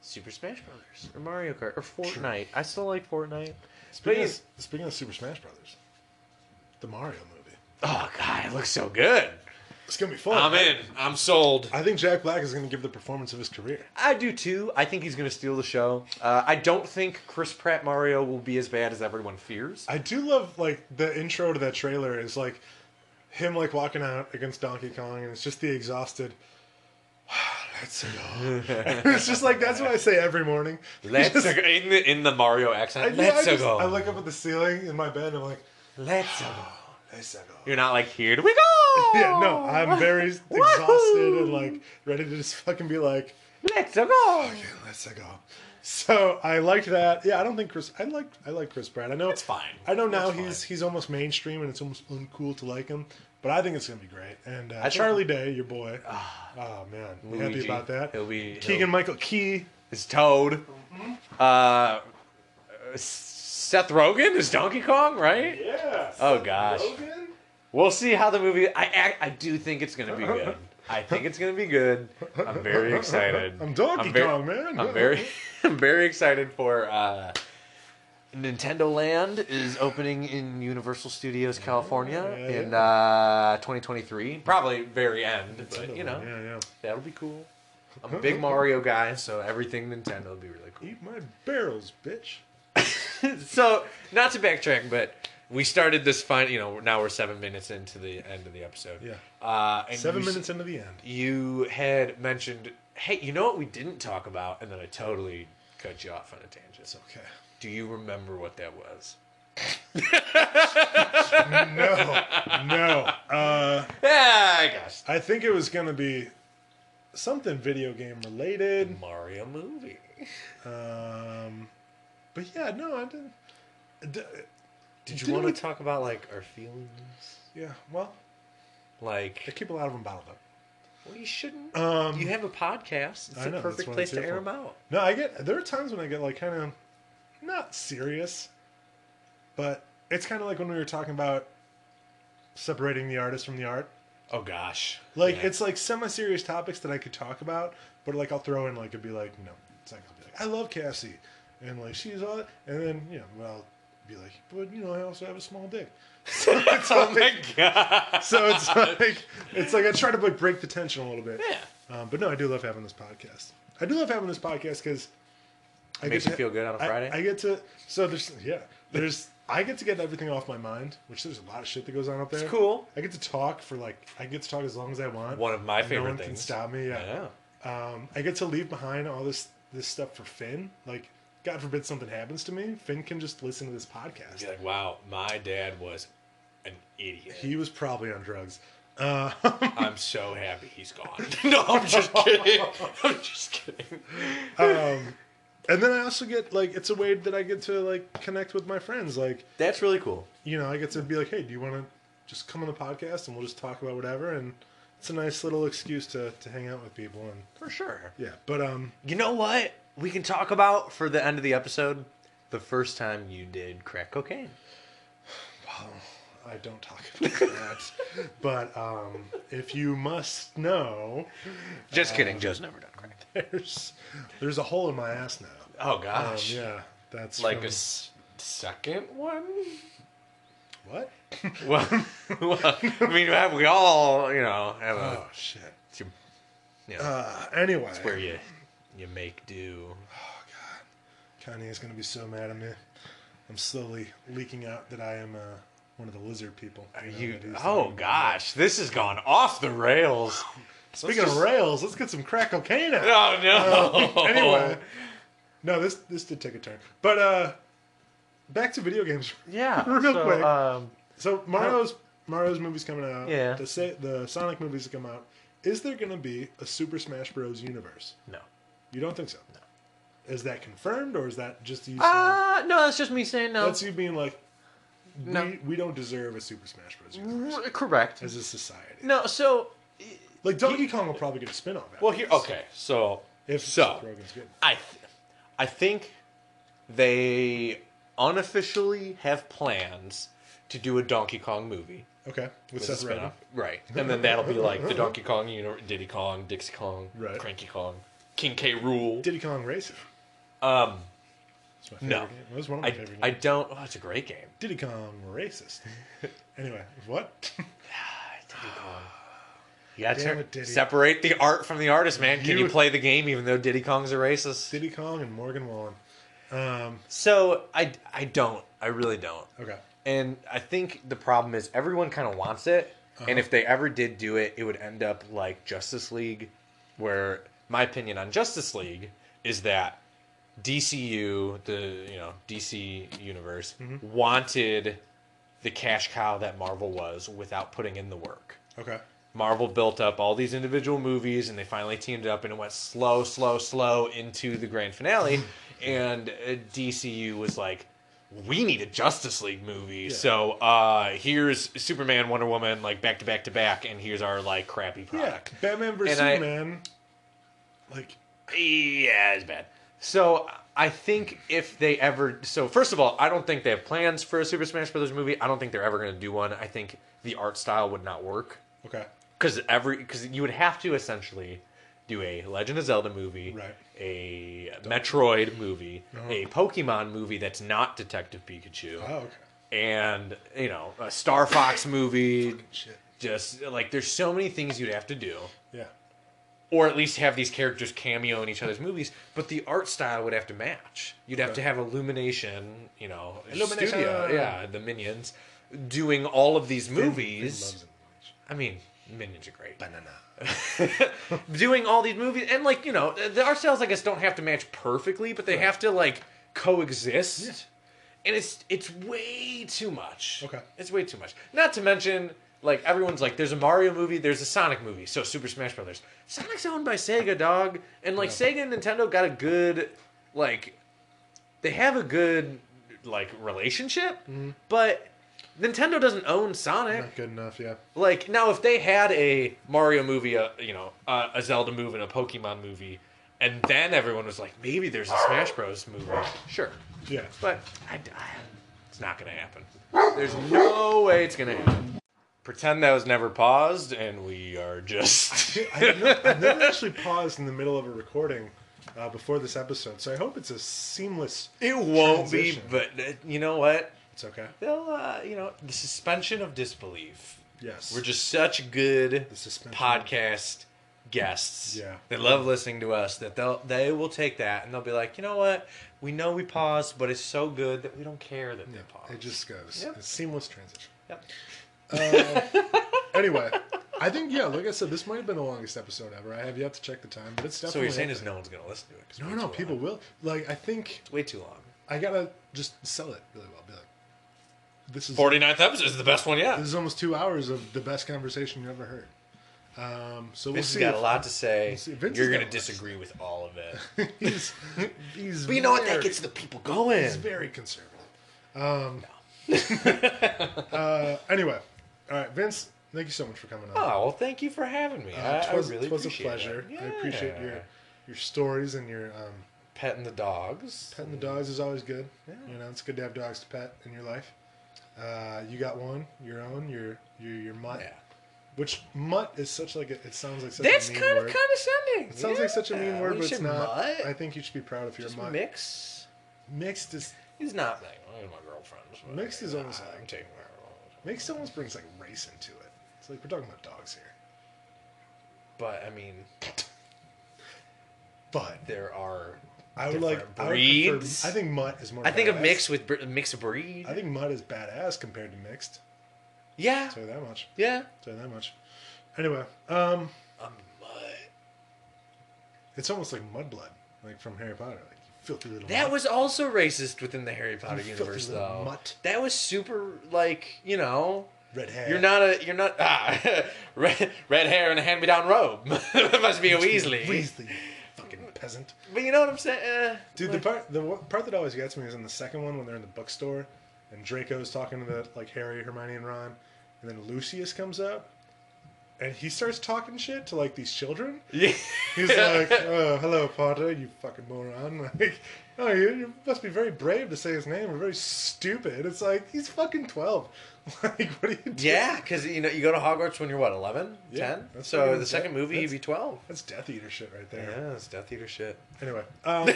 super smash brothers or mario kart or fortnite i still like fortnite
Speaking
Please.
of, speaking of Super Smash Brothers, the Mario movie.
oh god it looks so good
It's gonna be fun.
I'm in. I'm sold.
I think Jack Black is gonna give the performance of his career.
I do too. I think he's going to steal the show. Uh, I don't think Chris Pratt Mario will be as bad as everyone fears.
I do love like the intro to that trailer is like him like walking out against Donkey Kong, and it's just the exhausted. Let's go. it's just like that's what I say every morning.
Let's
Just-
go. In the, in the Mario
I,
accent.
yeah,
Let's
I, just-
go.
I look up at the ceiling in my bed, and I'm like,
Let's go.
Hey, Sego.
You're not like here do we go.
Yeah, no, I'm very exhausted and like ready to just fucking be like,
let's go.
okay, let's go. So I liked that. Yeah, I don't think Chris. I like I like Chris Pratt. I know
It's fine.
I know now
It's fine.
he's he's almost mainstream and it's almost uncool to like him, but I think it's gonna be great. And uh,
think- Ah,
Charlie Day, your boy. oh man, happy
Luigi,
about that.
He'll be
Keegan Michael Key.
is Toad. Uh, Seth Rogen is Donkey Kong, right?
Yeah.
Oh gosh, we'll see how the movie. I, I I do think it's gonna be good. I think it's gonna be good. I'm very excited.
I'm Donkey
very-
Kong, man.
I'm very I'm very excited for uh, Nintendo Land is opening in Universal Studios California
Yeah, yeah,
in uh, 2023, probably very end, but you know
Oh, Yeah, yeah.
that'll be cool. I'm a big Mario guy, so everything Nintendo will be really cool.
Eat my barrels, bitch.
so not to backtrack, but we started this fine. You know, now we're seven minutes into the end of the episode.
Yeah.
Uh, and
Seven
you s-
minutes into the end.
You had mentioned, hey, you know what we didn't talk about, and then I totally cut you off on a tangent. So,
Okay.
do you remember what that was?
No, no. Uh,
Yeah, I guess
I think it was gonna be something video game related.
Mario movie.
Um, but yeah, no, I didn't. d-
Did you
Didn't
want to
we-
talk about like our feelings?
Yeah, well, I
Like,
keep a lot of them bottled up.
well, you shouldn't.
Um,
you have a podcast. It's
I know,
the
that's
perfect
what
place
it's
to
here
air
for.
them out.
No, I get. There are times when I get like kind of not serious, but it's kind of like when we were talking about separating the artist from the art.
Oh gosh.
Like
Yeah.
it's like semi-serious topics that I could talk about, but like I'll throw in like it'd be like no, it's like I'll be like I love Cassie, and like she's all, and then you know well I'll be like but you know I also have a small dick. So it's
Oh
like,
my god.
so it's like it's like I try to like break the tension a little bit.
Yeah.
Um, but no, I do love having this podcast. I do love having this podcast because I
Makes you feel good on a
I-
Friday?
I, get to so there's yeah there's I get to get everything off my mind, which there's a lot of shit that goes on up there.
It's cool.
I get to talk for like I get to talk as long as I want.
One of my favorite
no one can
things. Uh-huh.
stop me. Yeah.
Yeah.
Um, I get to leave behind all this this stuff for Finn. Like, God forbid something happens to me, Finn can just listen to this podcast.
Be like, wow, my dad was an idiot.
He was probably on drugs. Uh,
I'm so happy he's gone. no, I'm just kidding. I'm just kidding.
um, and then I also get like it's a way that I get to like connect with my friends. Like,
That's really cool.
you know, I get to be like, hey, do you want to just come on the podcast and we'll just talk about whatever? And it's a nice little excuse to to hang out with people. And
For sure.
yeah, but um,
You know what? We can talk about for the end of the episode the first time you did crack cocaine.
I don't talk about that. but um, if you must know.
Just kidding.
Um,
Joe's never done crack.
there's there's a hole in my ass now.
Oh
Um,
gosh.
yeah, that's
Like
from-
a s- second one?
what?
Well, well, I mean, we all, you know, have
Oh
Uh,
a.
shit.
You know,
Uh, anyway,
where you you make do.
Kanye's gonna be so mad at me. I'm slowly leaking out that I am uh, one of the lizard people.
Are
know,
you?
that he's
Oh
talking about.
gosh, this has gone off the rails.
Speaking of rails, let's get some crack cocaine out.
Oh no.
Anyway, no, this this did take a turn, but uh, back to video games.
Yeah.
Real
so,
quick.
Um,
So Mario's Mario's movie's coming out.
Yeah.
The sa- the Sonic movies come out. Is there gonna be a Super Smash Bros. universe?
no.
You don't think so? No. Is that confirmed or is that just you? saying,
Uh, no, that's just me saying no.
that's you being like, we,
No.
we don't deserve a Super Smash Bros. universe
R- correct.
as a society.
No. So.
Like Donkey Kong will probably get a spin off.
Well, here, okay, so
If
so.
Seth Rogen's good.
I, th-
I think
they
unofficially have plans to do a Donkey Kong movie.
Okay. With
It's
Seth
a
Rogen.
spin-off. Right. And then that'll be like the Donkey Kong, you know, Diddy Kong, Dixie Kong,
Right.
Cranky Kong, King K. Rule.
Diddy Kong Racing.
Um,
It's my favorite
No.
game. It was one of my
I,
favorite
I
games.
don't. Oh, it's a great game.
Diddy Kong Racist. anyway, what?
you gotta
Damn
turn-
it, Diddy.
separate the art from the artist, man. Can you,
You-
play the game even though Diddy Kong's a racist?
Diddy Kong and Morgan Wallen. Um,
So I I don't. I really don't.
okay.
And I think the problem is everyone kind of wants it.
Uh-huh.
And if they ever did do it, it would end up like Justice League, where my opinion on Justice League is that
Mm-hmm.
DCU, the you know DC universe, wanted the cash cow that Marvel was without putting in the work.
Okay.
Uh,
Marvel built up all these individual movies and they finally teamed up and it went slow, slow, slow into the grand finale. and uh, DCU was like, we need a Justice League movie. So uh, here's Superman, Wonder Woman, like back to back to back, and here's our like crappy
Yeah.
product.
Batman versus
And I-
Superman. Like,
Yeah, it's bad. So I think if they ever, so first of all, I don't think they have plans for a Super Smash Brothers movie. I don't think they're ever going to do one. I think the art style would not work.
okay.
because every because you would have to essentially do a Legend of Zelda movie,
Right. Uh-huh.
a Metroid movie, a Pokemon movie that's not Detective Pikachu,
Oh, okay.
and you know a Star Fox movie.
Shit.
Just like there's so many things you'd have to do,
Yeah.
or at least have these characters cameo in each other's movies. But the art style would have to match. You'd have to have Illumination, you know, studio,
Illumination.
yeah, the Minions, doing all of these movies.
Loves it.
I mean, Minions are great
Banana.
doing all these movies and like you know the art styles i guess don't have to match perfectly but they have to like coexist and it's it's way too much
Okay.
it's way too much not to mention like everyone's like there's a mario movie there's a sonic movie so super smash brothers sonic's owned by sega dog and like sega and nintendo got a good like they have a good like relationship
Mm-hmm.
but nintendo doesn't own sonic
Not good enough. Yeah.
like now, if they had a Mario movie, a, you know, a, a Zelda movie, and a Pokemon movie, and then everyone was like, maybe there's a Smash Bros. movie. Sure,
Yeah.
but I, I- it's not gonna happen. There's no way it's gonna happen. Pretend that was never paused, and we are just.
I, no, I've never actually paused in the middle of a recording uh, before this episode, so I hope it's a seamless.
it won't
Transition.
be, but uh, you know what?
It's okay.
They'll, uh, you know, the suspension of disbelief.
Yes.
We're just such good
suspension.
podcast guests.
Yeah.
They love listening to us that they'll they will take that and they'll be like, you know what? We know we paused, but it's so good that we don't care that they paused.
It just goes.
Yep.
It's seamless transition. Uh,
Yep.
Anyway, I think yeah. Like I said, this might have been the longest episode ever. I have yet to check the time, but it's definitely.
So what you're saying
up
is
there.
no one's gonna listen to it. 'cause
No,
way
no,
too
people
long.
will. Like I think
Way too long.
I gotta just sell it really well. Be like, this is
49th episode is the best one yet.
this is almost two hours of the best conversation you ever heard. Um, so we'll
Vince
see.
has got
if-
a lot to say.
see. Vince
You're
has got
gonna
a lot.
disagree with all of it.
He's, he's
but you know what? That
very-
gets the people going.
He's very conservative. Um, uh, anyway, all right, Vince. Thank you so much for coming on.
Oh, well, thank you for having me. I, I
Uh, twas,
really
twas a
appreciate it.
pleasure. I
Yeah.
appreciate your your stories and your um,
petting the dogs.
petting the dogs is always good. You know, it's good to have dogs to pet in your life. Uh, you got one, your own, your your your mutt.
Yeah.
Which mutt is such like a, it sounds like such
That's
a mean
kind
word.
of condescending.
it sounds like such a mean word, but it's not.
Mutt.
I think you should be proud if you're
Just
a mutt.
mix.
Mixed is
He's not like oh, he's my girlfriend. but
Mixed is
nah,
almost like-
I'm taking my girlfriend.
mixed almost brings like race into it. It's like we're talking about dogs here,
But I mean,
but
there are.
I would
different
like I, would
breeds.
prefer, I think mutt is more.
I think a
badass.
mix with br- a mix of breed.
I think mutt is badass compared to mixed.
yeah,
Tell you that much.
yeah.
Tell you that much. Anyway, um,
A mutt.
it's almost like Mudblood, like from Harry Potter, like you filthy little.
That
mutt.
was also racist within the Harry Potter
filthy
universe,
little
though.
mutt.
That was super, like you know,
red hair.
You're not a. You're not. Ah, red, red hair and a hand-me-down robe. Must be a Weasley.
Weasley, you fucking peasant.
But you know what I'm saying? Uh,
Dude, the part the one- part that always gets me is in the second one when they're in the bookstore and Draco's talking to the like Harry, Hermione, and Ron, and then Lucius comes up and he starts talking shit to like these children.
yeah.
He's like, oh, "Hello, Potter, you fucking moron! Like, oh, you, you must be very brave to say his name. Or very stupid." It's like he's fucking twelve. Like, what are you doing?
Yeah, because you know you go to Hogwarts when you're what 11,
Yeah,
10.
that's
So
fucking-
the second
that-
movie he'd
that's-
be 12.
That's Death Eater shit right there.
Yeah, it's Death Eater shit.
Anyway, um,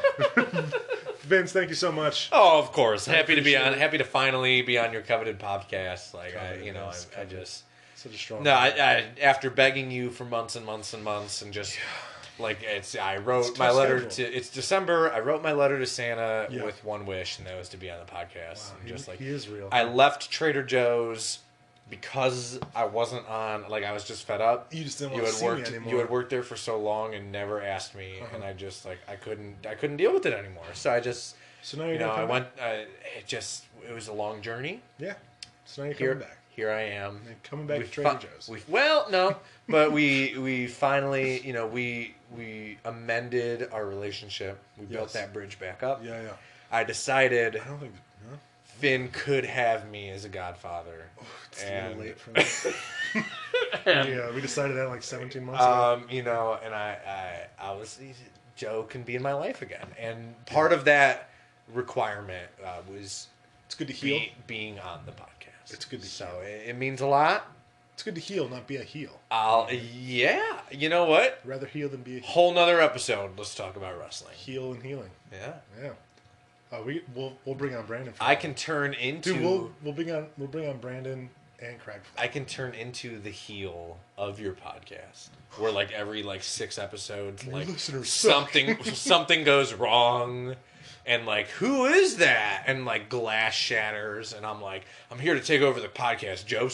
Vince, thank you so much.
Oh, of course. Happy to be
appreciate
on.
it.
Happy to finally be on your coveted podcast. Like I,
Coveted,
you know,
yes,
I, I
coveted.
just
Such a strong.
no. I, I after begging you for months and months and months and just. Like it's, I wrote
tough
my letter
schedule.
to. It's December. I wrote my letter to Santa
Yeah.
with one wish, and that was to be on the podcast.
Wow,
and
he-
just like
he is real.
I left Trader Joe's because I wasn't on, like I was just fed up.
You just didn't
You
want to
had
see me
worked.
anymore. Uh-huh.
You had worked there for so long and never asked me, and I just like I couldn't. I couldn't deal with it anymore. So I just,
So now you're
you know,
not
I
coming
went. I, it just it was a long journey.
Yeah. So now you're
Here,
coming back.
here I am.
You're coming back
We
to Trader
fi-
Joe's.
we- well, no, but we we finally, you know, we we amended our relationship. We built
Yes.
that bridge back up.
yeah, yeah.
I decided
I don't think. No.
Finn could have me as a godfather.
Oh, It's a
and,
little late for that. yeah, we decided that like 17 months ago.
um, you know, and I, I I was Joe can be in my life again, and part of that requirement uh, was
It's good to heal.
be, being on the podcast.
It's good to
so
heal.
it, it means a lot.
It's good to heal, not be a heel.
I'll yeah, you know what?
Rather heal than be a heel.
Whole nother episode. Let's talk about wrestling.
heal and healing.
Yeah.
Yeah. Uh, we we'll we'll bring on Brandon. For
I
that.
can turn into
Dude, we'll we'll bring on we'll bring on Brandon and Craig. For that.
I can turn into the heel of your podcast, where like every like six episodes, like
listeners suck.
something something goes wrong, and like who is that? And like glass shatters, and I'm like, I'm here to take over the podcast. Joe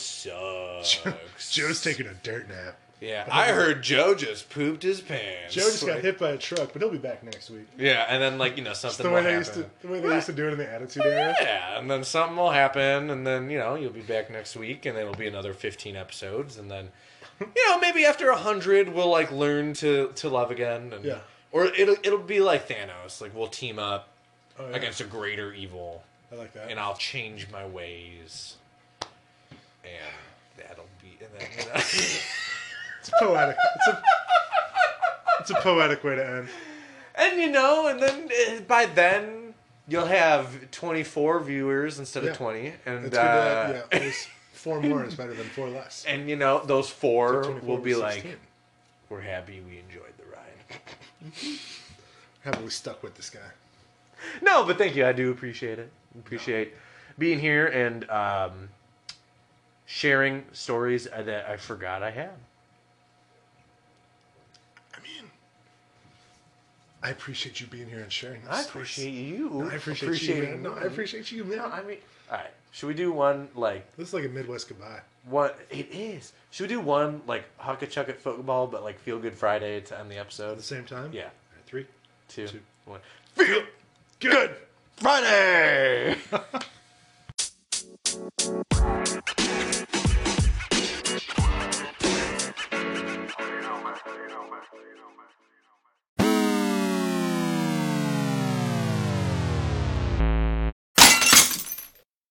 sucks.
Joe's taking a dirt nap.
Yeah, I heard Joe just pooped his pants.
Joe just got
Like,
hit by a truck, but he'll be back next week.
Yeah, and then like you know
It's
something
the
will
way they
happen.
used to the way they used to do it in the Attitude Era.
Yeah, and then something will happen, and then you know you'll be back next week, and it'll be another fifteen episodes, and then you know maybe after hundred we'll like learn to to love again, and,
Yeah.
or it'll it'll be like Thanos, like we'll team up
Oh, yeah.
against a greater evil,
I like that.
and I'll change my ways, and that'll be and then, you know.
It's poetic. It's a, it's a poetic way to end.
and you know, and then uh, by then you'll have twenty four viewers instead
Yeah.
of twenty, and
It's good
uh,
to, yeah, always four more is better than four less.
And you know, those four
24
will be
to
like,
16.
we're happy we enjoyed the ride.
Haven't we stuck with this guy?
No, but thank you. I do appreciate it. Appreciate being here and um, sharing stories that I forgot I had.
I mean, I appreciate you being here and sharing this.
I appreciate you.
I appreciate you, man. No, I appreciate you, man.
No, I mean, all right. Should we do one like
This is like a Midwest goodbye.
one? It is. Should we do one like huck a chuck at football, but like feel good Friday to end the
At
episode?
the same time?
Yeah,
All right, three,
two,
Two.
one.
Feel good.
Friday.